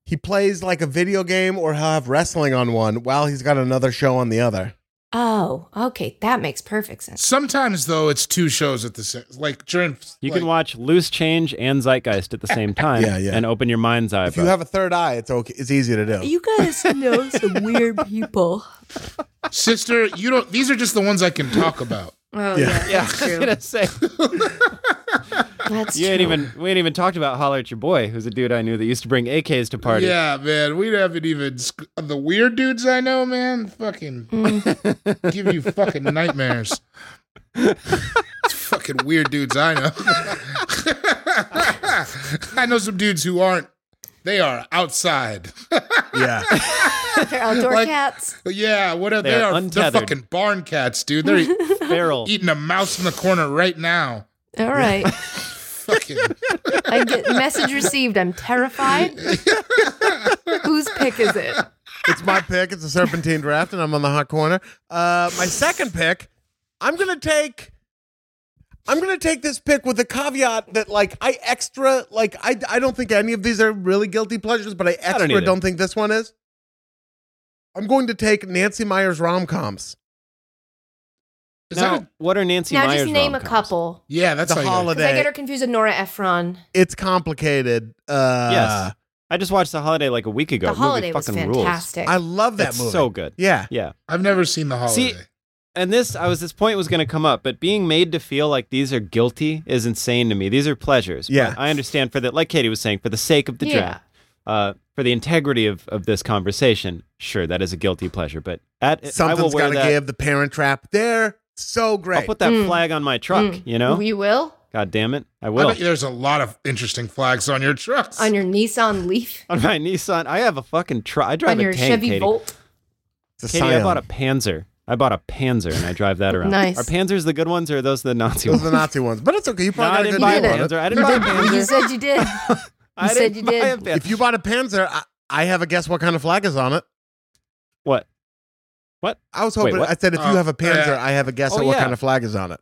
Speaker 2: He plays like a video game or he'll have wrestling on one while he's got another show on the other.
Speaker 4: Oh, okay, that makes perfect sense.
Speaker 5: Sometimes though, it's two shows at the same. Like during
Speaker 1: you
Speaker 5: like,
Speaker 1: can watch Loose Change and Zeitgeist at the same time
Speaker 2: Yeah, yeah.
Speaker 1: and open your mind's eye.
Speaker 2: If you
Speaker 1: bro.
Speaker 2: have a third eye, it's okay. It's easy to do.
Speaker 4: You guys know some weird people.
Speaker 5: sister. You don't. These are just the ones I can talk about.
Speaker 4: Oh
Speaker 2: Yeah.
Speaker 4: yeah,
Speaker 1: yeah,
Speaker 4: that's
Speaker 1: I was
Speaker 4: true.
Speaker 1: gonna say.
Speaker 4: That's
Speaker 1: You ain't
Speaker 4: true.
Speaker 1: even we ain't even talked about holler at your boy, who's a dude I knew that used to bring AKs to parties.
Speaker 5: Yeah, man. We haven't even sc- the weird dudes I know, man. Fucking
Speaker 1: Mm.
Speaker 5: give you fucking nightmares. It's fucking weird dudes I know. I know some dudes who aren't. They are outside.
Speaker 2: Yeah.
Speaker 4: They're outdoor
Speaker 5: like-
Speaker 4: cats.
Speaker 5: yeah, what are they?
Speaker 1: They're
Speaker 5: are
Speaker 1: untethered.
Speaker 5: they're fucking barn cats, dude. They're e-
Speaker 1: feral.
Speaker 5: eating a mouse in the corner right now.
Speaker 4: All right.
Speaker 5: Fucking
Speaker 4: I get message received. I'm terrified. Whose pick is it?
Speaker 2: it's my pick. It's a serpentine draft, and I'm on the hot corner. Uh, my second pick, I'm gonna take. I'm gonna take this pick with the caveat that, like, I extra like I I don't think any of these are really guilty pleasures, but I extra
Speaker 1: either.
Speaker 2: don't, think this one is. I'm going to take Nancy Meyers rom coms,
Speaker 5: is
Speaker 1: now,
Speaker 5: that a,
Speaker 1: what are Nancy
Speaker 4: now
Speaker 1: Myers?
Speaker 4: just name a
Speaker 1: rom-coms?
Speaker 4: couple.
Speaker 5: yeah, that's
Speaker 2: the
Speaker 5: how you-
Speaker 4: Because I
Speaker 2: holiday.
Speaker 4: get her confused with Nora Ephron.
Speaker 2: it's complicated. Uh,
Speaker 1: Yes. I just watched The Holiday like a week ago.
Speaker 4: the
Speaker 1: Movie
Speaker 4: holiday was
Speaker 1: fucking rules.
Speaker 4: fantastic.
Speaker 2: I love that
Speaker 1: It's
Speaker 2: movie.
Speaker 1: so good.
Speaker 2: yeah,
Speaker 1: Yeah.
Speaker 5: I've never seen the holiday.
Speaker 1: See- And this I was this point was going to come up, but being made to feel like these are guilty is insane to me. These are pleasures. But
Speaker 2: Yeah.
Speaker 1: I understand for that like Katie was saying for the sake of the
Speaker 4: Yeah.
Speaker 1: draft. Uh, for the integrity of, of this conversation, sure, that is a guilty pleasure. But at I will
Speaker 2: something's
Speaker 1: wear
Speaker 2: gotta
Speaker 1: that.
Speaker 2: give. The Parent Trap, they're so great.
Speaker 1: I'll put that
Speaker 4: Mm.
Speaker 1: flag on my truck.
Speaker 4: Mm.
Speaker 1: You know,
Speaker 4: You will?
Speaker 1: God damn it, I
Speaker 5: I
Speaker 1: will.
Speaker 5: bet you there's a lot of interesting flags on your trucks.
Speaker 4: On your Nissan Leaf?
Speaker 1: on my Nissan, I have a fucking truck. I drive
Speaker 4: on
Speaker 1: a
Speaker 4: your
Speaker 1: tank,
Speaker 4: Chevy
Speaker 1: Katie.
Speaker 4: Volt?
Speaker 2: It's a
Speaker 1: Katie, I
Speaker 2: scion.
Speaker 1: bought a Panzer. I bought a Panzer and I drive that around.
Speaker 4: Nice.
Speaker 1: Are Panzers the good ones or are those the Nazi
Speaker 2: Those
Speaker 1: ones?
Speaker 2: are the Nazi ones, but it's okay. You
Speaker 1: No, I
Speaker 2: probably
Speaker 1: didn't buy
Speaker 4: got
Speaker 1: a
Speaker 4: a good
Speaker 1: Panzer. I didn't buy a Panzer.
Speaker 4: You said you did.
Speaker 1: I
Speaker 4: you said
Speaker 1: didn't
Speaker 4: you
Speaker 1: buy
Speaker 4: did.
Speaker 1: a Panzer.
Speaker 2: If you bought a Panzer, I, I have a guess what kind of flag is on it.
Speaker 1: what?
Speaker 2: I was
Speaker 1: Wait,
Speaker 2: hoping.
Speaker 1: what?
Speaker 2: I said, if you
Speaker 5: Oh,
Speaker 2: have a Panzer,
Speaker 5: yeah.
Speaker 2: I have a guess
Speaker 1: Oh,
Speaker 2: at what
Speaker 1: yeah.
Speaker 2: kind of flag is on it.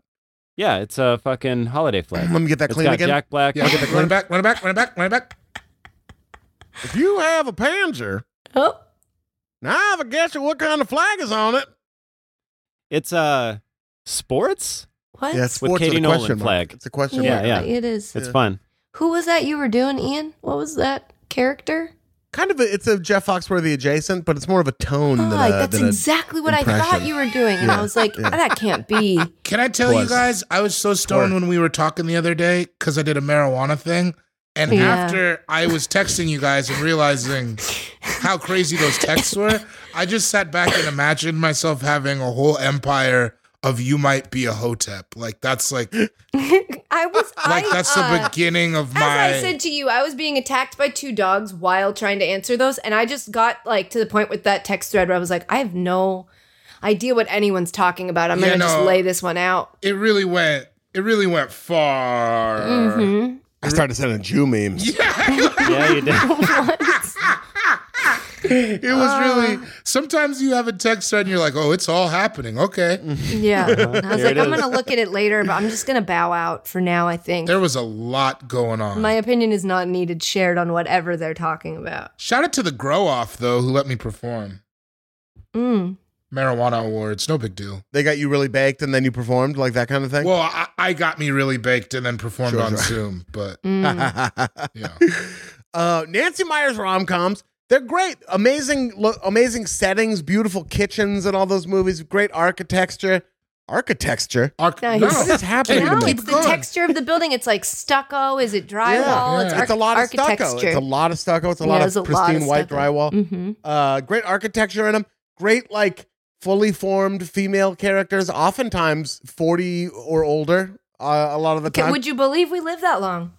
Speaker 1: Yeah, it's a fucking holiday flag.
Speaker 2: Let me get that
Speaker 1: It's
Speaker 2: clean
Speaker 1: got
Speaker 2: again.
Speaker 1: Jack Black.
Speaker 5: yeah, run it back, run it back, run it back, run it back.
Speaker 2: If you have a Panzer,
Speaker 4: Oh,
Speaker 2: now I have a guess at what kind of flag is on it.
Speaker 1: It's uh sports.
Speaker 4: what?
Speaker 2: Yeah, it's
Speaker 1: With
Speaker 2: sports
Speaker 1: Katie
Speaker 2: a
Speaker 1: Nolan
Speaker 2: question mark.
Speaker 1: flag.
Speaker 2: It's a question
Speaker 1: Yeah,
Speaker 2: mark.
Speaker 1: yeah.
Speaker 4: It is.
Speaker 1: It's fun.
Speaker 4: Who was that you were doing, Ian? What was that character?
Speaker 2: Kind of. A, it's a Jeff Foxworthy adjacent, but it's more of a tone than
Speaker 4: Ah,
Speaker 2: a.
Speaker 4: that's
Speaker 2: than a-
Speaker 4: exactly what I thought
Speaker 2: uh, impression.
Speaker 4: you were doing. And
Speaker 2: Yeah,
Speaker 4: I was like,
Speaker 2: yeah.
Speaker 4: that can't be.
Speaker 5: Can I tell you
Speaker 2: Was.
Speaker 5: guys? I was so stoned when we were talking the other day because I did a marijuana thing, and
Speaker 4: Yeah.
Speaker 5: after I was texting you guys and realizing how crazy those texts were, I just sat back and imagined myself having a whole empire of you might be a hotep. Like that's like
Speaker 4: I was
Speaker 5: like
Speaker 4: I,
Speaker 5: that's
Speaker 4: uh,
Speaker 5: the beginning of my.
Speaker 4: As I said to you, I was being attacked by two dogs while trying to answer those, and I just got like to the point with that text thread where I was like, I have no idea what anyone's talking about. I'm
Speaker 5: Yeah,
Speaker 4: gonna just
Speaker 5: no.
Speaker 4: lay this one out.
Speaker 5: it really went. It really went far.
Speaker 4: hmm
Speaker 2: I started sending Jew memes.
Speaker 1: Yeah, you did.
Speaker 5: It was
Speaker 4: Uh.
Speaker 5: really. Sometimes you have a text thread and you're like, "Oh, it's all happening." Okay.
Speaker 4: Mm-hmm. Yeah, And I was
Speaker 1: There
Speaker 4: like,
Speaker 1: it
Speaker 4: I'm
Speaker 1: is.
Speaker 4: gonna look at it later, but I'm just gonna bow out for now. I think
Speaker 5: There was a lot going on.
Speaker 4: my opinion is not needed shared on whatever they're talking about.
Speaker 5: Shout out to the Grow Off though, who let me perform.
Speaker 4: Mm.
Speaker 5: Marijuana Awards, no big deal.
Speaker 2: They got you really baked, and then you performed like that kind of thing.
Speaker 5: Well, I, I got me really baked and then performed
Speaker 2: Sure,
Speaker 5: on
Speaker 2: sure.
Speaker 5: Zoom, but
Speaker 4: Mm.
Speaker 5: yeah.
Speaker 2: uh, Nancy Myers rom coms. They're great, amazing, lo- amazing settings, beautiful kitchens, and all those movies. Great architecture, architecture.
Speaker 5: Arc-
Speaker 4: Nice.
Speaker 5: No,
Speaker 4: What
Speaker 2: is happening
Speaker 5: Katie,
Speaker 2: to
Speaker 4: No,
Speaker 2: me?
Speaker 5: keep
Speaker 4: it's the
Speaker 5: going.
Speaker 4: texture of the building. It's like stucco. Is it drywall?
Speaker 5: Yeah.
Speaker 4: It's, arch-
Speaker 2: a lot of
Speaker 4: architecture.
Speaker 2: stucco. It's a lot of stucco. It's a
Speaker 4: Yeah,
Speaker 2: lot
Speaker 4: there's a
Speaker 2: of
Speaker 4: lot
Speaker 2: pristine
Speaker 4: of
Speaker 2: white
Speaker 4: stucco.
Speaker 2: drywall.
Speaker 4: hmm
Speaker 2: Uh, great architecture in them. Great, like fully formed female characters, oftentimes forty or older. Uh, a lot of the
Speaker 4: Ca-
Speaker 2: time, would
Speaker 4: Would you believe we live that long?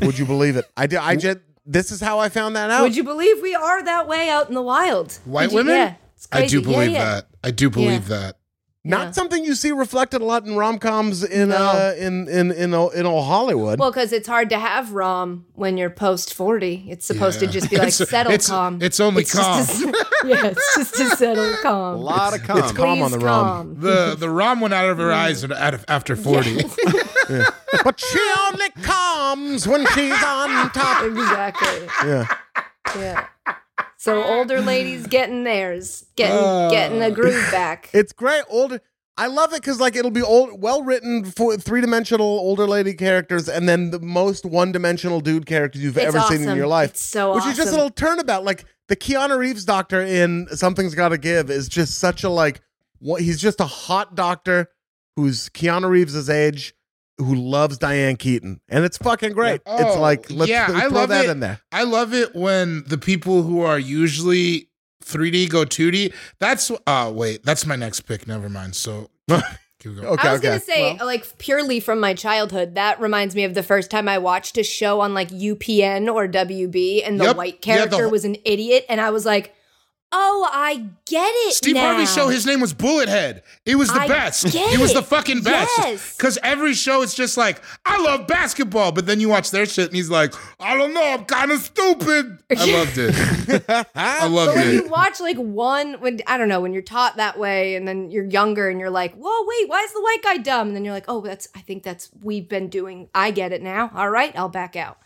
Speaker 2: you, believe it? I did. I just. This is how I found that out.
Speaker 4: Would you believe we are that way out in the wild? Would
Speaker 5: White
Speaker 4: you-
Speaker 5: women?
Speaker 4: Yeah, it's
Speaker 5: I
Speaker 4: crazy.
Speaker 5: do
Speaker 4: Yeah,
Speaker 5: believe
Speaker 4: yeah.
Speaker 5: that. I do believe that.
Speaker 2: Not
Speaker 4: Yeah.
Speaker 2: something you see reflected a lot in rom coms in
Speaker 4: No.
Speaker 2: uh, in in in old, in old Hollywood.
Speaker 4: Well, because it's hard to have rom when you're post forty. It's supposed
Speaker 5: Yeah.
Speaker 4: to just be like
Speaker 5: It's-
Speaker 4: settle
Speaker 5: it's-
Speaker 4: calm.
Speaker 5: it's only
Speaker 4: just a- yeah, it's just a settle
Speaker 1: A
Speaker 4: calm.
Speaker 1: lot of
Speaker 2: it's
Speaker 1: cum.
Speaker 2: cum. calm on
Speaker 4: Please
Speaker 2: the rum.
Speaker 4: calm.
Speaker 5: The the ROM went out of
Speaker 4: Mm-hmm.
Speaker 5: her eyes and out of, after 40.
Speaker 2: but she only comes when she's on top.
Speaker 4: Exactly.
Speaker 2: Yeah.
Speaker 4: Yeah. So older ladies getting theirs, getting getting a groove back.
Speaker 2: It's great. Older. I love it because like it'll be old, well written for three dimensional older lady characters, and then the most one dimensional dude characters you've
Speaker 4: It's
Speaker 2: ever seen in
Speaker 4: awesome.
Speaker 2: your life,
Speaker 4: It's so
Speaker 2: which is just a
Speaker 4: awesome.
Speaker 2: little turnabout. Like the Keanu Reeves doctor in Something's Got to Give is just such a like. What he's just a hot doctor who's Keanu Reeves' age, who loves Diane Keaton, and it's fucking great.
Speaker 5: Yeah.
Speaker 2: it's
Speaker 5: Oh,
Speaker 2: like let's
Speaker 5: yeah,
Speaker 2: throw
Speaker 5: I love
Speaker 2: that
Speaker 5: it.
Speaker 2: in there.
Speaker 5: I love it when the people who are usually 3D go 2D. That's oh wait, that's my next pick. Never mind. So keep going.
Speaker 2: Okay,
Speaker 4: I was
Speaker 2: okay.
Speaker 4: gonna say,
Speaker 2: Well-
Speaker 4: like purely from my childhood, that reminds me of the first time I watched a show on like UPN or WB, and the
Speaker 5: Yep.
Speaker 4: white
Speaker 5: Yeah, the
Speaker 4: character
Speaker 5: whole-
Speaker 4: was an idiot, and I was like, "Oh, I get it."
Speaker 5: Steve
Speaker 4: now.
Speaker 5: Harvey's show, his name was Bullethead. It was the
Speaker 4: I
Speaker 5: best.
Speaker 4: get
Speaker 5: It was the
Speaker 4: it.
Speaker 5: fucking best.
Speaker 4: Yes.
Speaker 5: Because every show, it's just like, I love basketball. But then you watch their shit and he's like, I don't know. I'm kind of stupid. I loved it. I
Speaker 4: But
Speaker 5: loved
Speaker 4: when you
Speaker 5: it.
Speaker 4: watch like one, when I don't know, when you're taught that way, and then you're younger, and you're like, "Whoa, wait, why is the white guy dumb?" And then you're like, "Oh, that's I think that's we've been doing. I get it now. All right, I'll back out."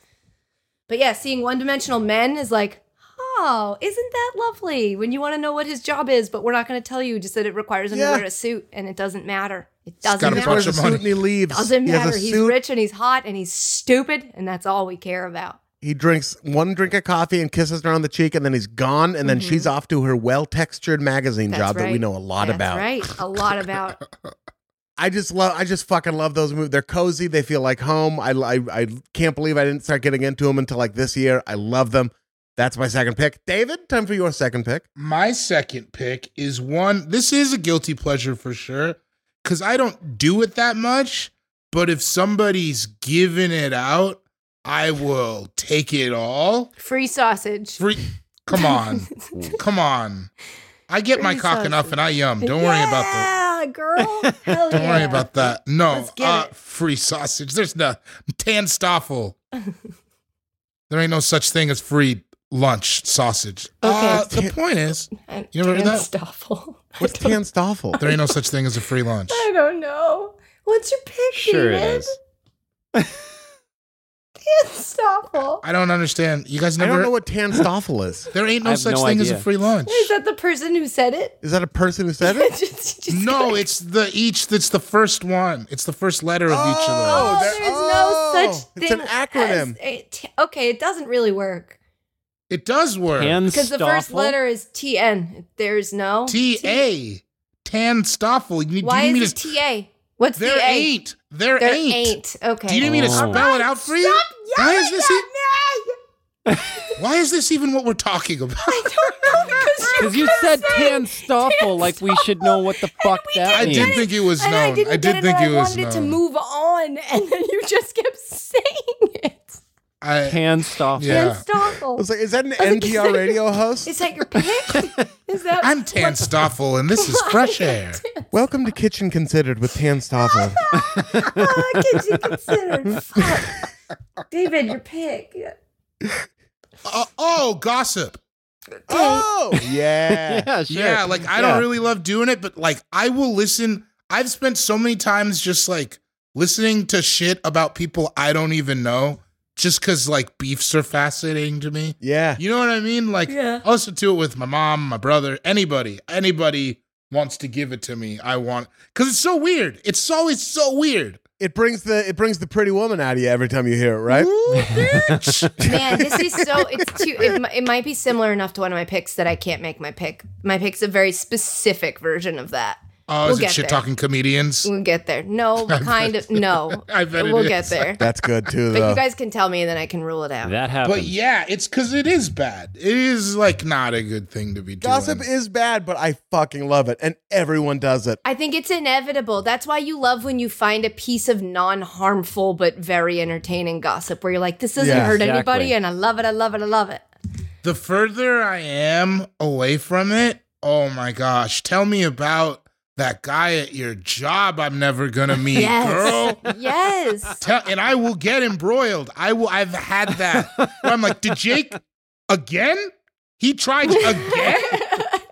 Speaker 4: But yeah, seeing one-dimensional men is like, "Oh, isn't that lovely?" When you want to know what his job is, but we're not going to tell you. Just that it requires him
Speaker 2: Yeah.
Speaker 4: to wear a suit, and it doesn't matter. It
Speaker 5: got
Speaker 4: doesn't
Speaker 5: a
Speaker 2: He
Speaker 5: bunch
Speaker 4: matter.
Speaker 2: wears a
Speaker 5: of
Speaker 2: suit
Speaker 5: money.
Speaker 2: and he leaves.
Speaker 4: Doesn't
Speaker 2: He has a
Speaker 4: matter. He's
Speaker 2: suit.
Speaker 4: rich and he's hot and he's stupid, and that's all we care about.
Speaker 2: He drinks one drink of coffee and kisses her on the cheek, and then he's gone. And then she's off to her well-textured magazine
Speaker 4: Mm-hmm. That's
Speaker 2: job that we
Speaker 4: right.
Speaker 2: know a lot
Speaker 4: that's
Speaker 2: about.
Speaker 4: right? A lot about.
Speaker 2: I just love. I just fucking love those movies. They're cozy. They feel like home. I, I I can't believe I didn't start getting into them until like this year. I love them. That's my second pick. David, time for your second pick.
Speaker 5: My second pick is one. This is a guilty pleasure for sure. Because I don't do it that much. But if somebody's giving it out, I will take it all.
Speaker 4: Free sausage.
Speaker 5: Free. Come on. Come on. I get my
Speaker 4: Free
Speaker 5: cock
Speaker 4: sausage.
Speaker 5: enough and I yum. Don't worry about that.
Speaker 4: Yeah, girl. Hell
Speaker 5: Don't worry
Speaker 4: yeah.
Speaker 5: about that. No,
Speaker 4: Let's get
Speaker 5: uh,
Speaker 4: it.
Speaker 5: free sausage. There's no tan stoffel. there ain't no such thing as free lunch sausage. Uh, the point is,
Speaker 4: And
Speaker 5: You ever heard that?
Speaker 4: Stoffel.
Speaker 2: What's Tan Stoffel?
Speaker 5: there ain't no such thing as a free lunch.
Speaker 4: I don't know. What's your pick,
Speaker 1: Sure it
Speaker 4: David?
Speaker 1: is.
Speaker 4: Tan Stoffel.
Speaker 5: I don't understand. You guys
Speaker 2: I
Speaker 5: never.
Speaker 2: don't know what Tan Stoffel is.
Speaker 5: there
Speaker 1: I
Speaker 5: ain't no
Speaker 1: have
Speaker 5: such
Speaker 1: no
Speaker 5: thing as a
Speaker 1: idea.
Speaker 5: free lunch.
Speaker 4: Is that the person who said it?
Speaker 2: Is that a person who said it?
Speaker 4: Just- just
Speaker 5: No,
Speaker 4: gotta-
Speaker 5: it's the each. That's the first one. It's the first letter of each of
Speaker 4: Oh,
Speaker 5: those.
Speaker 2: there-
Speaker 4: there's
Speaker 2: oh,
Speaker 4: no such
Speaker 2: it's
Speaker 4: thing.
Speaker 2: an acronym.
Speaker 4: as a t- okay, it doesn't really work
Speaker 5: It does work.
Speaker 1: Tan
Speaker 4: because the first
Speaker 1: Stoffel?
Speaker 4: letter is T N. There's no
Speaker 5: T A. Tan stoffel. You need-
Speaker 4: Why
Speaker 5: do you need
Speaker 4: is it
Speaker 5: to?
Speaker 4: T A? What's
Speaker 5: There
Speaker 4: the A?
Speaker 5: ain't. There,
Speaker 4: There
Speaker 5: ain't.
Speaker 4: ain't. Okay.
Speaker 5: Do you need me to
Speaker 1: Oh.
Speaker 5: spell it out for you?
Speaker 4: Stop
Speaker 5: Why
Speaker 4: yelling
Speaker 5: is this
Speaker 4: at
Speaker 5: e- Why is this even what we're talking about?
Speaker 1: Because you said Tan Stoffel like we should know what the fuck
Speaker 4: we
Speaker 1: that
Speaker 5: I
Speaker 4: didn't
Speaker 1: means.
Speaker 4: get
Speaker 5: did think it was
Speaker 4: and
Speaker 5: known.
Speaker 4: I didn't
Speaker 5: I
Speaker 4: get
Speaker 5: did
Speaker 4: it,
Speaker 5: think
Speaker 4: and
Speaker 5: it
Speaker 4: I
Speaker 5: was
Speaker 4: wanted it to
Speaker 5: known.
Speaker 4: move on, and then you just kept saying it.
Speaker 5: I,
Speaker 1: Tan Stoffel.
Speaker 5: Yeah.
Speaker 4: Tan Stoffel.
Speaker 2: It's like, is that an
Speaker 4: like, is that-
Speaker 2: NPR radio host?
Speaker 4: Is that your pick? Is that
Speaker 5: I'm Tan Stoffel, and this is fresh air.
Speaker 2: Welcome to Kitchen Considered with Tan Stoffel.
Speaker 4: uh, kitchen considered? Fuck. David, your pick. Okay.
Speaker 5: Uh, oh, gossip.
Speaker 2: oh yeah.
Speaker 1: Yeah, sure.
Speaker 5: Yeah, like I
Speaker 1: Yeah.
Speaker 5: don't really love doing it, but like I will listen. I've spent so many times just like listening to shit about people I don't even know, just because like beefs are fascinating to me.
Speaker 2: Yeah.
Speaker 5: You know what I mean? Like,
Speaker 4: Yeah.
Speaker 5: I listen to it with my mom, my brother, anybody. Anybody wants to give it to me. I want because it's so weird. It's always so weird.
Speaker 2: It brings the it brings the pretty woman out of you every time you hear it, right?
Speaker 5: Ooh, bitch.
Speaker 4: Man, this is so. It's too. It, mi- it might be similar enough to one of my picks that I can't make my pick. My pick's a very specific version of that.
Speaker 5: Oh,
Speaker 4: We'll
Speaker 5: is it
Speaker 4: get
Speaker 5: shit
Speaker 4: there.
Speaker 5: talking comedians?
Speaker 4: We'll get there. No, kind of. No,
Speaker 5: I bet it
Speaker 4: we'll
Speaker 5: is.
Speaker 4: get there.
Speaker 2: That's good too,
Speaker 4: But
Speaker 2: though.
Speaker 4: you guys can tell me, and then I can rule it out.
Speaker 1: That happened.
Speaker 5: But yeah, it's because it is bad. It is like not a good thing to be doing.
Speaker 2: Gossip is bad, but I fucking love it, and everyone does it.
Speaker 4: I think it's inevitable. That's why you love when you find a piece of non harmful but very entertaining gossip where you're like, this doesn't
Speaker 2: Yeah,
Speaker 4: hurt
Speaker 1: exactly.
Speaker 4: anybody and I love it, I love it, I love it.
Speaker 5: the further I am away from it, oh my gosh, tell me about that guy at your job I'm never gonna meet,
Speaker 4: Yes.
Speaker 5: girl.
Speaker 4: yes.
Speaker 5: Tell, and I will get embroiled. I will. I've had that. Where I'm like, did Jake again? He tried again.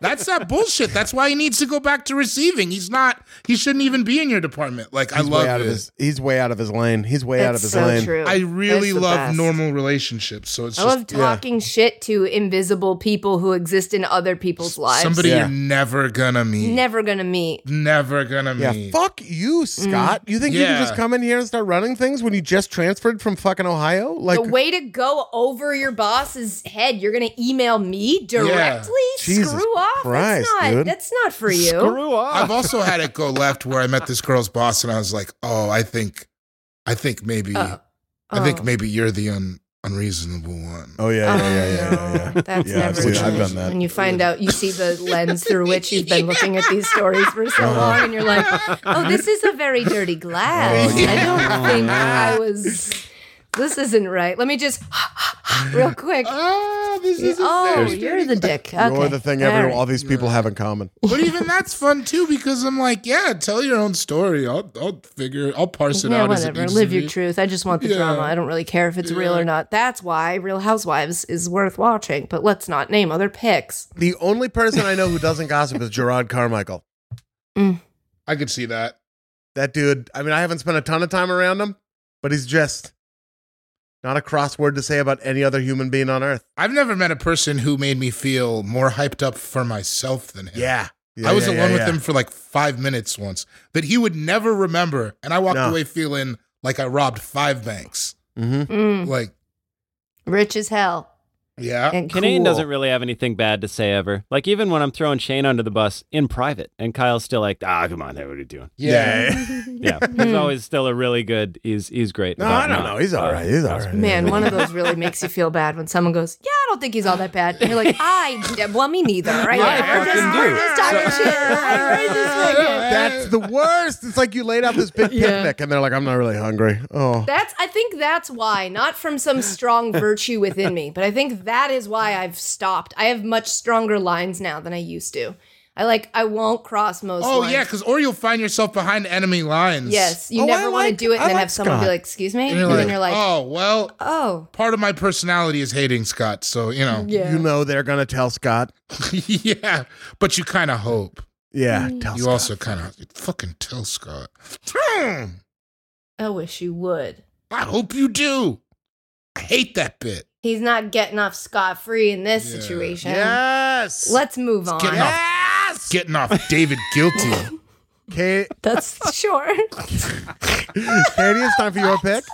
Speaker 5: That's not bullshit. That's why he needs to go back to receiving. He's not. He shouldn't even be in your department. Like I
Speaker 2: He's
Speaker 5: love
Speaker 2: way out
Speaker 5: it.
Speaker 2: of his. He's way out of his lane. He's way out of
Speaker 4: That's
Speaker 2: his
Speaker 4: so
Speaker 2: lane.
Speaker 4: true.
Speaker 5: I really
Speaker 4: It's the
Speaker 5: love
Speaker 4: best.
Speaker 5: normal relationships. So it's
Speaker 4: I
Speaker 5: just
Speaker 4: love talking shit to invisible people who exist in other people's lives.
Speaker 5: somebody
Speaker 2: Yeah.
Speaker 5: you're never gonna meet.
Speaker 4: never gonna meet.
Speaker 5: Never gonna
Speaker 2: Yeah,
Speaker 5: meet.
Speaker 2: fuck you,
Speaker 4: Mm.
Speaker 2: Scott. You think you
Speaker 5: Mm. Yeah.
Speaker 2: can just come in here and start running things when you just transferred from fucking Ohio? Like,
Speaker 4: the way to go over your boss's head, you're gonna email me directly?
Speaker 2: Jesus
Speaker 4: Screw off.
Speaker 2: Christ,
Speaker 4: that's not
Speaker 2: dude.
Speaker 4: that's not for you.
Speaker 1: Screw off.
Speaker 5: I've also had it go left where I met this girl's boss and I was like, oh, I think I think maybe
Speaker 4: Oh.
Speaker 5: I think
Speaker 4: Oh.
Speaker 5: maybe you're the un, unreasonable one.
Speaker 9: Oh yeah, yeah, yeah, yeah, yeah. yeah.
Speaker 4: Oh, That's
Speaker 9: Yeah, I've
Speaker 4: never
Speaker 9: seen-
Speaker 4: good.
Speaker 9: I've done that.
Speaker 4: When you find out, you see the lens through which you've been looking at these stories for so
Speaker 9: Uh-huh.
Speaker 4: long, and you're like, "Oh, this is a very dirty glass.
Speaker 9: Oh,
Speaker 4: I don't
Speaker 7: yeah.
Speaker 4: think I was. This isn't right. Let me just real quick.
Speaker 5: Ah, this is
Speaker 4: Oh, you're the dick. Okay.
Speaker 9: You're the thing
Speaker 4: All
Speaker 9: every,
Speaker 4: right.
Speaker 9: all these people have in common.
Speaker 5: but even that's fun too because I'm like, yeah, tell your own story. I'll I'll figure. I'll parse it
Speaker 4: Yeah,
Speaker 5: out. as it
Speaker 4: whatever.
Speaker 5: needs to
Speaker 4: Live your
Speaker 5: be.
Speaker 4: truth. I just want the
Speaker 5: Yeah.
Speaker 4: drama. I don't really care if it's real or not. That's why Real Housewives is worth watching. But let's not name other picks.
Speaker 2: The only person I know who doesn't gossip is Gerard Carmichael.
Speaker 5: I could see that.
Speaker 2: That dude, I mean, I haven't spent a ton of time around him, but he's just not a crossword to say about any other human being on earth.
Speaker 5: I've never met a person who made me feel more hyped up for myself than him.
Speaker 2: Yeah. Yeah,
Speaker 5: I was
Speaker 2: yeah,
Speaker 5: alone
Speaker 2: yeah,
Speaker 5: with
Speaker 2: yeah.
Speaker 5: him for like five minutes once that he would never remember, and I walked
Speaker 2: No.
Speaker 5: away feeling like I robbed five banks.
Speaker 2: Mm-hmm.
Speaker 4: Mm,
Speaker 5: Like,
Speaker 4: rich as hell.
Speaker 5: yeah,
Speaker 4: And
Speaker 1: Canadian
Speaker 4: cool.
Speaker 1: doesn't really have anything bad to say ever. Like even when I'm throwing Shane under the bus in private, and Kyle's still like, "Ah, come on, there, what are you doing?" Yeah,
Speaker 4: Hmm.
Speaker 1: he's always still a really good. He's he's great.
Speaker 2: No,
Speaker 1: about
Speaker 2: I don't
Speaker 1: not-
Speaker 2: know. He's all
Speaker 1: uh,
Speaker 2: right. He's all right.
Speaker 4: Man, one of those really makes you feel bad when someone goes, "Yeah, I don't think he's all that bad." And you're like, "I well, me neither." Right?
Speaker 1: Yeah, I
Speaker 4: We're just-
Speaker 1: fucking do.
Speaker 4: we're just talking
Speaker 5: So-
Speaker 4: shit. Right? We're just like-
Speaker 2: That's the worst. It's like you laid out this big
Speaker 4: Yeah.
Speaker 2: picnic and they're like, I'm not really hungry. Oh.
Speaker 4: That's I think that's why, not from some strong virtue within me, but I think that is why I've stopped. I have much stronger lines now than I used to. I like I won't cross most
Speaker 5: Oh
Speaker 4: lines.
Speaker 5: yeah, because or you'll find yourself behind enemy lines.
Speaker 4: Yes, you
Speaker 2: Oh,
Speaker 4: never
Speaker 2: I
Speaker 4: want to
Speaker 2: like-
Speaker 4: do it and
Speaker 2: I
Speaker 4: then
Speaker 2: like
Speaker 4: have someone be
Speaker 2: Scott.
Speaker 4: like, "Excuse me?"
Speaker 5: And
Speaker 4: And,
Speaker 5: you're, like,
Speaker 4: then you're like, "Oh,
Speaker 5: oh well, part of my personality is hating Scott, so you know,
Speaker 4: yeah."
Speaker 2: You know they're going to tell Scott.
Speaker 5: yeah. But you kind of hope.
Speaker 2: Yeah.
Speaker 4: Mm.
Speaker 2: Tell
Speaker 5: you
Speaker 2: Oh, Scott.
Speaker 5: also kind of fucking tell Scott.
Speaker 4: I wish you would.
Speaker 5: I hope you do. I hate that bit.
Speaker 4: He's not getting off scot free in this
Speaker 5: Yeah.
Speaker 4: situation.
Speaker 2: Yes.
Speaker 4: Let's move on.
Speaker 5: Getting off, getting off David guilty.
Speaker 2: Katie,
Speaker 4: That's sure.
Speaker 2: Katie, it's time for your pick.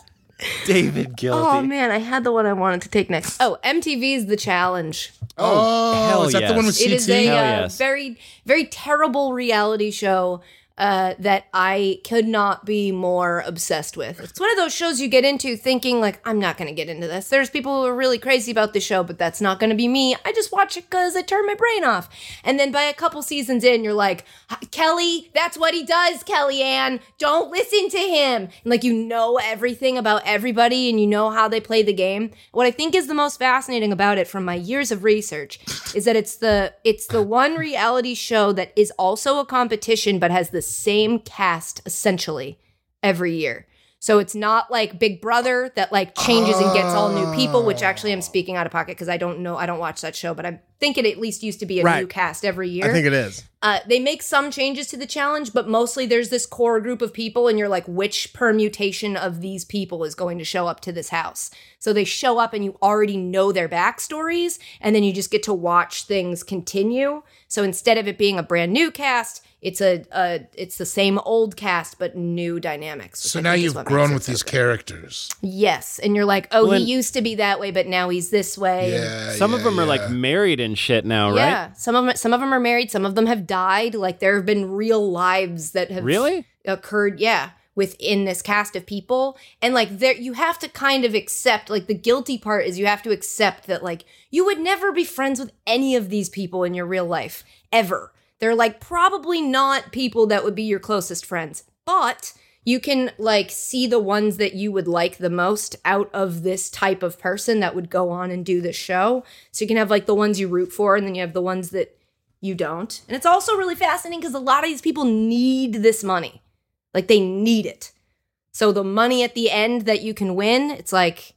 Speaker 1: David Guilty.
Speaker 4: Oh man, I had the one I wanted to take next. Oh, MTV's The Challenge.
Speaker 5: oh,
Speaker 1: hell
Speaker 5: is that the one with
Speaker 1: yes.
Speaker 5: CT?
Speaker 4: It is a uh,
Speaker 1: Hell yes.
Speaker 4: very, very terrible reality show uh, that I could not be more obsessed with. It's one of those shows you get into thinking, like, I'm not going to get into this. There's people who are really crazy about the show, but that's not going to be me. I just watch it because I turn my brain off. And then by a couple seasons in, you're like, Kelly, that's what he does, Kellyanne. Don't listen to him. And like, you know everything about everybody and you know how they play the game. What I think is the most fascinating about it from my years of research is that it's the it's the one reality show that is also a competition but has the same cast essentially every year. So it's not like Big Brother that like changes and gets all new people, which actually
Speaker 2: Oh.
Speaker 4: I'm speaking out of pocket because I don't know, I don't watch that show, but I'm thinking it at least used to be a new
Speaker 2: Right.
Speaker 4: cast every year.
Speaker 2: I think it is.
Speaker 4: Uh, they make some changes to the challenge, but mostly there's this core group of people, and you're like, which permutation of these people is going to show up to this house? So they show up, and you already know their backstories, and then you just get to watch things continue. So instead of it being a brand new cast, it's a, a it's the same old cast but new dynamics. which
Speaker 5: So
Speaker 4: I
Speaker 5: now
Speaker 4: think is
Speaker 5: you've
Speaker 4: what makes
Speaker 5: grown
Speaker 4: it
Speaker 5: with
Speaker 4: so
Speaker 5: these
Speaker 4: good.
Speaker 5: characters.
Speaker 4: Yes, and you're like, oh,
Speaker 1: Well,
Speaker 4: he
Speaker 1: and-
Speaker 4: used to be that way, but now he's this way.
Speaker 5: Yeah.
Speaker 1: Some of
Speaker 5: yeah,
Speaker 1: them are
Speaker 5: yeah.
Speaker 1: like married and shit now,
Speaker 4: Yeah,
Speaker 1: right?
Speaker 4: some of them, some of them are married. Some of them have died. Like there have been real lives that have
Speaker 1: Really?
Speaker 4: occurred. Yeah, within this cast of people, and like there, you have to kind of accept. Like the guilty part is you have to accept that like you would never be friends with any of these people in your real life ever. They're like probably not people that would be your closest friends, but you can like see the ones that you would like the most out of this type of person that would go on and do this show. So you can have like the ones you root for, and then you have the ones that you don't. And it's also really fascinating because a lot of these people need this money. Like they need it. So the money at the end that you can win, it's like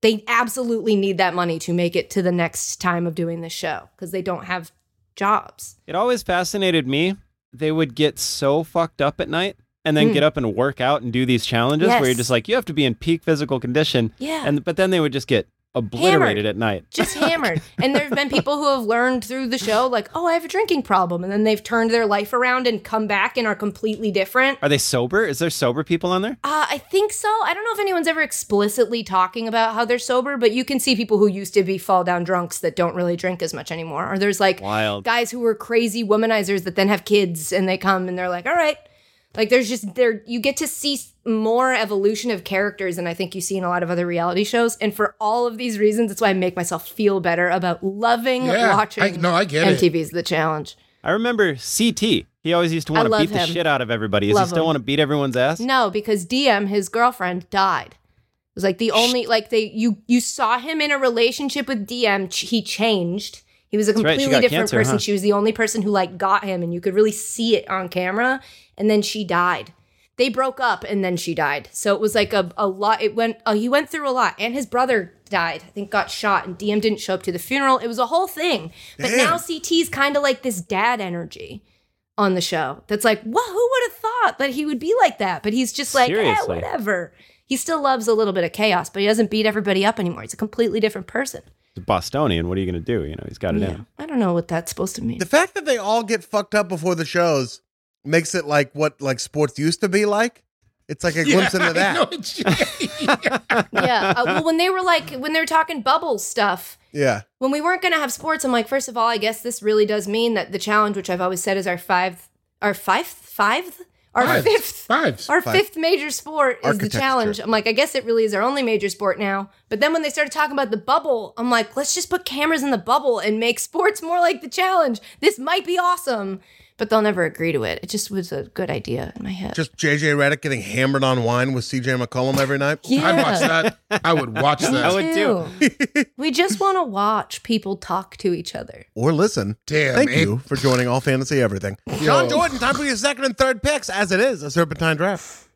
Speaker 4: they absolutely need that money to make it to the next time of doing this show because they don't have jobs.
Speaker 1: It always fascinated me. They would get so fucked up at night and then
Speaker 4: Mm.
Speaker 1: get up and work out and do these challenges where you're
Speaker 4: Yes.
Speaker 1: just like, you have to be in peak physical condition.
Speaker 4: Yeah.
Speaker 1: And but then they would just get obliterated at night.
Speaker 4: just hammered. And there have been people who have learned through the show, like, oh, I have a drinking problem. And then they've turned their life around and come back and are completely different.
Speaker 1: Are they sober? Is there sober people on there?
Speaker 4: Uh, I think so. I don't know if anyone's ever explicitly talking about how they're sober, but you can see people who used to be fall down drunks that don't really drink as much anymore. Or there's like
Speaker 1: Wild.
Speaker 4: guys who were crazy womanizers that then have kids and they come and they're like, all right, Like there's just there you get to see s- more evolution of characters than I think you see in a lot of other reality shows. And for all of these reasons, it's why I make myself feel better about loving
Speaker 5: Yeah,
Speaker 4: watching
Speaker 5: I- no, I get it.
Speaker 4: MTV's the challenge.
Speaker 1: I remember CT. He always used to
Speaker 4: I
Speaker 1: want to
Speaker 4: love
Speaker 1: beat the
Speaker 4: him.
Speaker 1: shit out of everybody. Does
Speaker 4: Love
Speaker 1: he still
Speaker 4: him.
Speaker 1: want to beat everyone's ass?
Speaker 4: No, because DM, his girlfriend, died. It was like the only like they you you saw him in a relationship with DM. ch- He changed. He was a
Speaker 1: right, she
Speaker 4: completely
Speaker 1: got
Speaker 4: different
Speaker 1: cancer,
Speaker 4: person.
Speaker 1: huh?
Speaker 4: She was the only person who like got him, and you could really see it on camera. And then she died. They broke up, and then she died. So it was like a a lot. It went. Uh, he went through a lot, and his brother died. I think got shot, and DM didn't show up to the funeral. It was a whole thing. But
Speaker 5: Damn.
Speaker 4: now CT's kind of like this dad energy on the show that's like, what? Who would have thought that he would be like that? But he's just like, eh,
Speaker 1: Seriously.
Speaker 4: whatever. He still loves a little bit of chaos, but he doesn't beat everybody up anymore. He's a completely different person.
Speaker 1: He's a Bostonian. What are you going to do? You know, he's got it in.
Speaker 4: Yeah.
Speaker 1: him.
Speaker 4: I don't know what that's supposed to mean.
Speaker 2: The fact that they all get fucked up before the shows makes it like what like sports used to be like. It's like a glimpse into
Speaker 5: I know
Speaker 2: that.
Speaker 5: it's-
Speaker 4: yeah. Uh, well, when they were like, when they were talking bubble stuff,
Speaker 2: Yeah.
Speaker 4: when we weren't going to have sports, I'm like, first of all, I guess this really does mean that the challenge, which I've always said is our five, our five, five, our
Speaker 5: Fives.
Speaker 4: fifth,
Speaker 5: Fives.
Speaker 4: Our
Speaker 2: Five.
Speaker 4: fifth major sport is the
Speaker 2: Architecture.
Speaker 4: challenge. I'm like, I guess it really is our only major sport now. But then when they started talking about the bubble, I'm like, let's just put cameras in the bubble and make sports more like the challenge. This might be awesome. But they'll never agree to it. It just was a good idea in my head.
Speaker 2: Just JJ Reddick getting hammered on wine with CJ McCollum every night.
Speaker 4: yeah.
Speaker 5: I'd watch that. I would watch
Speaker 4: Me
Speaker 5: that.
Speaker 1: would
Speaker 4: too. we just want to watch people talk to each other.
Speaker 2: Or listen.
Speaker 5: Damn,
Speaker 2: Thank
Speaker 5: man.
Speaker 2: you for joining All Fantasy Everything. John Jordan, time for your second and third picks, as it is a Serpentine draft.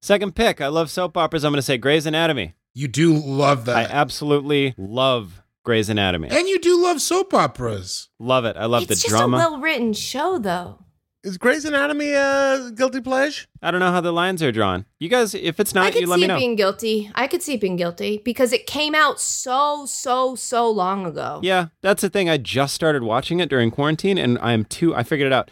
Speaker 1: Second pick. I love soap operas. I'm going to say Grey's Anatomy.
Speaker 5: You do love
Speaker 1: I
Speaker 5: that.
Speaker 1: absolutely love Grey's Anatomy.
Speaker 5: and you do love soap operas.
Speaker 1: Love it. I love
Speaker 4: it's
Speaker 1: the
Speaker 4: just
Speaker 1: drama.
Speaker 4: a well written show, though.
Speaker 2: Is Grey's Anatomy a guilty pleasure?
Speaker 1: I don't know how the lines are drawn. You guys, if it's
Speaker 4: I
Speaker 1: not,
Speaker 4: could
Speaker 1: you
Speaker 4: see
Speaker 1: let me
Speaker 4: it
Speaker 1: know.
Speaker 4: being guilty. I could see it being guilty because it came out so, so, so long ago.
Speaker 1: Yeah, that's the thing. I just started watching it during quarantine, and I'm two. I figured it out.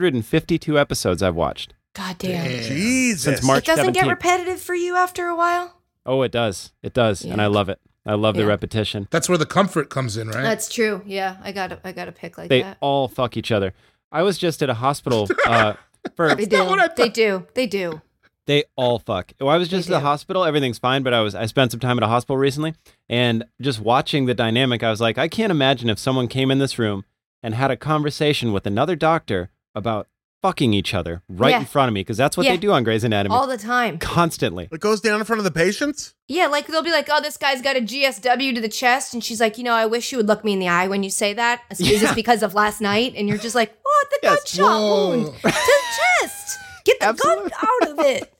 Speaker 1: 252 episodes I've watched.
Speaker 4: God damn.
Speaker 2: Jesus.
Speaker 1: Since March
Speaker 4: it doesn't get
Speaker 1: 17th.
Speaker 4: repetitive for you after a while.
Speaker 1: Oh, it does. It does, and
Speaker 4: Yeah.
Speaker 1: I love it. I love
Speaker 4: Yeah.
Speaker 1: the repetition.
Speaker 5: That's where the comfort comes in, right?
Speaker 4: That's true. Yeah, I got to I got to pick like
Speaker 1: They
Speaker 4: that.
Speaker 1: all fuck each other. I was just at a hospital uh, for
Speaker 4: They do.
Speaker 5: what I
Speaker 4: They
Speaker 5: thought.
Speaker 4: do. They do.
Speaker 1: They all fuck. Well, I was just
Speaker 4: They
Speaker 1: at the
Speaker 4: do.
Speaker 1: hospital. Everything's fine, but I was I spent some time at a hospital recently, and just watching the dynamic, I was like, I can't imagine if someone came in this room and had a conversation with another doctor about fucking each other right
Speaker 4: Yeah.
Speaker 1: in front of me, because that's what
Speaker 4: Yeah.
Speaker 1: they do on Grey's Anatomy
Speaker 4: All the time.
Speaker 1: constantly.
Speaker 2: It goes down in front of the patients?
Speaker 4: Yeah, like they'll be like, "Oh, this guy's got a GSW to the chest," and she's like, "You know, I wish you would look me in the eye when you say that. Is this
Speaker 1: Yeah.
Speaker 4: because of last night?" And you're just like, "What? The
Speaker 1: Yes.
Speaker 4: gunshot
Speaker 5: Whoa.
Speaker 4: wound to the chest. Get the
Speaker 1: Absolutely.
Speaker 4: gun out of it.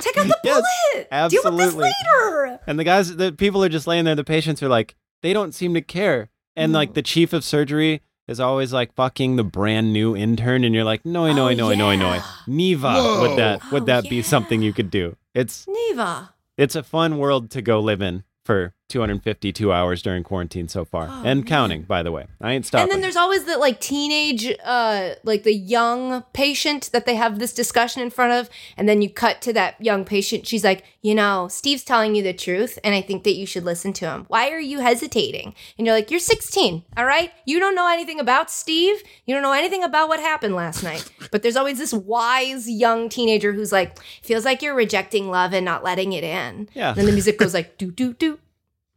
Speaker 4: Take out the
Speaker 1: Yes,
Speaker 4: bullet. Deal with
Speaker 1: absolutely.
Speaker 4: this later."
Speaker 1: And the guys, the people are just laying there. The patients are like, they don't seem to care. And
Speaker 4: Mm.
Speaker 1: like the chief of surgery is always like fucking the brand new intern, and you're like, no, I know,
Speaker 4: Oh,
Speaker 1: I know, I know, I know.
Speaker 4: yeah.
Speaker 1: Neva,
Speaker 5: Whoa.
Speaker 1: would that would
Speaker 4: Oh,
Speaker 1: that
Speaker 4: yeah.
Speaker 1: be something you could do? It's
Speaker 4: Neva.
Speaker 1: it's a fun world to go live in for 252 hours during quarantine so far,
Speaker 4: Oh,
Speaker 1: and
Speaker 4: man.
Speaker 1: counting. By the way, I ain't stopping.
Speaker 4: And then there's always the like teenage, uh, like the young patient that they have this discussion in front of. And then you cut to that young patient. She's like, you know, Steve's telling you the truth, and I think that you should listen to him. Why are you hesitating? And you're like, you're 16, all right? You don't know anything about Steve. You don't know anything about what happened last night. But there's always this wise young teenager who's like, feels like you're rejecting love and not letting it in.
Speaker 1: Yeah.
Speaker 4: And then the music goes like, doo doo doo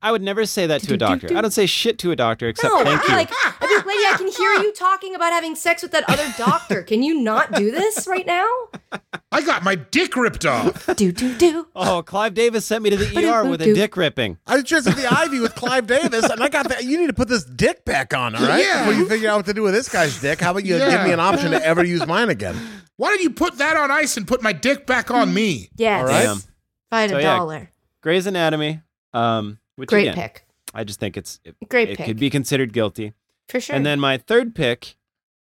Speaker 1: I would never say that to a doctor. I don't say shit to a doctor except
Speaker 4: no,
Speaker 1: thank
Speaker 4: I'm
Speaker 1: you.
Speaker 4: like, ah. I'd be like, lady, I can hear you talking about having sex with that other doctor. Can you not do this right now?
Speaker 5: I got my dick ripped off.
Speaker 4: Do do do.
Speaker 1: oh, Clive Davis sent me to the ER with a dick ripping.
Speaker 2: I was just at the Ivy with Clive Davis, and I got that. You need to put this dick back on, all right?
Speaker 5: Yeah.
Speaker 2: Before you figure out what to do with this guy's dick, how about you give
Speaker 5: Yeah.
Speaker 2: me an option to ever use mine again?
Speaker 5: Why don't you put that on ice and put my dick back on me?
Speaker 4: Yes.
Speaker 2: All right.
Speaker 1: Damn.
Speaker 4: If I had
Speaker 1: So,
Speaker 4: a
Speaker 1: yeah,
Speaker 4: dollar.
Speaker 1: Grey's Anatomy. Um, which
Speaker 4: Great
Speaker 1: again,
Speaker 4: pick.
Speaker 1: I just think it's it,
Speaker 4: Great
Speaker 1: it
Speaker 4: pick.
Speaker 1: could be considered guilty.
Speaker 4: For sure.
Speaker 1: And then my third pick,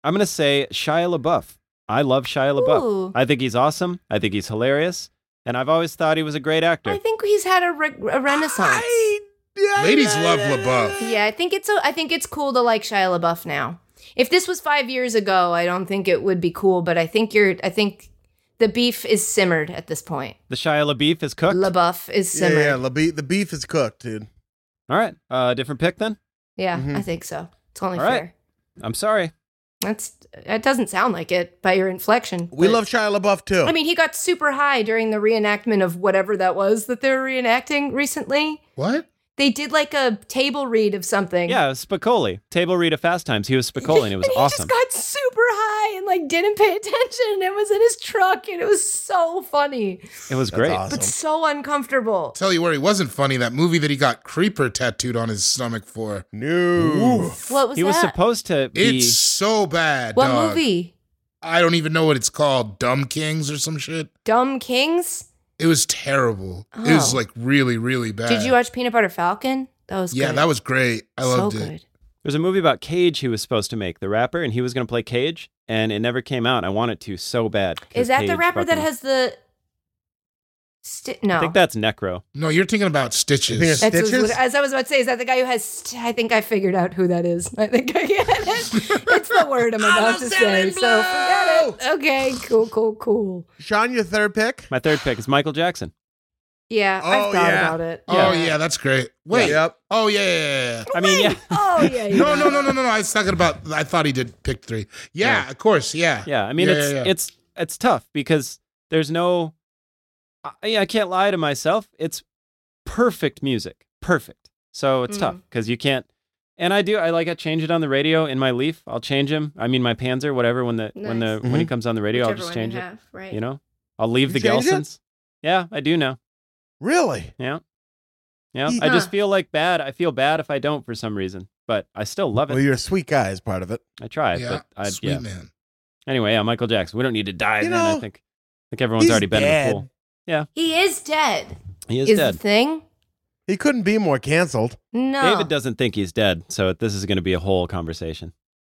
Speaker 1: I'm gonna say Shia LaBeouf. I love Shia LaBeouf.
Speaker 4: Ooh.
Speaker 1: I think he's awesome. I think he's hilarious, and I've always thought he was a great actor.
Speaker 4: I think he's had a, re- a renaissance.
Speaker 2: I- yeah,
Speaker 5: Ladies
Speaker 2: yeah,
Speaker 5: love
Speaker 2: yeah,
Speaker 5: LaBeouf.
Speaker 4: Yeah, I think it's a, I think it's cool to like Shia LaBeouf now. If this was five years ago, I don't think it would be cool. But I think you're. I think the beef is simmered at this point.
Speaker 1: the Shia LaBeouf is cooked.
Speaker 4: LaBeouf is
Speaker 2: Yeah,
Speaker 4: simmered.
Speaker 2: yeah,
Speaker 4: Yeah,
Speaker 2: la be- the beef is cooked, dude.
Speaker 1: All right, uh, different pick then.
Speaker 4: I think so. It's only
Speaker 1: All
Speaker 4: fair.
Speaker 1: right. I'm sorry.
Speaker 4: That's that doesn't sound like it by your inflection.
Speaker 2: We
Speaker 4: but-
Speaker 2: love Shia LaBeouf too.
Speaker 4: I mean, he got super high during the reenactment of whatever that was that they were reenacting recently.
Speaker 5: What?
Speaker 4: They did like a table read of something.
Speaker 1: Yeah, Spicoli. Table read of Fast Times. He was Spicoli, and it was
Speaker 4: he
Speaker 1: awesome.
Speaker 4: just got super high and like didn't pay attention. And it was in his truck, and it was so funny,
Speaker 1: it
Speaker 9: That's
Speaker 1: was great.
Speaker 9: awesome.
Speaker 4: but so uncomfortable.
Speaker 5: Tell you where he wasn't funny. That movie that he got Creeper tattooed on his stomach for.
Speaker 9: No.
Speaker 4: What was
Speaker 1: He
Speaker 4: that?
Speaker 1: was supposed to be.
Speaker 5: It's so bad.
Speaker 4: what
Speaker 5: dog.
Speaker 4: movie?
Speaker 5: I don't even know what it's called. Dumb Kings or some shit.
Speaker 4: Dumb Kings.
Speaker 5: It was terrible. It was
Speaker 4: Oh.
Speaker 5: like really, really bad.
Speaker 4: Did you watch Peanut Butter Falcon? That was
Speaker 5: Yeah,
Speaker 4: good.
Speaker 5: that was great. I loved
Speaker 4: so
Speaker 5: it.
Speaker 4: good.
Speaker 1: There's a movie about Cage he was supposed to make, the rapper, and he was going to play Cage, and it never came out. I want it to so bad. 'cause
Speaker 4: Is that the
Speaker 1: Cage
Speaker 4: rapper that
Speaker 1: fucking-
Speaker 4: has the? Sti- no,
Speaker 1: I think that's Necro.
Speaker 5: No, you're thinking about
Speaker 2: You think it's-
Speaker 5: Stitches.
Speaker 4: That's what-
Speaker 2: Stitches?
Speaker 4: as I was about to say, is that the guy who has? St- I think I figured out who that is. I think I get it. It's the word I'm about to say. So forget it. Okay, cool, cool, cool.
Speaker 2: Sean, your third pick?
Speaker 1: My third pick is Michael Jackson.
Speaker 4: Yeah,
Speaker 2: Oh,
Speaker 4: I've thought
Speaker 2: yeah.
Speaker 4: about it.
Speaker 5: Oh yeah, that's great. Wait.
Speaker 2: Yep.
Speaker 5: Oh yeah, yeah, yeah, yeah.
Speaker 1: I mean, yeah,
Speaker 4: Oh yeah. yeah.
Speaker 5: No, no, no, no, no, no. I was talking about. I thought he did pick three. Yeah, of course. Yeah.
Speaker 1: yeah. I mean,
Speaker 5: Yeah,
Speaker 1: it's
Speaker 5: yeah, yeah.
Speaker 1: it's it's tough because there's no. I, yeah, I can't lie to myself. It's perfect music, perfect. So it's tough because you can't. And I do. I like. I change it on the radio in my Leaf. I'll change him. I mean, my Panzer, whatever. When the when the
Speaker 4: Nice.
Speaker 1: when he comes on the radio,
Speaker 4: Whichever
Speaker 1: I'll just
Speaker 4: one you
Speaker 1: change it.
Speaker 4: have, right.
Speaker 1: You know, I'll leave
Speaker 2: You
Speaker 1: the
Speaker 2: change it?
Speaker 1: Gelsons. Yeah, I do now.
Speaker 2: Really?
Speaker 1: Yeah. Yeah.
Speaker 2: Ye-
Speaker 1: I just
Speaker 4: Huh.
Speaker 1: feel like bad. I feel bad if I don't for some reason, but I still love it.
Speaker 2: Well, you're a sweet guy is part of it.
Speaker 1: I try.
Speaker 5: Yeah.
Speaker 1: But I,
Speaker 5: Sweet
Speaker 1: yeah.
Speaker 5: man.
Speaker 1: Anyway, yeah, Michael Jackson. We don't need to die
Speaker 2: You
Speaker 1: then. I
Speaker 2: know,
Speaker 1: think I think everyone's
Speaker 2: he's
Speaker 1: already been in
Speaker 2: dead.
Speaker 1: the pool.
Speaker 4: He is dead.
Speaker 1: He is,
Speaker 4: is
Speaker 1: dead.
Speaker 4: the thing?
Speaker 2: He couldn't be more canceled.
Speaker 4: No.
Speaker 1: David doesn't think he's dead, so this is going to be a whole conversation.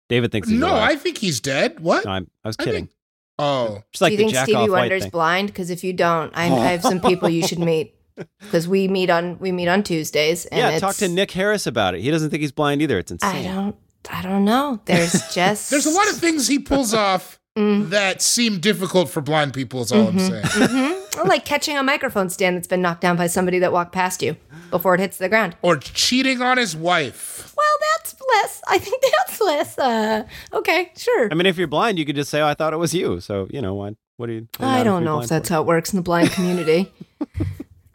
Speaker 1: David thinks he's
Speaker 5: No, I
Speaker 1: alive.
Speaker 5: think he's dead. What?
Speaker 1: No, I'm, I was
Speaker 5: I
Speaker 1: kidding.
Speaker 5: think- Oh,
Speaker 1: Just like
Speaker 4: Do you
Speaker 1: the
Speaker 4: think
Speaker 1: Jack
Speaker 4: Stevie
Speaker 1: off white
Speaker 4: Wonder's
Speaker 1: thing.
Speaker 4: blind? Because if you don't, I, I have some people you should meet. Because we meet on we meet on Tuesdays. And
Speaker 1: yeah,
Speaker 4: it's,
Speaker 1: talk to Nick Harris about it. He doesn't think he's blind either. It's
Speaker 4: I
Speaker 1: insane.
Speaker 4: don't. I don't know. There's just
Speaker 5: there's a lot of things he pulls off
Speaker 4: Mm-hmm.
Speaker 5: that seem difficult for blind people. Is all I'm saying.
Speaker 4: hmm like catching a microphone stand that's been knocked down by somebody that walked past you before it hits the ground.
Speaker 5: Or cheating on his wife.
Speaker 4: Well, that's less. I think that's less. Uh, okay, sure.
Speaker 1: I mean, if you're blind, you could just say, "Oh, I thought it was you." So you know why? What do you? why
Speaker 4: I
Speaker 1: not
Speaker 4: don't
Speaker 1: you're
Speaker 4: know
Speaker 1: blind
Speaker 4: if
Speaker 1: for
Speaker 4: that's how it works in the blind community.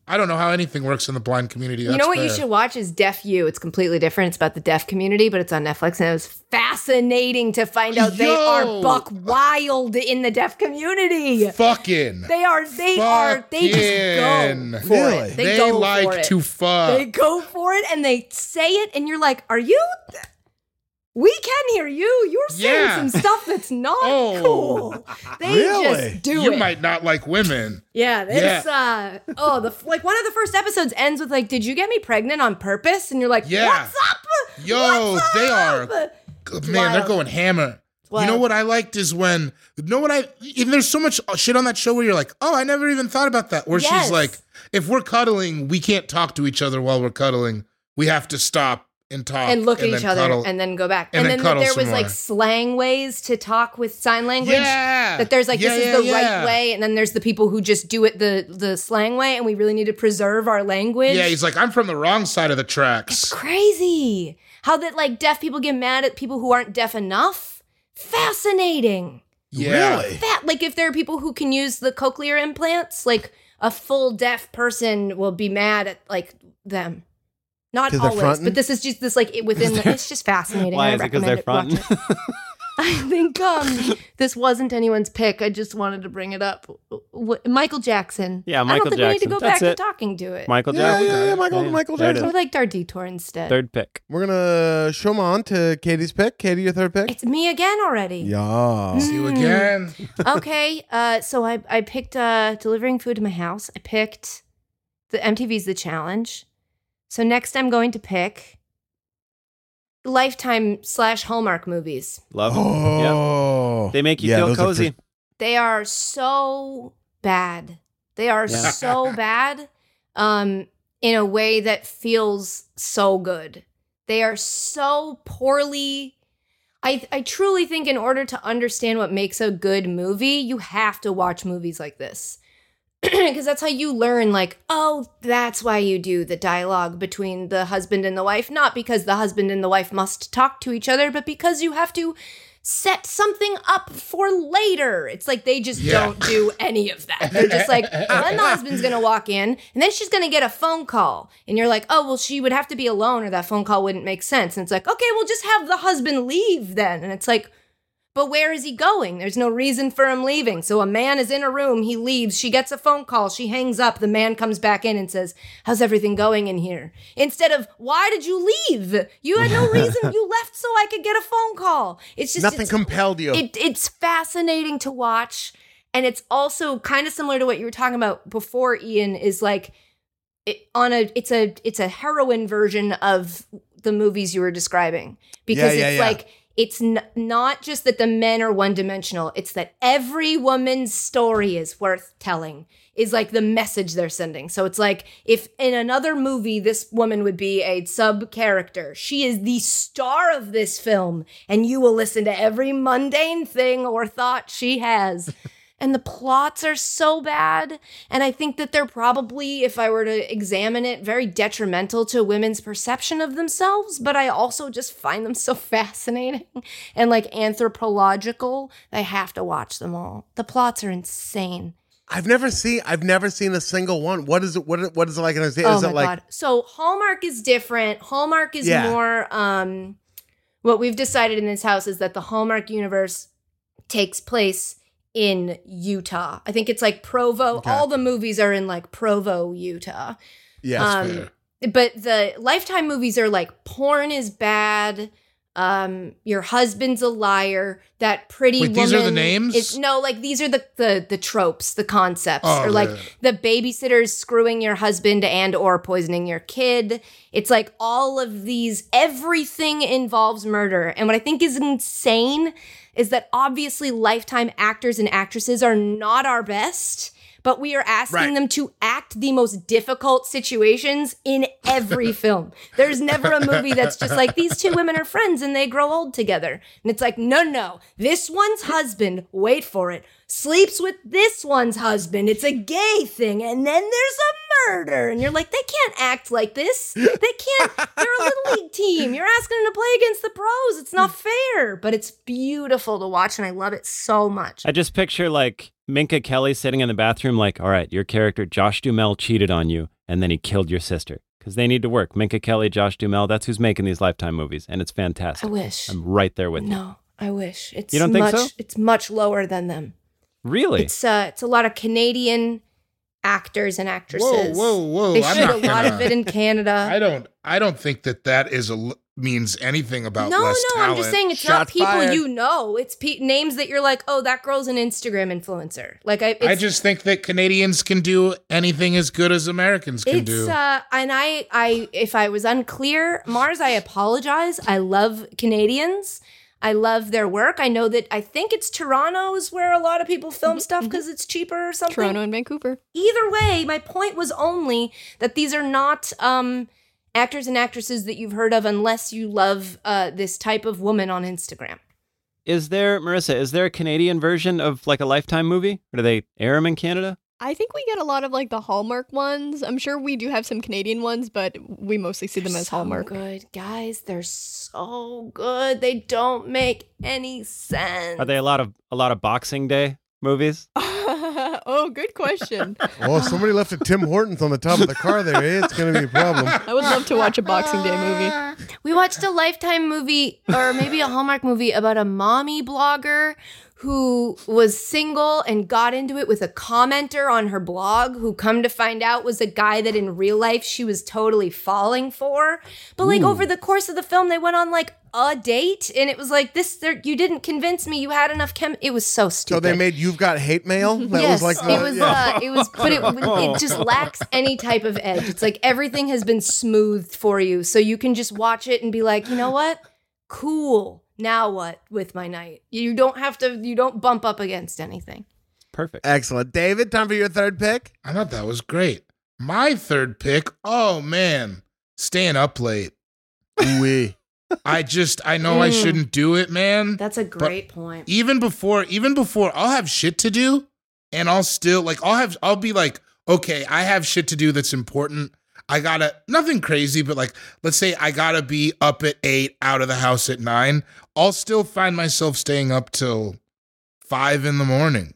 Speaker 5: I don't know how anything works in the blind community.
Speaker 4: you know
Speaker 5: That's
Speaker 4: what you
Speaker 5: fair.
Speaker 4: should watch is Deaf You. It's completely different. It's about the deaf community, but it's on Netflix, and it was fascinating to find out they
Speaker 5: Yo!
Speaker 4: are buck wild in the deaf community.
Speaker 5: Fucking.
Speaker 4: They are. They are. They
Speaker 5: Fucking.
Speaker 4: just go for
Speaker 2: Really?
Speaker 4: it.
Speaker 5: They,
Speaker 4: They, go
Speaker 5: like
Speaker 4: for it.
Speaker 5: to fuck.
Speaker 4: they go for it and they say it, and you're like, "Are you? We can hear you. You're saying
Speaker 5: Yeah.
Speaker 4: some stuff that's not
Speaker 5: Oh.
Speaker 4: cool." They
Speaker 2: Really?
Speaker 4: just do
Speaker 5: you
Speaker 4: it.
Speaker 5: might not like women.
Speaker 4: yeah, it's uh oh the like one of the first episodes ends with like, "Did you get me pregnant on purpose?" And you're like,
Speaker 5: Yeah.
Speaker 4: "What's up?
Speaker 5: Yo,
Speaker 4: What's
Speaker 5: they
Speaker 4: up?"
Speaker 5: are- Man, they're
Speaker 4: wild.
Speaker 5: going hammer. You know
Speaker 4: wild.
Speaker 5: what I liked is when, you know what I, and there's so much uh, shit on that show where you're like, oh, I never even thought about that. Where she's
Speaker 4: Yes.
Speaker 5: like, if we're cuddling, we can't talk to each other while we're cuddling. We have to stop and talk
Speaker 4: and look at
Speaker 5: then
Speaker 4: each other
Speaker 5: cuddle."
Speaker 4: and then go back.
Speaker 5: and
Speaker 4: And,
Speaker 5: then
Speaker 4: then,
Speaker 5: cuddle
Speaker 4: there
Speaker 5: some
Speaker 4: was like
Speaker 5: more.
Speaker 4: slang ways to talk with sign language.
Speaker 5: yeah,
Speaker 4: That there's like
Speaker 5: Yeah,
Speaker 4: this
Speaker 5: yeah,
Speaker 4: is the
Speaker 5: yeah.
Speaker 4: right way, and then there's the people who just do it the the slang way, and we really need to preserve our language.
Speaker 5: Yeah, he's like, I'm from the wrong side of the tracks.
Speaker 4: crazy how that like deaf people get mad at people who aren't deaf enough. Fascinating.
Speaker 5: Yeah.
Speaker 2: Really?
Speaker 4: That like if there are people who can use the cochlear implants, like a full deaf person will be mad at like them. Not
Speaker 2: To the
Speaker 4: always,
Speaker 2: frontin'?
Speaker 4: but this is just this like it within. The, it's just fascinating.
Speaker 1: Why
Speaker 4: I
Speaker 1: is it because
Speaker 4: recommend
Speaker 1: they're
Speaker 4: it. Watch
Speaker 1: fronting?
Speaker 4: it. I think um, this wasn't anyone's pick. I just wanted to bring it up. W- Michael Jackson.
Speaker 1: Yeah,
Speaker 4: I
Speaker 1: Michael
Speaker 4: don't think we need to
Speaker 1: Jackson.
Speaker 4: go
Speaker 1: That's
Speaker 4: back to
Speaker 1: it.
Speaker 4: talking to it.
Speaker 1: Michael
Speaker 2: Yeah,
Speaker 1: Jackson.
Speaker 2: yeah, yeah, Michael, Michael
Speaker 1: there it
Speaker 4: I
Speaker 1: is.
Speaker 2: Jackson.
Speaker 4: liked our detour instead.
Speaker 1: Third pick.
Speaker 2: We're going to show 'em on to Katie's pick. Katie, your third pick?
Speaker 4: It's me again already.
Speaker 2: Yeah.
Speaker 5: See
Speaker 4: Mm.
Speaker 5: you again.
Speaker 4: okay, uh, so I I picked uh, delivering food to my house. I picked the MTV's The Challenge. So next, I'm going to pick Lifetime slash Hallmark movies.
Speaker 1: Love. it.
Speaker 2: Oh.
Speaker 1: Yeah. They make you
Speaker 2: Yeah,
Speaker 1: feel
Speaker 2: those are
Speaker 1: cozy.
Speaker 2: pretty-
Speaker 4: They are so bad. They are
Speaker 1: Yeah.
Speaker 4: so bad um, in a way that feels so good. They are so poorly. I, I truly think, in order to understand what makes a good movie, you have to watch movies like this. Because that's how you learn, like, oh, that's why you do the dialogue between the husband and the wife, not because the husband and the wife must talk to each other, but because you have to set something up for later. It's like they just
Speaker 5: Yeah.
Speaker 4: don't do any of that. They're just like, one husband's gonna walk in and then she's gonna get a phone call. And you're like, oh, well, she would have to be alone or that phone call wouldn't make sense. And it's like, okay, we'll just have the husband leave then. And it's like, but where is he going? There's no reason for him leaving. So a man is in a room, he leaves, she gets a phone call, she hangs up, the man comes back in and says, How's everything going in here? Instead of, Why did you leave? You had no reason you left so I could get a phone call. It's just
Speaker 2: Nothing
Speaker 4: it's-
Speaker 2: compelled you.
Speaker 4: it, it's fascinating to watch. And it's also kind of similar to what you were talking about before, Ian, is like it, on a it's a it's a heroin version of the movies you were describing. Because
Speaker 2: yeah,
Speaker 4: it's
Speaker 2: yeah.
Speaker 4: like it's n- not just that the men are one dimensional, it's that every woman's story is worth telling, is like the message they're sending. So it's like if in another movie, this woman would be a sub character, she is the star of this film, and you will listen to every mundane thing or thought she has. and the plots are so bad. And I think that they're probably, if I were to examine it, very detrimental to women's perception of themselves. But I also just find them so fascinating and like anthropological. I have to watch them all. The plots are insane.
Speaker 2: I've never seen. I've never seen a single one. What is it? What, what is it like? Is,
Speaker 4: oh
Speaker 2: is
Speaker 4: my
Speaker 2: it like?
Speaker 4: god! So Hallmark is different. Hallmark is
Speaker 2: Yeah.
Speaker 4: more. um What we've decided in this house is that the Hallmark universe takes place in Utah. I think it's like Provo.
Speaker 2: Okay.
Speaker 4: All the movies are in like Provo, Utah.
Speaker 2: Yeah.
Speaker 5: That's
Speaker 4: Um,
Speaker 5: fair.
Speaker 4: but the lifetime movies are like porn is bad um your husband's a liar that pretty
Speaker 5: Wait,
Speaker 4: woman
Speaker 5: these are the names?
Speaker 4: is- no like these are the the, the tropes the concepts
Speaker 5: Oh,
Speaker 4: or like
Speaker 5: yeah.
Speaker 4: the babysitter's screwing your husband and or poisoning your kid it's like all of these everything involves murder and what i think is insane is that obviously lifetime actors and actresses are not our best but we are asking
Speaker 2: Right.
Speaker 4: them to act the most difficult situations in every film. There's never a movie that's just like these two women are friends and they grow old together. And it's like, no, no, this one's husband, wait for it, sleeps with this one's husband. It's a gay thing. And then there's a murder. And you're like, they can't act like this. They can't. They're a little league team. You're asking them to play against the pros. It's not fair, but it's beautiful to watch. And I love it so much.
Speaker 1: I just picture like Minka Kelly sitting in the bathroom, like, all right, your character Josh Dumel cheated on you, and then he killed your sister because they need to work. Minka Kelly, Josh Dumel, that's who's making these Lifetime movies, and it's
Speaker 4: I
Speaker 1: fantastic.
Speaker 4: wish.
Speaker 1: I'm right there with you.
Speaker 4: No, I wish. It's
Speaker 1: You don't think
Speaker 4: much
Speaker 1: so?
Speaker 4: it's much lower than them.
Speaker 1: Really?
Speaker 4: It's uh it's a lot of Canadian actors and
Speaker 5: Whoa,
Speaker 4: actresses.
Speaker 5: whoa, whoa!
Speaker 4: They
Speaker 5: I'm
Speaker 4: shoot a
Speaker 5: not
Speaker 4: lot
Speaker 5: gonna,
Speaker 4: of it in
Speaker 5: I
Speaker 4: Canada.
Speaker 5: don't. I don't think that that is a l- means anything
Speaker 4: No,
Speaker 5: about
Speaker 4: no,
Speaker 5: less talent.
Speaker 4: I'm just saying it's not
Speaker 2: Shots
Speaker 4: people
Speaker 2: fired.
Speaker 4: you know. It's pe- names that you're like, "Oh, that girl's an Instagram influencer." Like I it's,
Speaker 5: I just think that Canadians can do anything as good as Americans can
Speaker 4: it's
Speaker 5: do.
Speaker 4: uh and I I if I was unclear, Mars, I apologize. I love Canadians. I love their work. I know that I think it's Toronto is where a lot of people
Speaker 5: Mm-hmm,
Speaker 4: film stuff because it's cheaper or something.
Speaker 6: Toronto and Vancouver.
Speaker 4: either way my point was only that these are not um actors and actresses that you've heard of unless you love uh this type of woman on instagram
Speaker 1: Is there, Marissa, is there a Canadian version of like a Lifetime movie? Or do they air them in Canada?
Speaker 6: I think we get a lot of like the Hallmark ones. I'm sure we do have some Canadian ones, but we mostly see them as
Speaker 4: so
Speaker 6: Hallmark.
Speaker 4: good guys they're so good they don't make any sense
Speaker 1: Are they a lot of a lot of Boxing Day movies?
Speaker 6: oh, good question.
Speaker 2: Oh,
Speaker 9: Well, if somebody left a Tim Hortons on the top of the car there, it's going to be a problem.
Speaker 6: I would love to watch a Boxing Day movie.
Speaker 4: We watched a Lifetime movie or maybe a Hallmark movie about a mommy blogger who was single and got into it with a commenter on her blog who come to find out was a guy that in real life she was totally falling for. But like over the course of the film they went on like a date and it was like this there, you didn't convince me you had enough chem it was so stupid
Speaker 9: So they made You've Got Hate Mail? That was
Speaker 4: yes,
Speaker 9: like the.
Speaker 4: it was.
Speaker 9: yeah.
Speaker 4: Uh, it was, but it, it just lacks any type of edge. It's like everything has been smoothed for you, so you can just watch it and be like, you know what, cool. Now what with my night? You don't have to. You don't bump up against anything.
Speaker 1: Perfect.
Speaker 2: Excellent, David. Time for your third pick.
Speaker 5: I thought that was great. My third pick. Oh man, staying up late.
Speaker 2: We.
Speaker 5: I just. I know I
Speaker 4: Mm.
Speaker 5: shouldn't do it, man.
Speaker 4: That's a great point.
Speaker 5: even before even before I'll have shit to do and I'll still like I'll have I'll be like okay I have shit to do that's important I gotta nothing crazy, but like let's say I gotta be up at eight, out of the house at nine. I'll still find myself staying up till five in the morning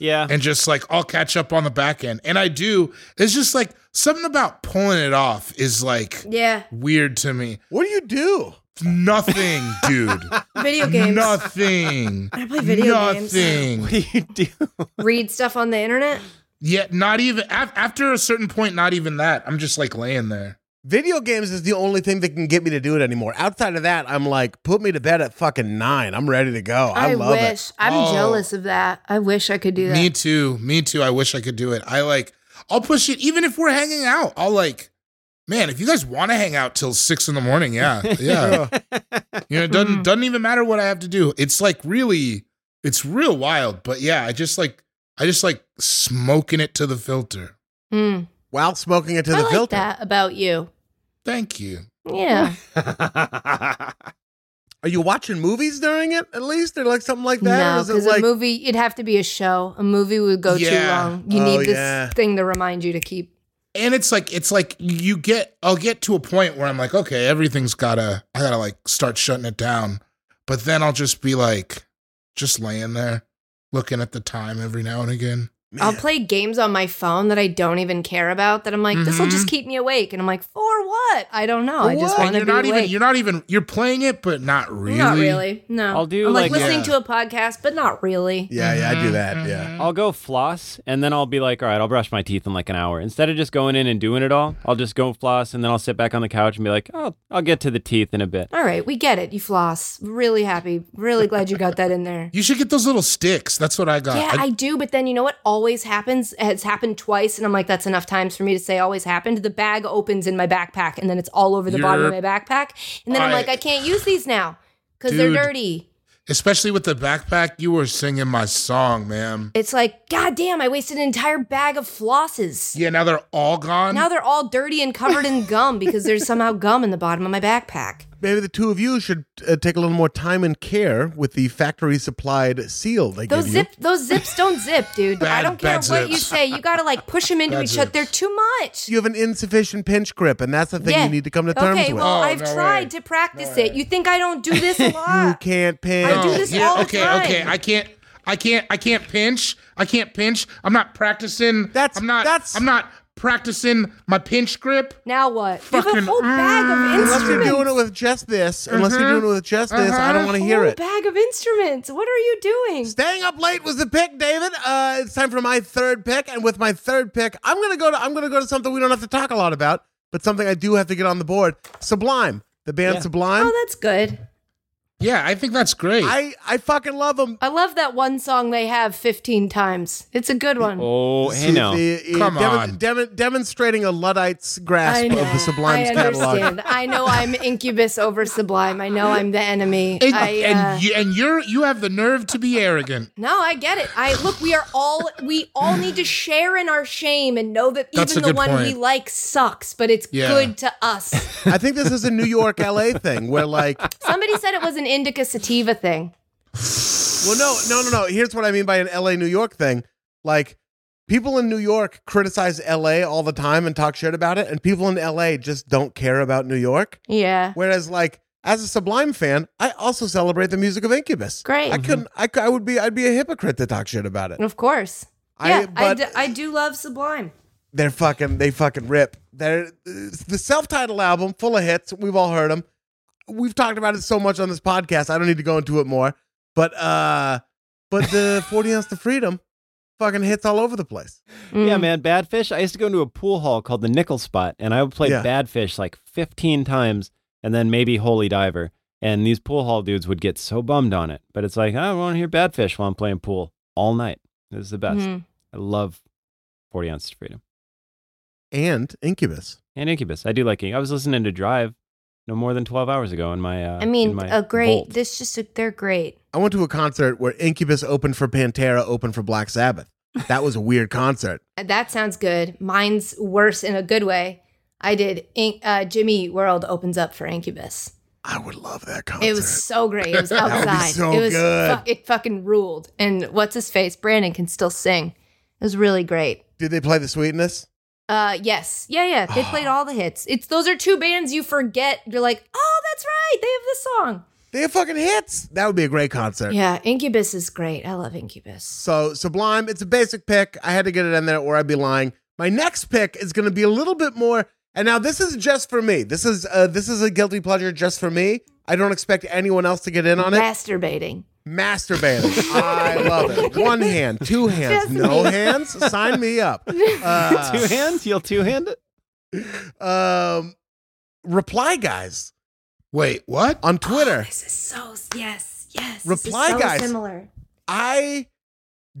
Speaker 1: Yeah.
Speaker 5: and just like I'll catch up on the back end. And I do. It's just like something about pulling it off is like
Speaker 4: Yeah,
Speaker 5: weird to me.
Speaker 2: What do you do?
Speaker 5: Nothing, dude.
Speaker 4: video games.
Speaker 5: Nothing.
Speaker 4: I play video games.
Speaker 5: Nothing.
Speaker 1: What do you do?
Speaker 4: Read stuff on the internet.
Speaker 5: Yeah, not even af- after a certain point. Not even that. I'm just like laying there.
Speaker 2: Video games is the only thing that can get me to do it anymore. Outside of that, I'm like, put me to bed at fucking nine. I'm ready to go. I,
Speaker 4: I,
Speaker 2: love it.
Speaker 4: wish. I'm
Speaker 5: Oh.
Speaker 4: jealous of that. I wish I could do that.
Speaker 5: Me too. Me too. I wish I could do it. I like. I'll push it. Even if we're hanging out, I'll like. Man, if you guys want to hang out till six in the morning, yeah, yeah. You know, it doesn't
Speaker 4: Mhm.
Speaker 5: doesn't even matter what I have to do. It's like really, it's real wild. But yeah, I just like I just like smoking it to the filter.
Speaker 4: Mm.
Speaker 2: While smoking it to
Speaker 4: I
Speaker 2: the
Speaker 4: like
Speaker 2: filter.
Speaker 4: that about you.
Speaker 5: Thank you.
Speaker 4: Yeah.
Speaker 2: Are you watching movies during it at least? Or like something like that?
Speaker 4: No,
Speaker 2: or
Speaker 4: because a movie, it'd have to be a show. A movie would go too
Speaker 5: Yeah.
Speaker 4: long. You
Speaker 2: Oh,
Speaker 4: need this
Speaker 2: yeah.
Speaker 4: thing to remind you to keep.
Speaker 5: And it's like it's like you get I'll get to a point where I'm like, okay, everything's gotta I gotta like start shutting it down. But then I'll just be like just laying there looking at the time every now and again.
Speaker 4: I'll play games on my phone that I don't even care about. That I'm like, this will just
Speaker 5: Mhm.
Speaker 4: keep me awake. And I'm like, for what? I don't know. Oh, I just
Speaker 5: And
Speaker 4: want to
Speaker 5: you're
Speaker 4: be
Speaker 5: not
Speaker 4: awake.
Speaker 5: even you're not even you're playing it, but not really.
Speaker 4: Not really. No.
Speaker 1: I'll do
Speaker 4: I'm like,
Speaker 1: like-
Speaker 4: listening
Speaker 5: Yeah.
Speaker 4: to a podcast, but not really.
Speaker 2: yeah, yeah, I do
Speaker 4: Mm-hmm,
Speaker 5: Mhm,
Speaker 2: that. Yeah.
Speaker 5: mhm.
Speaker 1: I'll go floss and then I'll be like, all right, I'll brush my teeth in like an hour. Instead of just going in and doing it all, I'll just go floss and then I'll sit back on the couch and be like, oh, I'll get to the teeth in a bit.
Speaker 4: All right, we get it. You floss. Really happy. Really glad you got that in there.
Speaker 5: You should get those little sticks. That's what I got.
Speaker 4: Yeah,
Speaker 5: Uh, I-
Speaker 4: I do, but then you know what always happens? It's happened twice, and I'm like, that's enough times for me to say always happened. The bag opens in my backpack, and then it's all over the bottom of my
Speaker 5: You're-
Speaker 4: backpack. And then I, am
Speaker 5: I-
Speaker 4: like, I can't use these now because they're
Speaker 5: Dude.
Speaker 4: dirty.
Speaker 5: Especially with the backpack, you were singing my song, ma'am.
Speaker 4: It's like, God damn, I wasted an entire bag of flosses.
Speaker 5: Yeah, now they're all gone.
Speaker 4: Now they're all dirty and covered in gum because there's somehow gum in the bottom of my backpack.
Speaker 2: Maybe the two of you should uh, take a little more time and care with the factory supplied seal they
Speaker 4: Those
Speaker 2: give
Speaker 4: zip, those zips don't zip, dude. I
Speaker 5: Bad-
Speaker 4: don't care
Speaker 5: bad
Speaker 4: what you
Speaker 5: zips.
Speaker 4: say. You gotta like push them into
Speaker 5: Bad
Speaker 4: each other.
Speaker 5: zips.
Speaker 4: They're too much.
Speaker 2: you. You have an insufficient pinch grip, and that's the thing you need to come to terms
Speaker 4: okay,
Speaker 2: with.
Speaker 4: well,
Speaker 5: Oh,
Speaker 4: I've
Speaker 5: no
Speaker 4: tried to
Speaker 5: way.
Speaker 4: practice
Speaker 5: No
Speaker 4: it.
Speaker 5: way.
Speaker 4: You think I don't do this a
Speaker 2: you
Speaker 4: lot?
Speaker 2: can't pinch.
Speaker 4: uh, I do this
Speaker 5: Oh, yeah,
Speaker 4: all the
Speaker 5: okay,
Speaker 4: time.
Speaker 5: okay. I can't I can't I can't pinch. I can't pinch. I'm not practicing.
Speaker 2: That's-
Speaker 5: I'm not
Speaker 2: that's-
Speaker 5: I'm not practicing my pinch grip.
Speaker 4: now what? You have a
Speaker 5: Fucking- mm.
Speaker 4: whole bag of
Speaker 2: Unless you're
Speaker 4: instruments.
Speaker 2: doing it with just this, unless you're
Speaker 4: Mm-hmm.
Speaker 5: Mhm.
Speaker 2: doing it with just this, I don't
Speaker 5: Uh-huh.
Speaker 2: want to
Speaker 4: a
Speaker 2: hear
Speaker 4: whole
Speaker 2: it.
Speaker 4: bag of instruments. What are you doing?
Speaker 2: Staying up late was the pick, David. Uh, it's time for my third pick, and with my third pick, I'm gonna go to I'm gonna go to something we don't have to talk a lot about, but something I do have to get on the board. Sublime, the band
Speaker 1: Yeah.
Speaker 2: Sublime.
Speaker 4: Oh, that's good.
Speaker 5: Yeah, I think that's great.
Speaker 2: I I fucking love them.
Speaker 4: I love that one song they have 15 times. It's a good one.
Speaker 1: Oh, hey, no.
Speaker 5: Come
Speaker 2: demon-
Speaker 5: on.
Speaker 2: demon- eh, demonstrating a luddite's grasp
Speaker 4: I
Speaker 2: of
Speaker 4: know.
Speaker 2: the Sublime's
Speaker 4: I
Speaker 2: catalog.
Speaker 4: understand. I know I'm Incubus over Sublime. I know I'm the enemy.
Speaker 5: and,
Speaker 4: I, uh,
Speaker 5: and you and you're you have the nerve to be arrogant.
Speaker 4: No, I get it. I look, we are all we all need to share in our shame and know that
Speaker 5: That's
Speaker 4: even
Speaker 5: a
Speaker 4: the
Speaker 5: good
Speaker 4: one we
Speaker 5: point.
Speaker 4: like sucks, but it's
Speaker 5: Yeah.
Speaker 4: good to us.
Speaker 2: I think this is a New York LA thing where like
Speaker 4: Somebody said it was an indica sativa thing.
Speaker 2: Well, no, no, no, no. Here's what I mean by an LA New York thing. Like, people in New York criticize LA all the time and talk shit about it, and people in LA just don't care about New York.
Speaker 4: Yeah.
Speaker 2: Whereas, like, as a Sublime fan, I also celebrate the music of Incubus.
Speaker 4: Great.
Speaker 2: I couldn't. I, cou- I would be. I'd be a hypocrite to talk shit about it.
Speaker 4: Of course.
Speaker 2: I,
Speaker 4: yeah, I
Speaker 2: but
Speaker 4: d- I do love Sublime.
Speaker 2: they're fucking. They fucking rip. They're it's the self-titled album, full of hits. We've all heard them. We've talked about it so much on this podcast. I don't need to go into it more. But uh, but the 40 ounce to freedom, fucking hits all over the place.
Speaker 4: Mm.
Speaker 1: Yeah, man, Bad Fish. I used to go into a pool hall called the Nickel Spot, and I would play
Speaker 2: Yeah.
Speaker 1: Bad Fish like 15 times and then maybe Holy Diver. And these pool hall dudes would get so bummed on it. But it's like, I want to hear Bad Fish while I'm playing pool all night. This is the best.
Speaker 4: Mhm.
Speaker 1: I love 40 Ounces of Freedom.
Speaker 2: and Incubus.
Speaker 1: And Incubus. I do like it. I was listening to Drive no more than 12 hours ago in my. Uh,
Speaker 4: I
Speaker 1: in
Speaker 4: mean,
Speaker 1: my
Speaker 4: a great.
Speaker 1: Volt.
Speaker 4: This just they're great.
Speaker 2: I went to a concert where Incubus opened for Pantera, opened for Black Sabbath. That was a weird concert.
Speaker 4: That sounds good. Mine's worse in a good way. I did. In- uh, Jimmy World opens up for Incubus.
Speaker 2: I would love that concert.
Speaker 4: It was so great. It was
Speaker 2: That would
Speaker 4: outside.
Speaker 2: be so
Speaker 4: it was
Speaker 2: good.
Speaker 4: fu- it fucking ruled. And what's his face? Brandon can still sing. It was really great.
Speaker 2: Did they play the Sweetness?
Speaker 4: Uh, yes, yeah, yeah. They played all the hits. It's those are two bands you forget. You're like, oh, that's right, they have this song.
Speaker 2: They have fucking hits. That would be a great concert.
Speaker 4: Yeah, Incubus is great. I love Incubus.
Speaker 2: So Sublime, it's a basic pick. I had to get it in there or I'd be lying. My next pick is going to be a little bit more and now this is just for me. This is uh, this is a guilty pleasure just for me. I don't expect anyone else to get in on it.
Speaker 4: Masturbating.
Speaker 2: Masturbating. I love it. One hand, two hands,
Speaker 4: Just
Speaker 2: no
Speaker 4: me.
Speaker 2: hands. Sign me up. Uh,
Speaker 1: two hands? You'll two hand it?
Speaker 2: um, reply guys
Speaker 5: Wait, what?
Speaker 2: on Twitter.
Speaker 4: This is so yes, yes.
Speaker 2: Reply
Speaker 4: this is so
Speaker 2: guys.
Speaker 4: Similar.
Speaker 2: I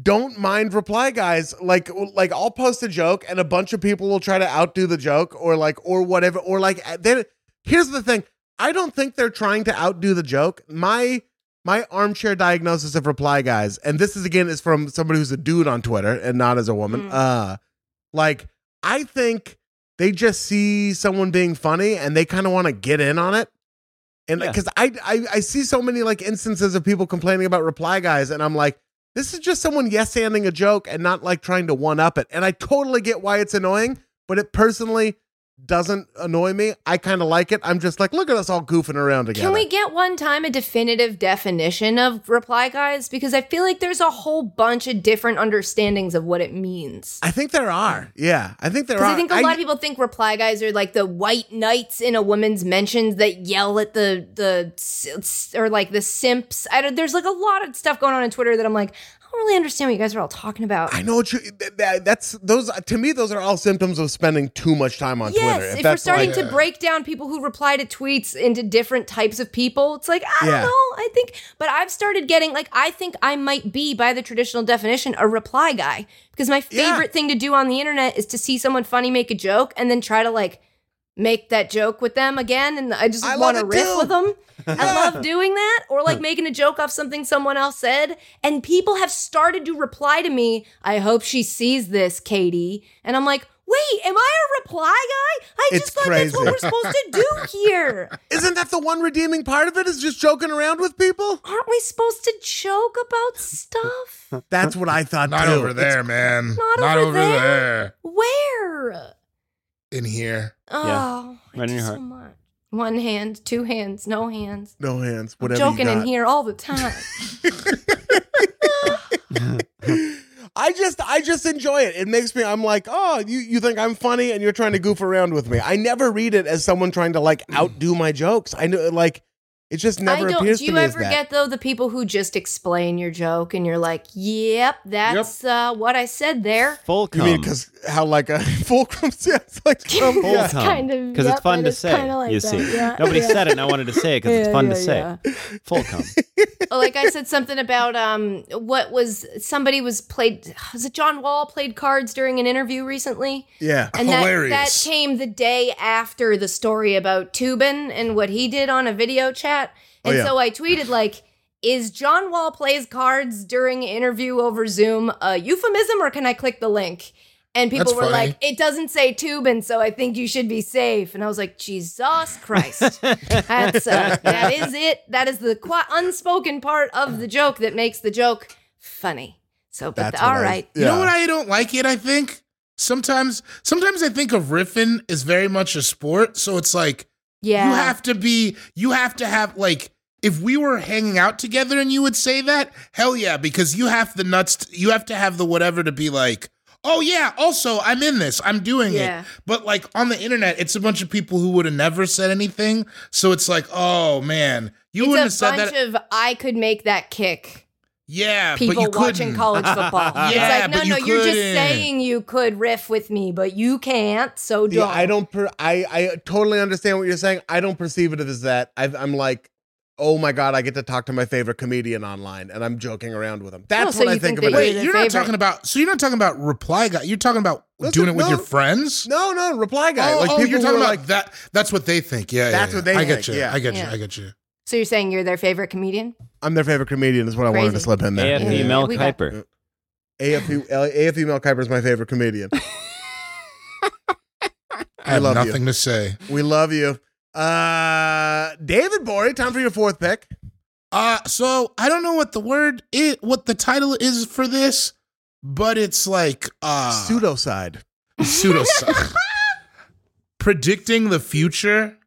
Speaker 2: don't mind reply guys. Like like I'll post a joke and a bunch of people will try to outdo the joke or like or whatever or like then here's the thing. I don't think they're trying to outdo the joke. My my armchair diagnosis of reply guys and this is again is from somebody who's a dude on Twitter and not as a woman.
Speaker 4: Mm.
Speaker 2: Uh like I think they just see someone being funny and they kind of want to get in on it. And
Speaker 1: Yeah.
Speaker 2: because I, I I see so many like instances of people complaining about reply guys, and I'm like, this is just someone yes anding a joke and not like trying to one up it. And I totally get why it's annoying, but it personally doesn't annoy me. I kind of like it. I'm just like, look at us all goofing around together.
Speaker 4: Can we get one time a definitive definition of reply guys? Because I feel like there's a whole bunch of different understandings of what it means.
Speaker 2: I think there are. Yeah, I think there are.
Speaker 4: Because I think a lot of people think reply guys are like the white knights in a woman's mentions that yell at the the s- or like the simps. I don't, there's like a lot of stuff going on on Twitter that I'm like, I don't really understand what you guys are all talking about.
Speaker 2: I know what you. That, that- that's those to me. Those are all symptoms of spending too much time on
Speaker 4: yes,
Speaker 2: Twitter.
Speaker 4: if, we're
Speaker 2: that's
Speaker 4: starting
Speaker 2: like-
Speaker 4: to break down people who reply to tweets into different types of people, it's like I
Speaker 2: Yeah.
Speaker 4: don't know. I think, but I've started getting like I think I might be by the traditional definition a reply guy because my
Speaker 2: Yeah.
Speaker 4: favorite thing to do on the internet is to see someone funny make a joke and then try to like make that joke with them again, and I just
Speaker 2: I love
Speaker 4: want to
Speaker 2: it
Speaker 4: riff
Speaker 2: too.
Speaker 4: with them. I love doing that or like making a joke off something someone else said. And people have started to reply to me, I hope she sees this, Katie. And I'm like, wait, am I a reply guy? I just
Speaker 2: It's
Speaker 4: thought that's what
Speaker 2: crazy.
Speaker 4: we're supposed to do here.
Speaker 2: Isn't that the one redeeming part of it? Is just joking around with people.
Speaker 4: Aren't we supposed to joke about stuff?
Speaker 2: That's what I thought.
Speaker 5: Not
Speaker 2: too.
Speaker 5: over
Speaker 2: Oh, It's-
Speaker 5: there, man.
Speaker 4: Not over there. Where?
Speaker 5: there. In here.
Speaker 4: Oh, I
Speaker 1: Right in
Speaker 4: do
Speaker 1: your
Speaker 4: so
Speaker 1: heart.
Speaker 4: much. One hand, two hands, no hands.
Speaker 2: No hands.
Speaker 4: I'm
Speaker 2: Whatever.
Speaker 4: joking
Speaker 2: you
Speaker 4: in
Speaker 2: got.
Speaker 4: here all the time.
Speaker 2: I just, I just enjoy it. It makes me. I'm like, oh, you, you think I'm funny, and you're trying to goof around with me. I never read it as someone trying to like outdo my jokes. I know, like, it just never
Speaker 4: I don't.
Speaker 2: appears
Speaker 4: do
Speaker 2: to
Speaker 4: you
Speaker 2: me as
Speaker 4: ever
Speaker 2: that.
Speaker 4: get though the people who just explain your joke and you're like, "Yep, that's uh, what I said there."
Speaker 1: Full
Speaker 2: you
Speaker 1: cum.
Speaker 2: mean because how like a fulcrum? Yeah, it's like um,
Speaker 1: Full
Speaker 2: yeah.
Speaker 1: cum.
Speaker 4: kind of-
Speaker 1: Because
Speaker 4: yep,
Speaker 1: it's fun
Speaker 4: it
Speaker 1: to
Speaker 4: is
Speaker 1: say.
Speaker 4: kinda like
Speaker 1: you
Speaker 4: that,
Speaker 1: see.
Speaker 4: yeah,
Speaker 1: Nobody
Speaker 4: yeah.
Speaker 1: said it and I wanted to say it because it's
Speaker 4: Yeah,
Speaker 1: fun
Speaker 4: yeah,
Speaker 1: to say.
Speaker 4: yeah.
Speaker 1: Full cum.
Speaker 4: Oh, like I said something about um, what was somebody was played? Was it John Wall played cards during an interview recently?
Speaker 2: yeah.
Speaker 4: And that, that
Speaker 5: Hilarious.
Speaker 4: came the day after the story about Tubin and what he did on a video chat.
Speaker 2: Oh,
Speaker 4: And
Speaker 2: yeah.
Speaker 4: so I tweeted like, "Is John Wall plays cards during interview over Zoom a euphemism, or can I click the link?" And people
Speaker 5: That's
Speaker 4: were
Speaker 5: funny.
Speaker 4: like, "It doesn't say Tubin, so I think you should be safe." And I was like, "Jesus Christ, that's uh, that is it. That is the qu- unspoken part of the joke that makes the joke funny." So, but
Speaker 2: That's
Speaker 4: all
Speaker 2: what I-
Speaker 4: right,
Speaker 5: You know
Speaker 2: Yeah.
Speaker 5: what I don't like it, I think? Sometimes sometimes I think of riffing is very much a sport, so it's like
Speaker 4: yeah,
Speaker 5: you have to be you have to have like if we were hanging out together and you would say that, hell yeah, because you have the nuts t- you have to have the whatever to be like, "Oh yeah, also I'm in this. I'm doing
Speaker 4: Yeah.
Speaker 5: it." But like on the internet, it's a bunch of people who would have never said anything, so it's like, "Oh man, you wouldn't have
Speaker 4: it's a
Speaker 5: said
Speaker 4: bunch
Speaker 5: that."
Speaker 4: of I could make that kick.
Speaker 5: yeah, but
Speaker 4: people
Speaker 5: you
Speaker 4: watching
Speaker 5: couldn't.
Speaker 4: college football.
Speaker 5: Yeah,
Speaker 4: it's like, no,
Speaker 5: but
Speaker 4: no,
Speaker 5: you
Speaker 4: are just
Speaker 5: couldn't.
Speaker 4: saying you could riff with me, but you can't. So don't.
Speaker 2: Yeah, I don't. Per- I I totally understand what you're saying. I don't perceive it as that. i I'm like, oh my god, I get to talk to my favorite comedian online, and I'm joking around with him.
Speaker 5: Oh,
Speaker 2: That's
Speaker 4: so
Speaker 2: what I
Speaker 4: you
Speaker 2: think,
Speaker 4: think
Speaker 2: of it.
Speaker 4: they-
Speaker 2: as.
Speaker 5: Wait,
Speaker 4: Wait,
Speaker 5: you're not
Speaker 4: favorite-
Speaker 5: talking about. So you're not talking about reply guy. You're talking about
Speaker 2: Those
Speaker 5: doing
Speaker 2: are-
Speaker 5: it with your
Speaker 2: no.
Speaker 5: friends.
Speaker 2: No, no, reply guy.
Speaker 5: oh,
Speaker 2: like
Speaker 5: oh,
Speaker 2: people
Speaker 5: you're
Speaker 2: who
Speaker 5: talking
Speaker 2: are
Speaker 5: about
Speaker 2: like,
Speaker 5: that. That's what they think. Yeah, yeah,
Speaker 2: That's
Speaker 5: yeah.
Speaker 2: what they
Speaker 5: I
Speaker 2: think,
Speaker 5: Get you.
Speaker 2: yeah.
Speaker 5: I get you.
Speaker 4: Yeah.
Speaker 5: I get you.
Speaker 4: so you're saying you're their favorite comedian?
Speaker 2: I'm their favorite comedian. Is what I wanted to
Speaker 4: Crazy.
Speaker 2: slip in there.
Speaker 1: AFE
Speaker 4: Yeah.
Speaker 1: Mel
Speaker 4: We got-
Speaker 1: Kiper.
Speaker 2: AFU E, L- AFU Mel Kiper is my favorite comedian.
Speaker 5: I, have
Speaker 2: love you.
Speaker 5: nothing to say.
Speaker 2: We love you, uh, David Bory. Time for your fourth pick.
Speaker 5: Uh so I don't know what the word is, what the title is for this, but it's like uh
Speaker 2: Pseudocide.
Speaker 5: pseudoscience. Predicting the future.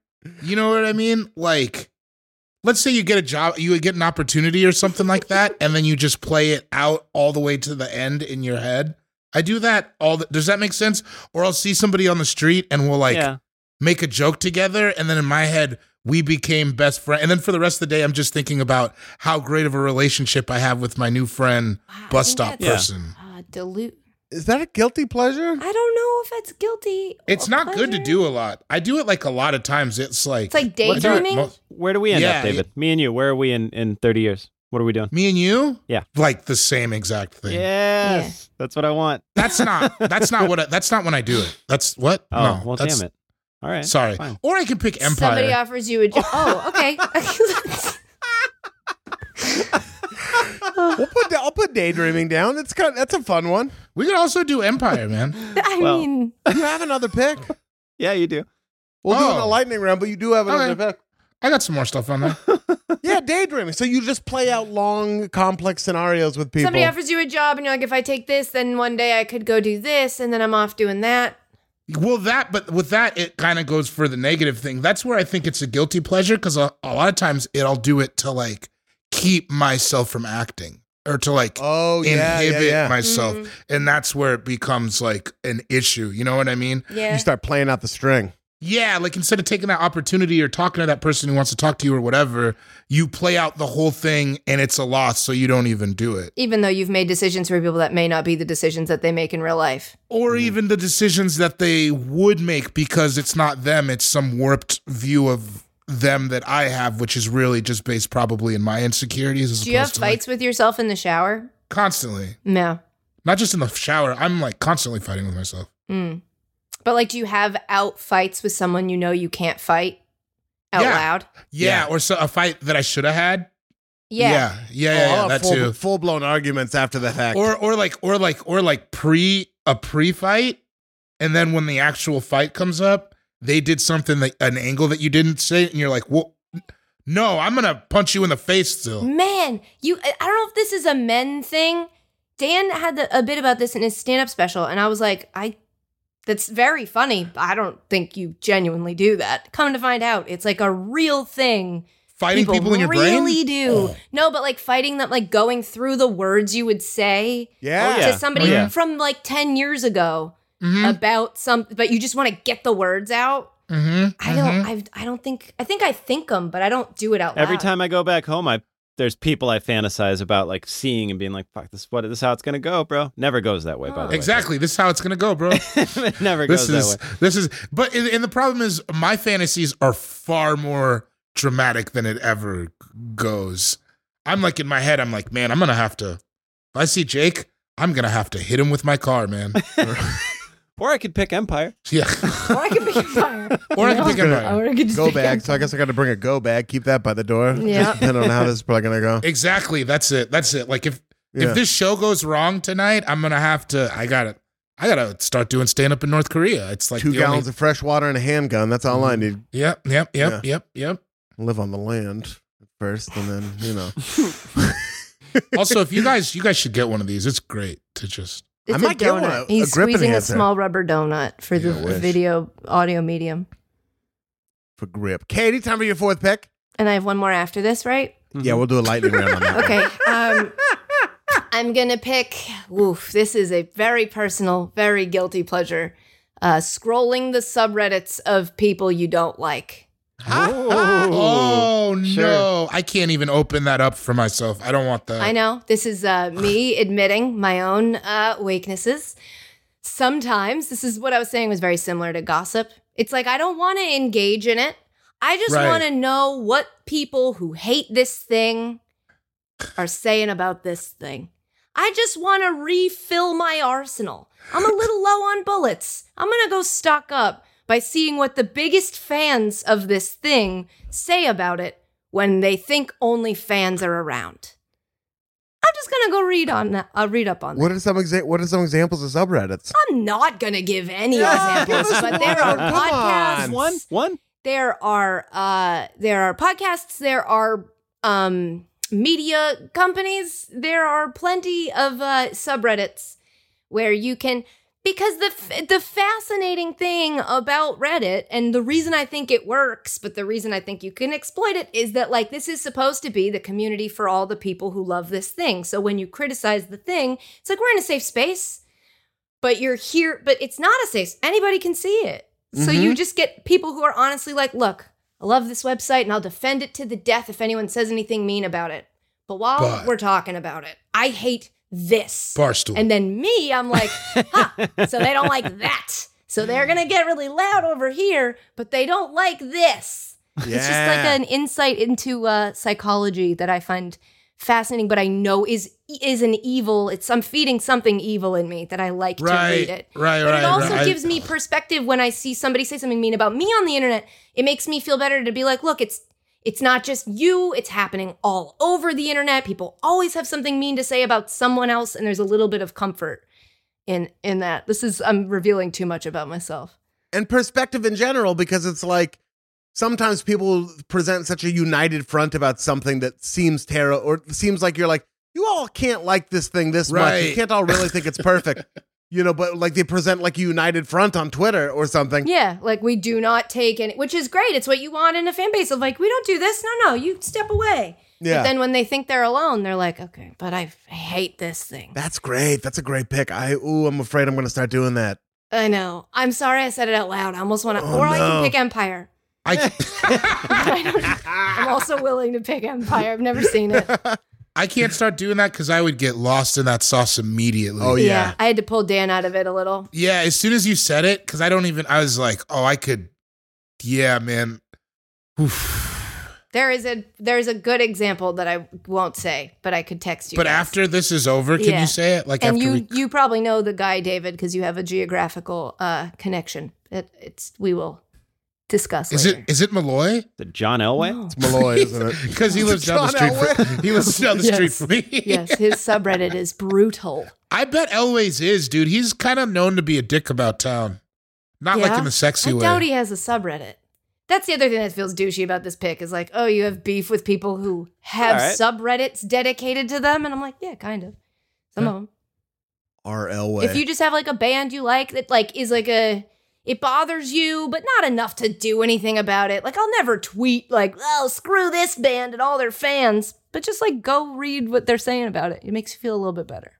Speaker 5: You know what I mean? Like, let's say you get a job, you get an opportunity or something like that, and then you just play it out all the way to the end in your head. I do that all the, does that make sense? Or I'll see somebody on the street and we'll like
Speaker 1: yeah.
Speaker 5: make a joke together and then in my head we became best friends and then for the rest of the day i'm just thinking about how great of a relationship i have with my new friend
Speaker 4: Wow, I
Speaker 5: bus
Speaker 4: think
Speaker 5: stop
Speaker 4: that's-
Speaker 5: person
Speaker 4: Uh, dilute.
Speaker 9: Is that a guilty pleasure?
Speaker 4: I don't know if that's guilty.
Speaker 5: it's
Speaker 4: or
Speaker 5: not good to
Speaker 4: pleasure.
Speaker 5: do a lot i do it like a lot of times it's like
Speaker 4: It's like
Speaker 5: I do it
Speaker 4: daydreaming.
Speaker 5: mo-
Speaker 1: Where do we end
Speaker 5: Yeah,
Speaker 1: up, David? Me and you. Where are we in in 30 years? What are we doing?
Speaker 5: me and you
Speaker 1: Yeah.
Speaker 5: like the same exact thing
Speaker 1: Yes, that's what I want.
Speaker 5: that's not that's not what I, that's not when i do it that's what
Speaker 1: Oh,
Speaker 5: no
Speaker 1: well,
Speaker 5: that's
Speaker 1: damn it. All right.
Speaker 5: sorry
Speaker 1: fine.
Speaker 5: or i can pick empire
Speaker 4: Somebody offers you a job. Oh, okay.
Speaker 9: We'll put da- I'll put daydreaming down. It's kind that's a fun one.
Speaker 5: we could also do empire man
Speaker 4: I
Speaker 1: Well,
Speaker 4: mean,
Speaker 9: You have another pick.
Speaker 1: Yeah, you do.
Speaker 9: We'll do it in
Speaker 5: Oh.
Speaker 9: a lightning round, but you do have another
Speaker 5: Okay. i got some more stuff on there
Speaker 9: pick. Yeah, daydreaming. So you just play out long, complex scenarios with people.
Speaker 4: somebody offers you a job, and you're like, if I take this, then one day I could go do this, and then I'm off doing that.
Speaker 5: Well, that, but with that, it kind of goes for the negative thing. That's where I think it's a guilty pleasure because a, a lot of times it, I'll do it to like keep myself from acting or to like
Speaker 9: oh yeah, yeah,
Speaker 5: inhibit
Speaker 9: yeah.
Speaker 5: myself.
Speaker 4: Mhm.
Speaker 5: And that's where it becomes like an issue. You know what I mean?
Speaker 4: Yeah.
Speaker 9: you start playing out the string.
Speaker 5: Yeah. Like instead of taking that opportunity or talking to that person who wants to talk to you or whatever, you play out the whole thing and it's a loss. So you don't even do it.
Speaker 4: Even though you've made decisions for people that may not be the decisions that they make in real life.
Speaker 5: or even the decisions that they would make because it's not them it's some warped view of them that i have which is really just based probably in my insecurities as
Speaker 4: Do you have
Speaker 5: opposed to, like,
Speaker 4: fights with yourself in the shower?
Speaker 5: constantly
Speaker 4: No.
Speaker 5: not just in the shower i'm like constantly fighting with myself
Speaker 4: Mm. But like, do you have out fights with someone you know you can't fight out
Speaker 5: Yeah.
Speaker 4: loud?
Speaker 5: yeah,
Speaker 1: Yeah.
Speaker 5: or so a fight that i should have had
Speaker 4: Yeah.
Speaker 5: yeah yeah, yeah,
Speaker 2: Oh,
Speaker 5: yeah, that
Speaker 9: Oh, full,
Speaker 5: too
Speaker 9: Full blown arguments after the fact.
Speaker 5: or oh, or like or like or like pre a pre fight and then when the actual fight comes up they did something that an angle that you didn't say and you're like well no i'm gonna punch you in the face still
Speaker 4: Man, you I I don't know if this is a men thing. Dan had the, a bit about this in his stand-up special and I was like, I that's very funny. but I don't think you genuinely do that. Come to find out, it's like a real thing.
Speaker 5: fighting people, in your brain.
Speaker 4: really do.
Speaker 5: Oh.
Speaker 4: No, but like fighting them like going through the words you would say
Speaker 9: yeah.
Speaker 1: Oh, yeah.
Speaker 4: to somebody
Speaker 1: Oh, yeah.
Speaker 4: from like 10 years ago
Speaker 5: Mhm,
Speaker 4: about something but you just want to get the words out.
Speaker 5: mhm,
Speaker 4: Uh, I don't
Speaker 5: mhm.
Speaker 4: I've, I don't think I think I think them, but I don't do it out loud.
Speaker 1: Every time I go back home, I there's people I fantasize about like seeing and being like, "Fuck this! What this? How it's gonna go, bro?" Never goes that way. By the way,
Speaker 5: Exactly. This is how it's gonna go, bro.
Speaker 1: it never goes
Speaker 5: this
Speaker 1: that
Speaker 5: is
Speaker 1: way.
Speaker 5: this is. But and and the problem is, my fantasies are far more dramatic than it ever g- goes. I'm like in my head, I'm like, man, I'm gonna have to. If I see Jake, I'm gonna have to hit him with my car, man.
Speaker 1: Or I could pick Empire.
Speaker 5: yeah.
Speaker 4: or I could be a fire.
Speaker 5: Or I can pick
Speaker 9: gonna-
Speaker 5: everybody.
Speaker 4: Or I could just
Speaker 9: Go
Speaker 4: pick
Speaker 9: bag.
Speaker 4: up-
Speaker 9: So I guess I got to bring a go bag. Keep that by the door.
Speaker 4: Yeah.
Speaker 9: Just depending on how this is probably gonna go.
Speaker 5: Exactly. That's it. That's it. Like if
Speaker 9: Yeah.
Speaker 5: if this show goes wrong tonight, I'm gonna have to. I gotta. I gotta start doing stand up in North Korea. It's like
Speaker 9: Two
Speaker 5: the
Speaker 9: gallons
Speaker 5: Only, Mm-hmm.
Speaker 9: of fresh water and a handgun. That's all I need.
Speaker 5: yep. Yep. Yep.
Speaker 9: Yeah.
Speaker 5: Yep. Yep.
Speaker 9: Live on the land first, and then you know.
Speaker 5: also, if you guys you guys should get one of these, it's great to just
Speaker 9: I
Speaker 4: It's a
Speaker 9: might get one,
Speaker 4: donut.
Speaker 9: a-
Speaker 4: He's
Speaker 9: a grip
Speaker 4: squeezing a
Speaker 9: enhancer.
Speaker 4: small rubber donut for
Speaker 5: Yeah, I
Speaker 4: the
Speaker 5: wish.
Speaker 4: video audio medium.
Speaker 9: for grip. Katie, time for your fourth pick.
Speaker 4: And I have one more after this, right?
Speaker 5: Mm-hmm.
Speaker 9: Yeah, we'll do a lightning round on that. one.
Speaker 4: Okay. Um, I'm going to pick, oof, this is a very personal, very guilty pleasure. Uh, scrolling the subreddits of people you don't like.
Speaker 5: Oh no.
Speaker 1: sure.
Speaker 5: I can't even open that up for myself. I don't want that.
Speaker 4: I know this is uh, me admitting my own uh, weaknesses. Sometimes this is what I was saying was very similar to gossip. It's like I don't want to engage in it. I just
Speaker 5: Right.
Speaker 4: want to know what people who hate this thing are saying about this thing. I just want to refill my arsenal. I'm a little low on bullets. I'm going to go stock up by seeing what the biggest fans of this thing say about it when they think only fans are around. I'm just gonna go read on. that- I'll read up on that.
Speaker 9: What are some exa- What are some examples of subreddits?
Speaker 4: I'm not gonna give any
Speaker 9: Yeah, give
Speaker 4: examples,
Speaker 9: us
Speaker 4: but
Speaker 9: one.
Speaker 4: there are
Speaker 1: Come
Speaker 4: podcasts.
Speaker 9: on.
Speaker 1: One, one.
Speaker 4: There are uh, there are podcasts. There are um, media companies. There are plenty of uh, subreddits where you can because the f- the fascinating thing about Reddit and the reason I think it works, but the reason I think you can exploit it is that like this is supposed to be the community for all the people who love this thing. So when you criticize the thing, it's like we're in a safe space, but you're here, but it's not a safe. Anybody can see it, so you just get people who are honestly like, look, I love this website and I'll defend it to the death if anyone says anything mean about it. But while
Speaker 5: But-
Speaker 4: we're talking about it, I hate this.
Speaker 5: Barstool.
Speaker 4: And then me, I'm like, huh, so they don't like that. So they're going to get really loud over here, but they don't like this. It's just like an insight into uh, psychology that I find fascinating, but I know is is an evil. It's I'm feeding something evil in me that I like to
Speaker 5: right,
Speaker 4: read it.
Speaker 5: right,
Speaker 4: But
Speaker 5: right.
Speaker 4: it also
Speaker 5: right.
Speaker 4: gives me perspective when I see somebody say something mean about me on the internet. It makes me feel better to be like, look, it's it's not just you, it's happening all over the internet. People always have something mean to say about someone else and there's a little bit of comfort in in that. This is I'm revealing too much about myself.
Speaker 2: and perspective in general because it's like sometimes people present such a united front about something that seems terrible or seems like you're like you all can't like this thing this much you
Speaker 5: Right.
Speaker 2: can't all really think it's perfect you know but like they present like a united front on twitter or something
Speaker 4: Yeah, like we do not take any which is great. It's what you want in a fan base of like, we don't do this. No, no, you step away. But
Speaker 2: yeah
Speaker 4: then when they think they're alone, they're like, okay, but I f- hate this thing.
Speaker 2: that's great that's a great pick i ooh i'm afraid i'm gonna start doing that
Speaker 4: I know. I'm sorry I said it out loud. I almost want to,
Speaker 2: Oh,
Speaker 4: or I
Speaker 2: no.
Speaker 4: can pick Empire. I
Speaker 5: I,
Speaker 4: don't- I'm also willing to pick Empire. I've never seen it.
Speaker 5: I can't start doing that because I would get lost in that sauce immediately.
Speaker 2: Oh, yeah.
Speaker 4: I had to pull Dan out of it a little.
Speaker 5: Yeah, as soon as you said it, because I don't even, I was like, oh, I could, yeah, man. Oof.
Speaker 4: There is a there's a good example that I won't say, but I could text you.
Speaker 5: But
Speaker 4: guys.
Speaker 5: after this is over, can
Speaker 4: Yeah.
Speaker 5: you say it? Like
Speaker 4: and
Speaker 5: after
Speaker 4: you
Speaker 5: we,
Speaker 4: you probably know the guy David because you have a geographical uh, connection. It, it's we will discuss.
Speaker 5: is
Speaker 4: later.
Speaker 5: it is it Malloy?
Speaker 1: The John Elway?
Speaker 4: No.
Speaker 2: malloy isn't it
Speaker 5: Because he lives down the
Speaker 2: John
Speaker 5: street. From, he lives down the street
Speaker 4: Yes.
Speaker 5: from me.
Speaker 4: yes, his subreddit is brutal.
Speaker 5: I bet Elway's is, dude. He's kind of known to be a dick about town, not like
Speaker 4: Yeah.
Speaker 5: in the sexy
Speaker 4: I
Speaker 5: way.
Speaker 4: doubt he has a subreddit. That's the other thing that feels douchey about this pick is like, oh, you have beef with people who have
Speaker 1: All right.
Speaker 4: subreddits dedicated to them, and I'm like, yeah, kind of. Some of them.
Speaker 2: rl way
Speaker 4: If you just have like a band you like that like is like a it bothers you, but not enough to do anything about it. Like I'll never tweet like, "Oh, screw this band and all their fans," but just like go read what they're saying about it. It makes you feel a little bit better.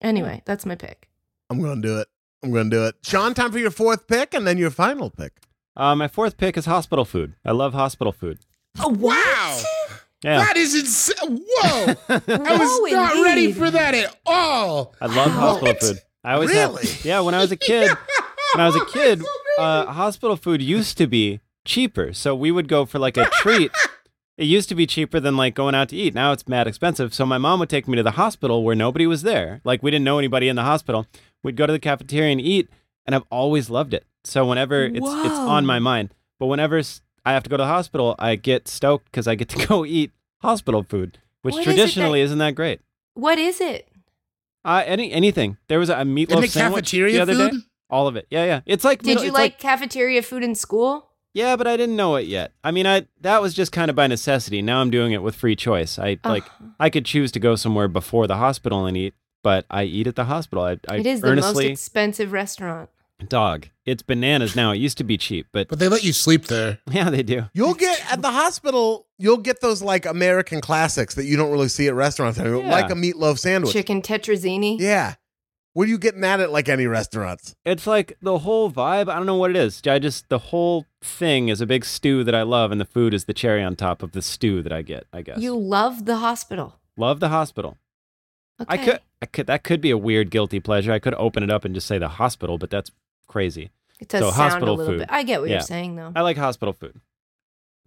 Speaker 4: Anyway, that's my pick.
Speaker 2: i'm gonna do it i'm gonna do it sean time for your fourth pick and then your final pick
Speaker 1: Uh, my fourth pick is hospital food. I love hospital food.
Speaker 4: Oh, what?
Speaker 5: Wow.
Speaker 1: Yeah.
Speaker 5: That is insane. Whoa. I was
Speaker 4: Whoa,
Speaker 5: not
Speaker 4: indeed.
Speaker 5: ready for that at all.
Speaker 1: I love hospital
Speaker 5: What?
Speaker 1: food. I always have-
Speaker 2: Really?
Speaker 1: yeah, when I was a kid, when I was a kid, uh, hospital food used to be cheaper. So we would go for like a treat. It used to be cheaper than like going out to eat. Now it's mad expensive. So my mom would take me to the hospital where nobody was there. Like we didn't know anybody in the hospital. We'd go to the cafeteria and eat, and I've always loved it. So whenever it's it's
Speaker 4: Whoa.
Speaker 1: on my mind, but whenever s- I have to go to the hospital, I get stoked because I get to go eat hospital food, which
Speaker 4: What is it that-
Speaker 1: traditionally is isn't that great.
Speaker 4: What is it?
Speaker 1: Uh, any anything. There was a meatloaf
Speaker 5: In the
Speaker 1: sandwich
Speaker 5: cafeteria
Speaker 1: the other day.
Speaker 5: food?
Speaker 1: All of it. Yeah, yeah. It's like
Speaker 4: Did
Speaker 1: middle-
Speaker 4: you
Speaker 1: it's
Speaker 4: like, cafeteria food in school?
Speaker 1: Yeah, but I didn't know it yet. I mean, I that was just kind of by necessity. Now I'm doing it with free choice. I like I could choose to go somewhere before the hospital and eat, but I eat at the hospital. I, I
Speaker 4: it is the most
Speaker 1: earnestly
Speaker 4: expensive restaurant.
Speaker 1: dog. It's bananas now. It used to be cheap, but
Speaker 5: But they let you sleep there.
Speaker 1: yeah, they do.
Speaker 2: You'll get at the hospital. You'll get those like American classics that you don't really see at restaurants anymore,
Speaker 1: Yeah.
Speaker 2: like a meatloaf sandwich.
Speaker 4: Chicken tetrazzini.
Speaker 2: Yeah, where you getting that at like any restaurants?
Speaker 1: It's like the whole vibe. I don't know what it is. I just the whole thing is a big stew that I love, and the food is the cherry on top of the stew that I get. I guess
Speaker 4: You love the hospital.
Speaker 1: love the hospital.
Speaker 4: Okay.
Speaker 1: I could, I could, that could be a weird guilty pleasure. I could open it up and just say the hospital, but that's crazy.
Speaker 4: It does
Speaker 1: so
Speaker 4: sound
Speaker 1: hospital
Speaker 4: a little
Speaker 1: food.
Speaker 4: bit. I get what
Speaker 1: Yeah.
Speaker 4: you're saying though.
Speaker 1: I like hospital food.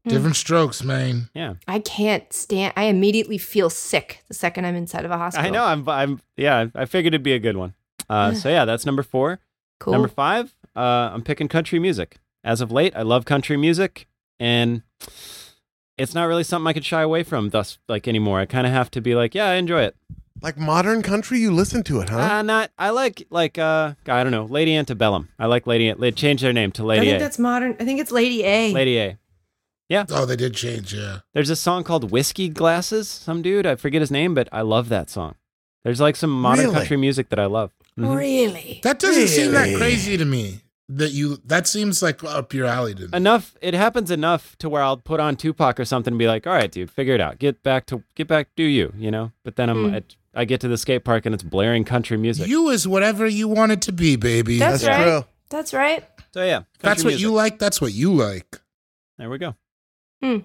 Speaker 4: Hmm.
Speaker 5: Different strokes, man.
Speaker 1: Yeah,
Speaker 4: I can't stand. I immediately feel sick the second I'm inside of a hospital.
Speaker 1: I know. I'm, I'm, yeah. I figured it'd be a good one. Uh, so yeah, that's number four.
Speaker 4: Cool.
Speaker 1: Number five, uh, I'm picking country music. As of late, I love country music, and it's not really something I could shy away from. Thus, like anymore, I kind of have to be like, yeah, I enjoy it.
Speaker 2: Like modern country, you listen to it, huh?
Speaker 1: Uh, not. I like like uh, I don't know, Lady Antebellum. I like Lady. They changed their name to Lady A.
Speaker 4: modern. I think it's Lady A.
Speaker 1: Lady A.
Speaker 5: Oh, they did change, yeah.
Speaker 1: There's a song called Whiskey Glasses, some dude, I forget his name, but I love that song. There's like some modern
Speaker 2: Really?
Speaker 1: country music that I love. Mhm.
Speaker 4: Really?
Speaker 5: That doesn't seem that
Speaker 2: Really?
Speaker 5: crazy to me. That you that seems like up your alley to me.
Speaker 1: Enough. It happens enough to where I'll put on Tupac or something and be like, "All right, dude, figure it out. Get back to get back. Do you? You know." But then I'm
Speaker 4: Mm.
Speaker 1: at, I get to the skate park and it's blaring country music.
Speaker 5: You is whatever you want it to be, baby.
Speaker 4: That's,
Speaker 2: That's
Speaker 4: right.
Speaker 2: true.
Speaker 4: That's right.
Speaker 1: so yeah,
Speaker 5: That's
Speaker 1: country
Speaker 5: what
Speaker 1: music.
Speaker 5: you like. That's what you like.
Speaker 1: There we go.
Speaker 4: Hmm.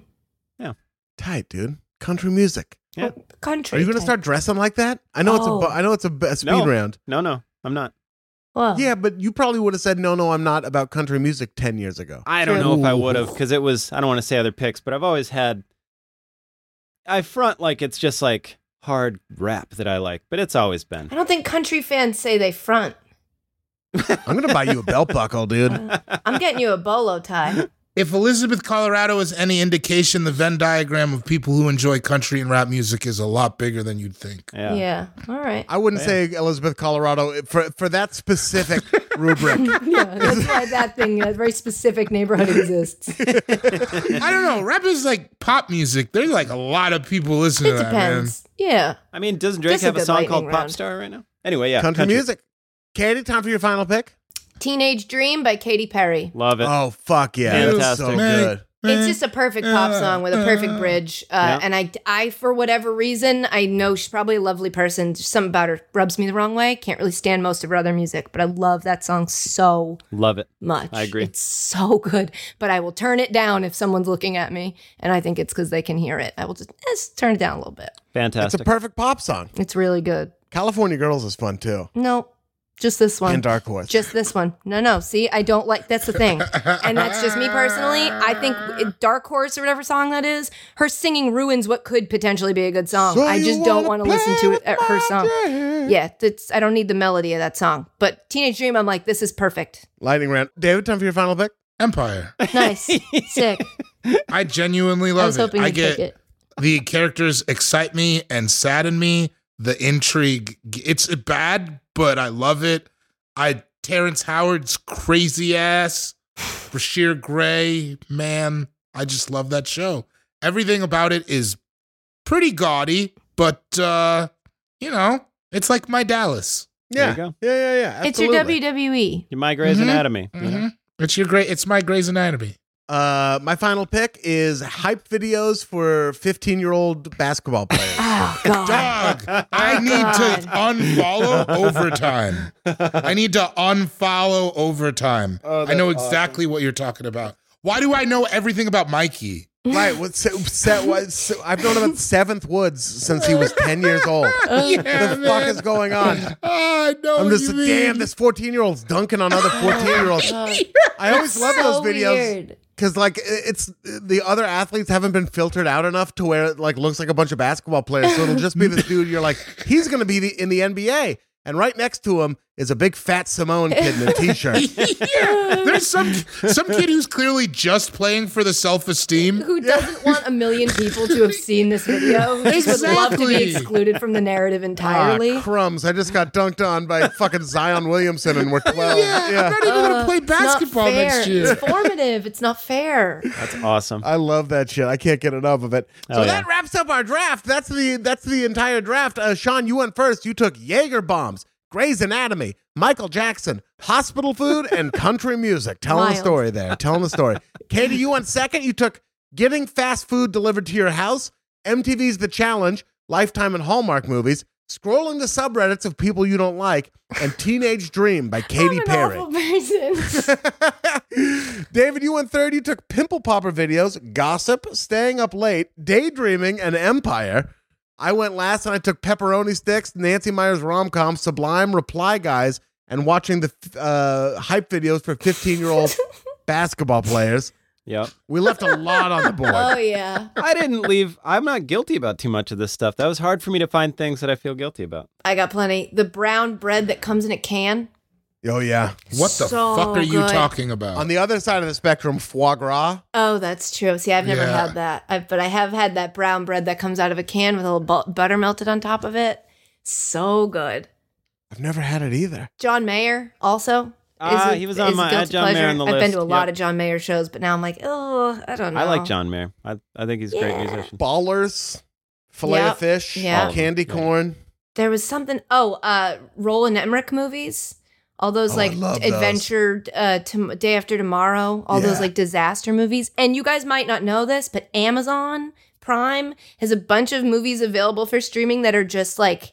Speaker 2: Tight, dude. Country music.
Speaker 1: Yeah.
Speaker 4: Country.
Speaker 2: Are you going to
Speaker 4: type.
Speaker 2: start dressing like that? I know it's a
Speaker 4: Oh.
Speaker 2: bu- I know it's a, b- a speed
Speaker 1: No.
Speaker 2: round.
Speaker 1: No, no, I'm not.
Speaker 4: Whoa.
Speaker 2: Yeah, but you probably would have said no, no, I'm not about country music ten years ago.
Speaker 1: I don't know if I would have because it was. I don't want to say other picks, but I've always had. I front like it's just like hard rap that I like, but it's always been.
Speaker 4: I don't think country fans say they front.
Speaker 2: I'm going to buy you a belt buckle, dude.
Speaker 4: I'm getting you a bolo tie.
Speaker 5: If Elizabeth, Colorado is any indication, the Venn diagram of people who enjoy country and rap music is a lot bigger than you'd think.
Speaker 1: Yeah.
Speaker 4: Yeah. All right.
Speaker 2: I wouldn't
Speaker 1: Yeah.
Speaker 2: say Elizabeth, Colorado for for that specific rubric.
Speaker 4: yeah, that's why that thing, that very specific neighborhood exists. It
Speaker 5: I don't know. Rap is like pop music. There's like a lot of people listening to that, man.
Speaker 4: depends. Yeah.
Speaker 1: I mean, doesn't Drake
Speaker 4: This is
Speaker 1: have a
Speaker 4: good
Speaker 1: song
Speaker 4: lightning
Speaker 1: called
Speaker 4: round.
Speaker 1: Popstar right now? Anyway, yeah.
Speaker 2: country, music. Katie, time for your final pick.
Speaker 4: Teenage Dream by Katy Perry.
Speaker 1: Love it.
Speaker 2: Oh fuck yeah, that's so
Speaker 1: Fantastic.
Speaker 2: good.
Speaker 5: Eh,
Speaker 4: It's just a perfect pop
Speaker 5: uh,
Speaker 2: eh,
Speaker 4: song with a
Speaker 5: uh.
Speaker 4: perfect bridge. Uh,
Speaker 1: Yeah.
Speaker 4: And I, I, for whatever reason, I know she's probably a lovely person. Just Something about her rubs me the wrong way. Can't really stand most of her other music, but I love that song so
Speaker 1: Love it.
Speaker 4: much.
Speaker 1: I agree.
Speaker 4: It's so good, but I will turn it down if someone's looking at me. And I think it's because they can hear it. I will just, eh, just turn it down a little bit.
Speaker 2: It's a
Speaker 1: Fantastic.
Speaker 2: perfect pop song.
Speaker 4: It's really good.
Speaker 2: California Girls is fun too.
Speaker 4: No, just this one.
Speaker 2: And Dark Horse.
Speaker 4: Just this one. No, no. See, I don't like. That's the thing, and that's just me personally. I think it- Dark Horse or whatever song that is, her singing ruins what could potentially be a good song.
Speaker 2: So
Speaker 4: I
Speaker 2: you
Speaker 4: just don't
Speaker 2: wanna
Speaker 4: want to listen to
Speaker 2: play
Speaker 4: it, uh, her
Speaker 2: with
Speaker 4: song.
Speaker 2: my dreams.
Speaker 4: Yeah, that's. I don't need the melody of that song. But Teenage Dream, I'm like, this is perfect.
Speaker 2: Lightning round. David, time for your final pick.
Speaker 5: Empire.
Speaker 4: Nice, sick.
Speaker 5: I genuinely love
Speaker 4: I was hoping
Speaker 5: it.
Speaker 4: you'd
Speaker 5: I get
Speaker 4: pick it.
Speaker 5: the characters excite me and sadden me. The intrigue, it's bad, but I love it. I Terrence Howard's crazy ass, Bashir Gray, man, I just love that show. Everything about it is pretty gaudy, but uh, you know, it's like my Dallas.
Speaker 1: There
Speaker 2: Yeah,
Speaker 1: you go.
Speaker 2: yeah, yeah, yeah.
Speaker 4: It's your E.
Speaker 2: absolutely.
Speaker 4: WWE.
Speaker 1: You're my Grey's
Speaker 5: Mhm.
Speaker 2: Mm-hmm.
Speaker 1: Anatomy. you know?
Speaker 5: Mhm. It's your great. It's my Grey's Anatomy.
Speaker 2: Uh, my final pick is hype videos for 15 year old basketball players.
Speaker 4: Oh God.
Speaker 5: Dog, I need to unfollow overtime. I need to unfollow overtime.
Speaker 2: Oh,
Speaker 5: I know
Speaker 2: that's
Speaker 5: exactly what you're talking about. Why do I know everything about Mikey?
Speaker 2: right. What, so, so, what, so, I've known about Seventh Woods since he was 10 years old.
Speaker 4: Oh, Uh,
Speaker 5: yeah, Ah,
Speaker 2: What the fuck is going on?
Speaker 5: I know.
Speaker 2: I'm
Speaker 5: what
Speaker 2: just
Speaker 5: you mean. Oh
Speaker 2: damn. This 14 year old's dunking on other 14 year olds. I always love
Speaker 4: So
Speaker 2: those videos
Speaker 4: weird.
Speaker 2: because like i- it's the other athletes haven't been filtered out enough to where it like looks like a bunch of basketball players. So it'll just be this dude. You're like, he's gonna be the, in the NBA, and right next to him is a big fat Simone kid in a t-shirt.
Speaker 5: yeah, there's some some kid who's clearly just playing for the self esteem.
Speaker 4: Who doesn't want a million people to have seen this video? Who just would love to be
Speaker 5: Exactly.
Speaker 4: excluded from the narrative entirely?
Speaker 2: Ah, crumbs! I just got dunked on by fucking Zion Williamson, and we're twelve.
Speaker 5: Yeah, I'm not even gonna play basketball
Speaker 4: Uh, it's not fair.
Speaker 5: next year.
Speaker 4: It's formative. It's not fair.
Speaker 1: That's awesome.
Speaker 2: I love that shit. I can't get enough of it. So
Speaker 1: Oh, yeah.
Speaker 2: that wraps up our draft. That's the that's the entire draft. Uh, Sean, you went first. You took Jaeger bombs, Grey's Anatomy, Michael Jackson, hospital food, and country music. Telling a
Speaker 4: Wild.
Speaker 2: story there. Telling a story. Katie, you went second. You took getting fast food delivered to your house, MTV's The Challenge, Lifetime and Hallmark movies, scrolling the subreddits of people you don't like, and Teenage Dream
Speaker 1: Oh
Speaker 2: by Katy
Speaker 4: I'm an
Speaker 2: Perry.
Speaker 5: Oh,
Speaker 4: awful person.
Speaker 2: David, you went third. You took pimple popper videos, gossip, staying up late, daydreaming, and empire. I went last and I took pepperoni sticks, Nancy Myers rom com, Sublime, Reply Guys, and watching the uh, hype videos for 15 year old basketball players.
Speaker 1: Yep.
Speaker 2: We left a lot on the
Speaker 4: oh
Speaker 2: board.
Speaker 4: yeah,
Speaker 1: I didn't leave. I'm not guilty about too much of this stuff. That was hard for me to find things that I feel guilty about.
Speaker 4: I got plenty. The brown bread that comes in a can.
Speaker 2: Oh, yeah.
Speaker 5: What the
Speaker 4: So
Speaker 5: fuck are you
Speaker 4: good.
Speaker 5: talking about?
Speaker 2: On the other side of the spectrum, foie gras.
Speaker 4: Oh, that's true. See, I've never
Speaker 5: Yeah.
Speaker 4: had that, I've, but I have had that brown bread that comes out of a can with a little bu- butter melted on top of it. So good.
Speaker 2: I've never had it either.
Speaker 4: John Mayer also. is
Speaker 1: Ah,
Speaker 4: a-
Speaker 1: he was on
Speaker 4: is a
Speaker 1: my- I
Speaker 4: guilty
Speaker 1: had John Mayer on the
Speaker 4: I've been
Speaker 1: list.
Speaker 4: to a lot
Speaker 1: Yep.
Speaker 4: of John Mayer shows, but now I'm like, oh, I don't know.
Speaker 1: I like John Mayer. I, I think he's a great
Speaker 4: Yeah.
Speaker 1: musician.
Speaker 2: Ballers, filet
Speaker 4: Yep.
Speaker 2: of fish,
Speaker 4: Yep.
Speaker 2: candy corn.
Speaker 4: there was something. Oh, uh, Roland Emmerich movies. All those
Speaker 2: Oh, I
Speaker 4: like
Speaker 2: love those.
Speaker 4: adventure, uh, tom day after tomorrow. All those
Speaker 2: Yeah.
Speaker 4: like disaster movies. And you guys might not know this, but Amazon Prime has a bunch of movies available for streaming that are just like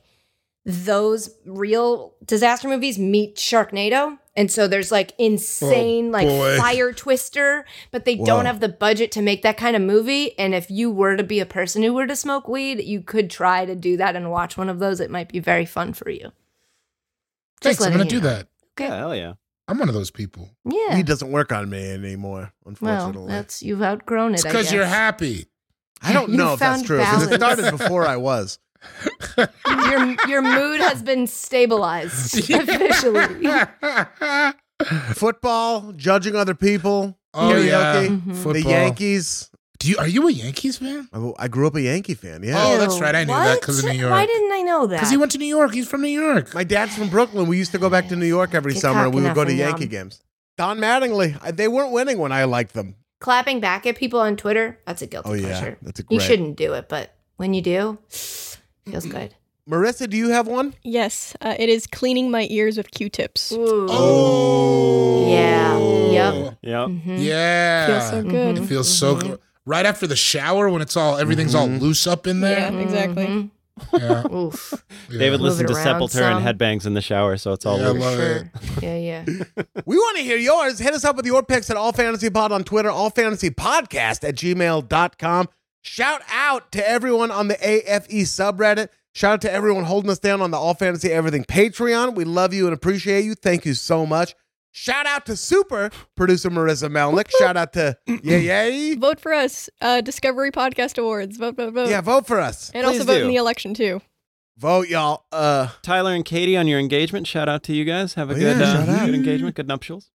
Speaker 4: those real disaster movies meet Sharknado. And so there's like
Speaker 2: Oh,
Speaker 4: insane like
Speaker 5: boy.
Speaker 4: fire twister, but they
Speaker 2: Whoa.
Speaker 4: don't have the budget to make that kind of movie. And if you were to be a person who were to smoke weed, you could try to do that and watch one of those. It might be very fun for you.
Speaker 5: Thanks. I'm
Speaker 4: letting
Speaker 5: gonna
Speaker 4: you
Speaker 5: do
Speaker 4: know.
Speaker 5: that.
Speaker 4: Okay.
Speaker 1: Yeah, hell yeah.
Speaker 5: I'm one of those people.
Speaker 4: Yeah.
Speaker 2: He doesn't work on me anymore,
Speaker 4: Well,
Speaker 2: unfortunately.
Speaker 4: that's you've outgrown it.
Speaker 5: It's
Speaker 4: I
Speaker 5: because you're
Speaker 4: guess.
Speaker 5: happy.
Speaker 2: I don't know if that's
Speaker 4: Newfound
Speaker 2: true. Because it
Speaker 4: balance.
Speaker 2: started before I was.
Speaker 4: your your mood has been stabilized officially.
Speaker 2: Football, judging other people,
Speaker 5: Oh,
Speaker 2: karaoke,
Speaker 5: yeah.
Speaker 4: Mhm.
Speaker 5: Football.
Speaker 2: the Yankees.
Speaker 5: Do you, are you a Yankees fan?
Speaker 2: I, I grew up a Yankee fan. Yeah.
Speaker 5: Oh, that's right. I knew that
Speaker 4: What?
Speaker 5: 'cause of New
Speaker 4: Why
Speaker 5: York.
Speaker 4: didn't I know that?
Speaker 5: Because he went to New York. He's from New York.
Speaker 2: My dad's from Brooklyn. We used to go back to New York every
Speaker 4: Oh. Get
Speaker 2: summer. We would go to
Speaker 4: cock-a-nuffin'
Speaker 2: Yankee
Speaker 4: yum.
Speaker 2: games. Don Mattingly. I, they weren't winning when I liked them.
Speaker 4: Clapping back at people on Twitter, that's a guilty
Speaker 2: Oh yeah,
Speaker 4: pleasure.
Speaker 2: that's a great.
Speaker 4: You shouldn't do it, but when you do, feels good.
Speaker 2: Marissa, do you have one?
Speaker 6: Yes, uh, it is cleaning my ears with Q-tips.
Speaker 4: Ooh.
Speaker 5: Oh.
Speaker 4: Yeah. Yep.
Speaker 1: Yeah.
Speaker 4: Mhm.
Speaker 5: Yeah.
Speaker 6: Feels so good.
Speaker 4: Mm-hmm.
Speaker 5: It feels so good. Right after the shower when it's all everything's all loose up in there.
Speaker 6: Yeah, exactly.
Speaker 4: Mhm.
Speaker 5: Yeah.
Speaker 4: Oof.
Speaker 5: yeah.
Speaker 1: David
Speaker 4: Move
Speaker 1: listened
Speaker 4: it
Speaker 1: to
Speaker 4: around
Speaker 1: Sepultura
Speaker 4: some.
Speaker 1: and headbangs in the shower, so it's all
Speaker 5: Yeah, I
Speaker 1: over.
Speaker 5: love it.
Speaker 4: Sure. Yeah, yeah.
Speaker 2: We want to hear yours. Hit us up with your picks at All Fantasy Pod on Twitter, All Fantasy Podcast at gmail.com. Shout out to everyone on the AFE subreddit. Shout out to everyone holding us down on the All Fantasy Everything Patreon. We love you and appreciate you. Thank you so much. Shout out to super producer Marissa Melnick. Shout out to Yay Yay.
Speaker 6: Vote for us, uh, Discovery Podcast Awards. Vote, vote, vote.
Speaker 2: Yeah, vote for us.
Speaker 6: and
Speaker 1: please
Speaker 6: also vote
Speaker 1: do.
Speaker 6: in the election too.
Speaker 2: Vote, y'all. Uh,
Speaker 1: Tyler and Katie on your engagement. Shout out to you guys. Have a
Speaker 2: Oh,
Speaker 1: good,
Speaker 2: yeah, shout
Speaker 1: uh,
Speaker 2: out.
Speaker 1: good engagement. Good nuptials.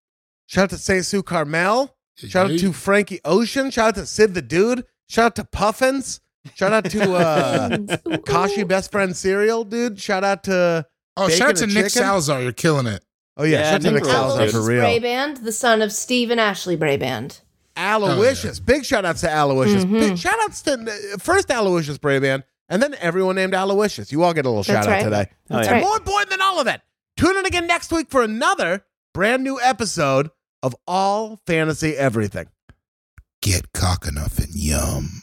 Speaker 2: shout out to Say Sue Carmel. Shout out to Frankie Ocean. Shout out to Sid the Dude. Shout out to Puffins. Shout out to uh,
Speaker 4: Ooh, ooh.
Speaker 2: Kashi Best Friend Cereal, dude. Shout out to
Speaker 5: Oh, shout out to
Speaker 2: Bacon and
Speaker 5: Nick
Speaker 2: chicken?
Speaker 5: Salazar. You're killing it.
Speaker 2: oh yeah,
Speaker 1: Yeah,
Speaker 2: shout out to
Speaker 1: Nick
Speaker 2: Nick Salazar
Speaker 1: Rose,
Speaker 2: for
Speaker 4: Aloysius
Speaker 2: real.
Speaker 4: Braband, the son of Steve and Ashley Braband.
Speaker 2: Aloysius,
Speaker 5: Oh,
Speaker 2: big shout outs to Aloysius.
Speaker 5: Mm-hmm.
Speaker 4: Mhm.
Speaker 2: Big shout outs to uh, first Aloysius Braband, and then everyone named Aloysius. You all get a little
Speaker 4: That's
Speaker 2: shout out
Speaker 4: right.
Speaker 2: today.
Speaker 1: Oh,
Speaker 4: That's
Speaker 1: yeah.
Speaker 2: And
Speaker 4: right.
Speaker 2: more important than all of that, tune in again next week for another brand new episode of All Fantasy Everything.
Speaker 5: Get cock enough and yum.